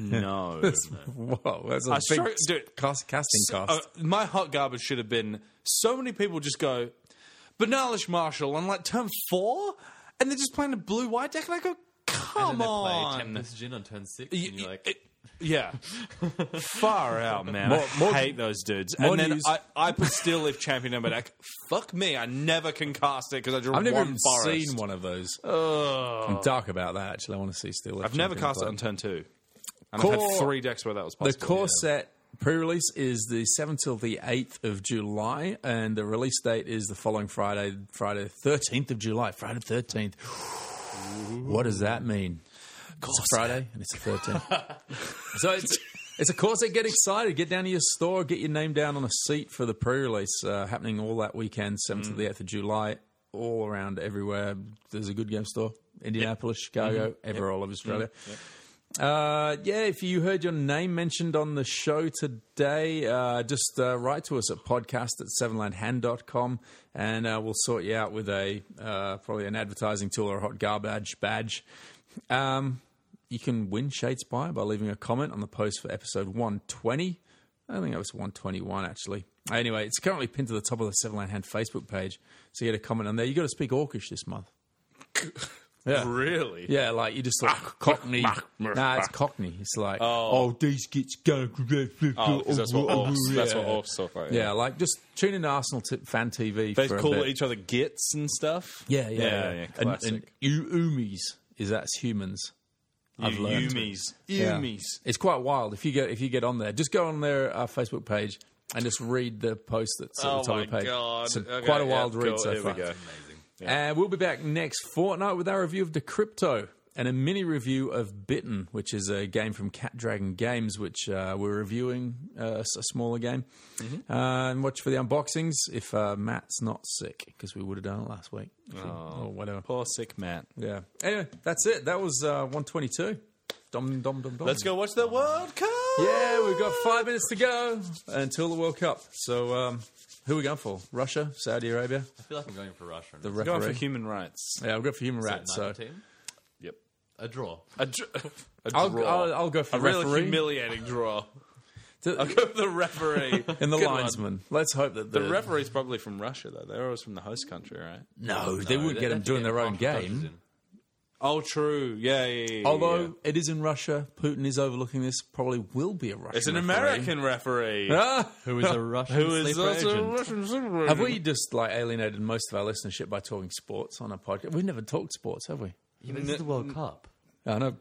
[SPEAKER 1] No. [LAUGHS]
[SPEAKER 2] Whoa, that's a
[SPEAKER 1] I
[SPEAKER 2] big
[SPEAKER 1] struck- dude.
[SPEAKER 2] cost, casting cost.
[SPEAKER 1] Uh, my hot garbage should have been so many people just go Banalish Marshall on like turn four, and they're just playing a blue white deck, and I go, come
[SPEAKER 4] and then
[SPEAKER 1] on.
[SPEAKER 4] They play Tempest Gin on turn six,
[SPEAKER 1] Y-
[SPEAKER 4] and you're
[SPEAKER 1] y-
[SPEAKER 4] like,
[SPEAKER 1] it- [LAUGHS] yeah, far out, man.
[SPEAKER 2] More- more-
[SPEAKER 1] I hate those dudes.
[SPEAKER 2] more
[SPEAKER 1] And then
[SPEAKER 2] news.
[SPEAKER 1] I, I put still if champion number deck. Fuck me, I never can cast it because I drew
[SPEAKER 2] I've never
[SPEAKER 1] one
[SPEAKER 2] even
[SPEAKER 1] forest.
[SPEAKER 2] seen one of those. I'm dark about that. Actually, I want to see still.
[SPEAKER 1] I've never cast it on turn two. And I've
[SPEAKER 2] Core-
[SPEAKER 1] had three decks where that was
[SPEAKER 2] The
[SPEAKER 1] possible.
[SPEAKER 2] core set pre-release is the seventh till the eighth of July, and the release date is the following Friday, Friday thirteenth of July, Friday thirteenth. What does that mean? It's a Friday and it's a thirteenth. [LAUGHS] so it's it's a core set. Get excited. Get down to your store. Get your name down on a seat for the pre-release uh, happening all that weekend, seventh to the eighth of July. All around everywhere. There's a good game store. Indianapolis, Chicago, ever all of Australia. Uh, yeah, if you heard your name mentioned on the show today, uh, just uh, write to us at podcast at sevenlandhand.com and uh, we'll sort you out with a uh, probably an advertising tool or a hot garbage badge. Um, you can win Shades by by leaving a comment on the post for episode 120. I think that was 121 actually. Anyway, it's currently pinned to the top of the Seven Land Hand Facebook page, so you get a comment on there. You got to speak Orcish this month.
[SPEAKER 1] Really?
[SPEAKER 2] Yeah, like you just like Cockney. nah, it's Cockney. It's like oh, these kids go.
[SPEAKER 1] Oh, 'cause that's what orcs, that's what
[SPEAKER 2] Yeah.
[SPEAKER 1] orcs talk like.
[SPEAKER 2] Yeah, like just tune in to Arsenal t- fan TV.
[SPEAKER 1] They
[SPEAKER 2] for a
[SPEAKER 1] call
[SPEAKER 2] bit.
[SPEAKER 1] each other gits and stuff.
[SPEAKER 2] Yeah, yeah,
[SPEAKER 1] yeah,
[SPEAKER 2] yeah.
[SPEAKER 1] yeah,
[SPEAKER 2] And-
[SPEAKER 1] classic.
[SPEAKER 2] And, u- umies is that's humans. I've
[SPEAKER 1] You
[SPEAKER 2] learned.
[SPEAKER 1] Umis.
[SPEAKER 2] Yeah.
[SPEAKER 1] Umis.
[SPEAKER 2] It's quite wild if you get if you get on there. Just go on their uh, Facebook page and just read the post that's at
[SPEAKER 1] Oh
[SPEAKER 2] the top
[SPEAKER 1] my
[SPEAKER 2] of the page.
[SPEAKER 1] God.
[SPEAKER 2] It's a-
[SPEAKER 1] Okay,
[SPEAKER 2] quite a
[SPEAKER 1] yeah,
[SPEAKER 2] wild read
[SPEAKER 1] cool.
[SPEAKER 2] so
[SPEAKER 1] Here we
[SPEAKER 2] far.
[SPEAKER 1] go.
[SPEAKER 2] And we'll be back next fortnight with our review of the crypto and a mini review of Bitten, which is a game from Cat Dragon Games, which uh, we're reviewing uh, s- a smaller game.
[SPEAKER 1] Mm-hmm.
[SPEAKER 2] Uh, and watch for the unboxings if uh, Matt's not sick because we would have done it last week
[SPEAKER 1] Oh.
[SPEAKER 2] or whatever.
[SPEAKER 1] Poor sick man.
[SPEAKER 2] Yeah. Anyway, that's it. That was uh, 122. Dom dom dom dom.
[SPEAKER 1] Let's go watch the World Cup.
[SPEAKER 2] Yeah, we've got five minutes to go until the World Cup. So, um, who are we going for? Russia, Saudi Arabia,
[SPEAKER 4] I feel like I'm going for Russia.
[SPEAKER 2] the
[SPEAKER 1] We're Going
[SPEAKER 2] referee.
[SPEAKER 1] for human rights.
[SPEAKER 2] yeah, we'll go for human rights.
[SPEAKER 4] Is
[SPEAKER 2] So,
[SPEAKER 4] that team?
[SPEAKER 1] Yep.
[SPEAKER 4] A draw.
[SPEAKER 1] A, dr- [LAUGHS] a
[SPEAKER 2] I'll,
[SPEAKER 1] draw.
[SPEAKER 2] I'll, I'll go for
[SPEAKER 1] a
[SPEAKER 2] referee.
[SPEAKER 1] really humiliating draw. [LAUGHS]
[SPEAKER 2] To-
[SPEAKER 1] I'll go for
[SPEAKER 2] [LAUGHS]
[SPEAKER 1] the referee
[SPEAKER 2] and the
[SPEAKER 1] Good one.
[SPEAKER 2] linesman. Let's hope that the,
[SPEAKER 1] The referee's probably from Russia, though. They're always from the host country, right?
[SPEAKER 2] No, they
[SPEAKER 4] No,
[SPEAKER 2] wouldn't get
[SPEAKER 4] they- they
[SPEAKER 2] them
[SPEAKER 4] have to
[SPEAKER 2] doing
[SPEAKER 4] get
[SPEAKER 2] their own
[SPEAKER 4] half the judges
[SPEAKER 2] game.
[SPEAKER 4] in.
[SPEAKER 1] Oh, true. Yeah, yeah, yeah, yeah,
[SPEAKER 2] Although
[SPEAKER 1] yeah.
[SPEAKER 2] it is in Russia, Putin is overlooking this. Probably will be a Russian.
[SPEAKER 1] it's an
[SPEAKER 2] referee.
[SPEAKER 1] American referee.
[SPEAKER 2] Ah,
[SPEAKER 4] Who is a Russian
[SPEAKER 1] Who is
[SPEAKER 4] sleeper
[SPEAKER 1] also a
[SPEAKER 4] agent?
[SPEAKER 1] Russian super
[SPEAKER 2] have
[SPEAKER 1] agent.
[SPEAKER 2] we just like alienated most of our listenership by talking sports on a podcast? We've never talked sports, have we?
[SPEAKER 4] Yeah, but this is the World Cup.
[SPEAKER 2] I know.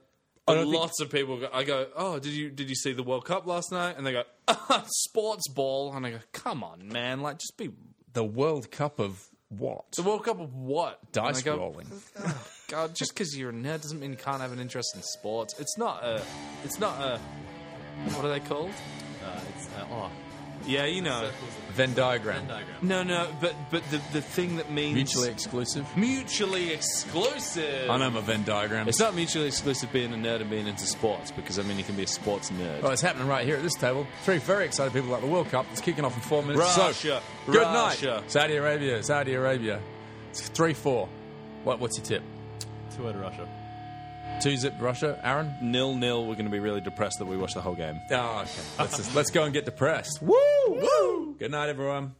[SPEAKER 2] I
[SPEAKER 1] And
[SPEAKER 2] don't think-
[SPEAKER 1] lots of people. Go, I go, oh, did you did you see the World Cup last night? And they go, [LAUGHS] sports ball. And I go, come on, man, like just
[SPEAKER 2] [LAUGHS]
[SPEAKER 1] be
[SPEAKER 2] the World Cup of what?
[SPEAKER 1] the World Cup of what?
[SPEAKER 2] Dice
[SPEAKER 1] And I go,
[SPEAKER 2] rolling.
[SPEAKER 1] God, just because you're a nerd doesn't mean you can't have an interest in sports. It's not a. It's not a. What are they called?
[SPEAKER 4] Uh, it's, uh, oh,
[SPEAKER 1] Yeah, you know.
[SPEAKER 2] Venn diagram.
[SPEAKER 4] Venn diagram.
[SPEAKER 1] No, no, but but the the thing that means
[SPEAKER 2] Mutually exclusive.
[SPEAKER 1] mutually exclusive.
[SPEAKER 2] I know my Venn diagram.
[SPEAKER 1] It's not mutually exclusive being a nerd and being into sports because I mean you can be a sports nerd.
[SPEAKER 2] Well, it's happening right here at this table. Three very excited people at the World Cup. It's kicking off in four minutes.
[SPEAKER 1] Russia,
[SPEAKER 2] so, good
[SPEAKER 1] Russia.
[SPEAKER 2] night, Saudi Arabia. Saudi Arabia. It's three four. What? What's your tip?
[SPEAKER 4] Two out of Russia.
[SPEAKER 2] Two zip Russia. Aaron.
[SPEAKER 1] Nil nil. We're going to be really depressed that we watched the whole game.
[SPEAKER 2] Oh, okay. Let's just, let's go and get depressed. Woo! Woo! Good night, everyone.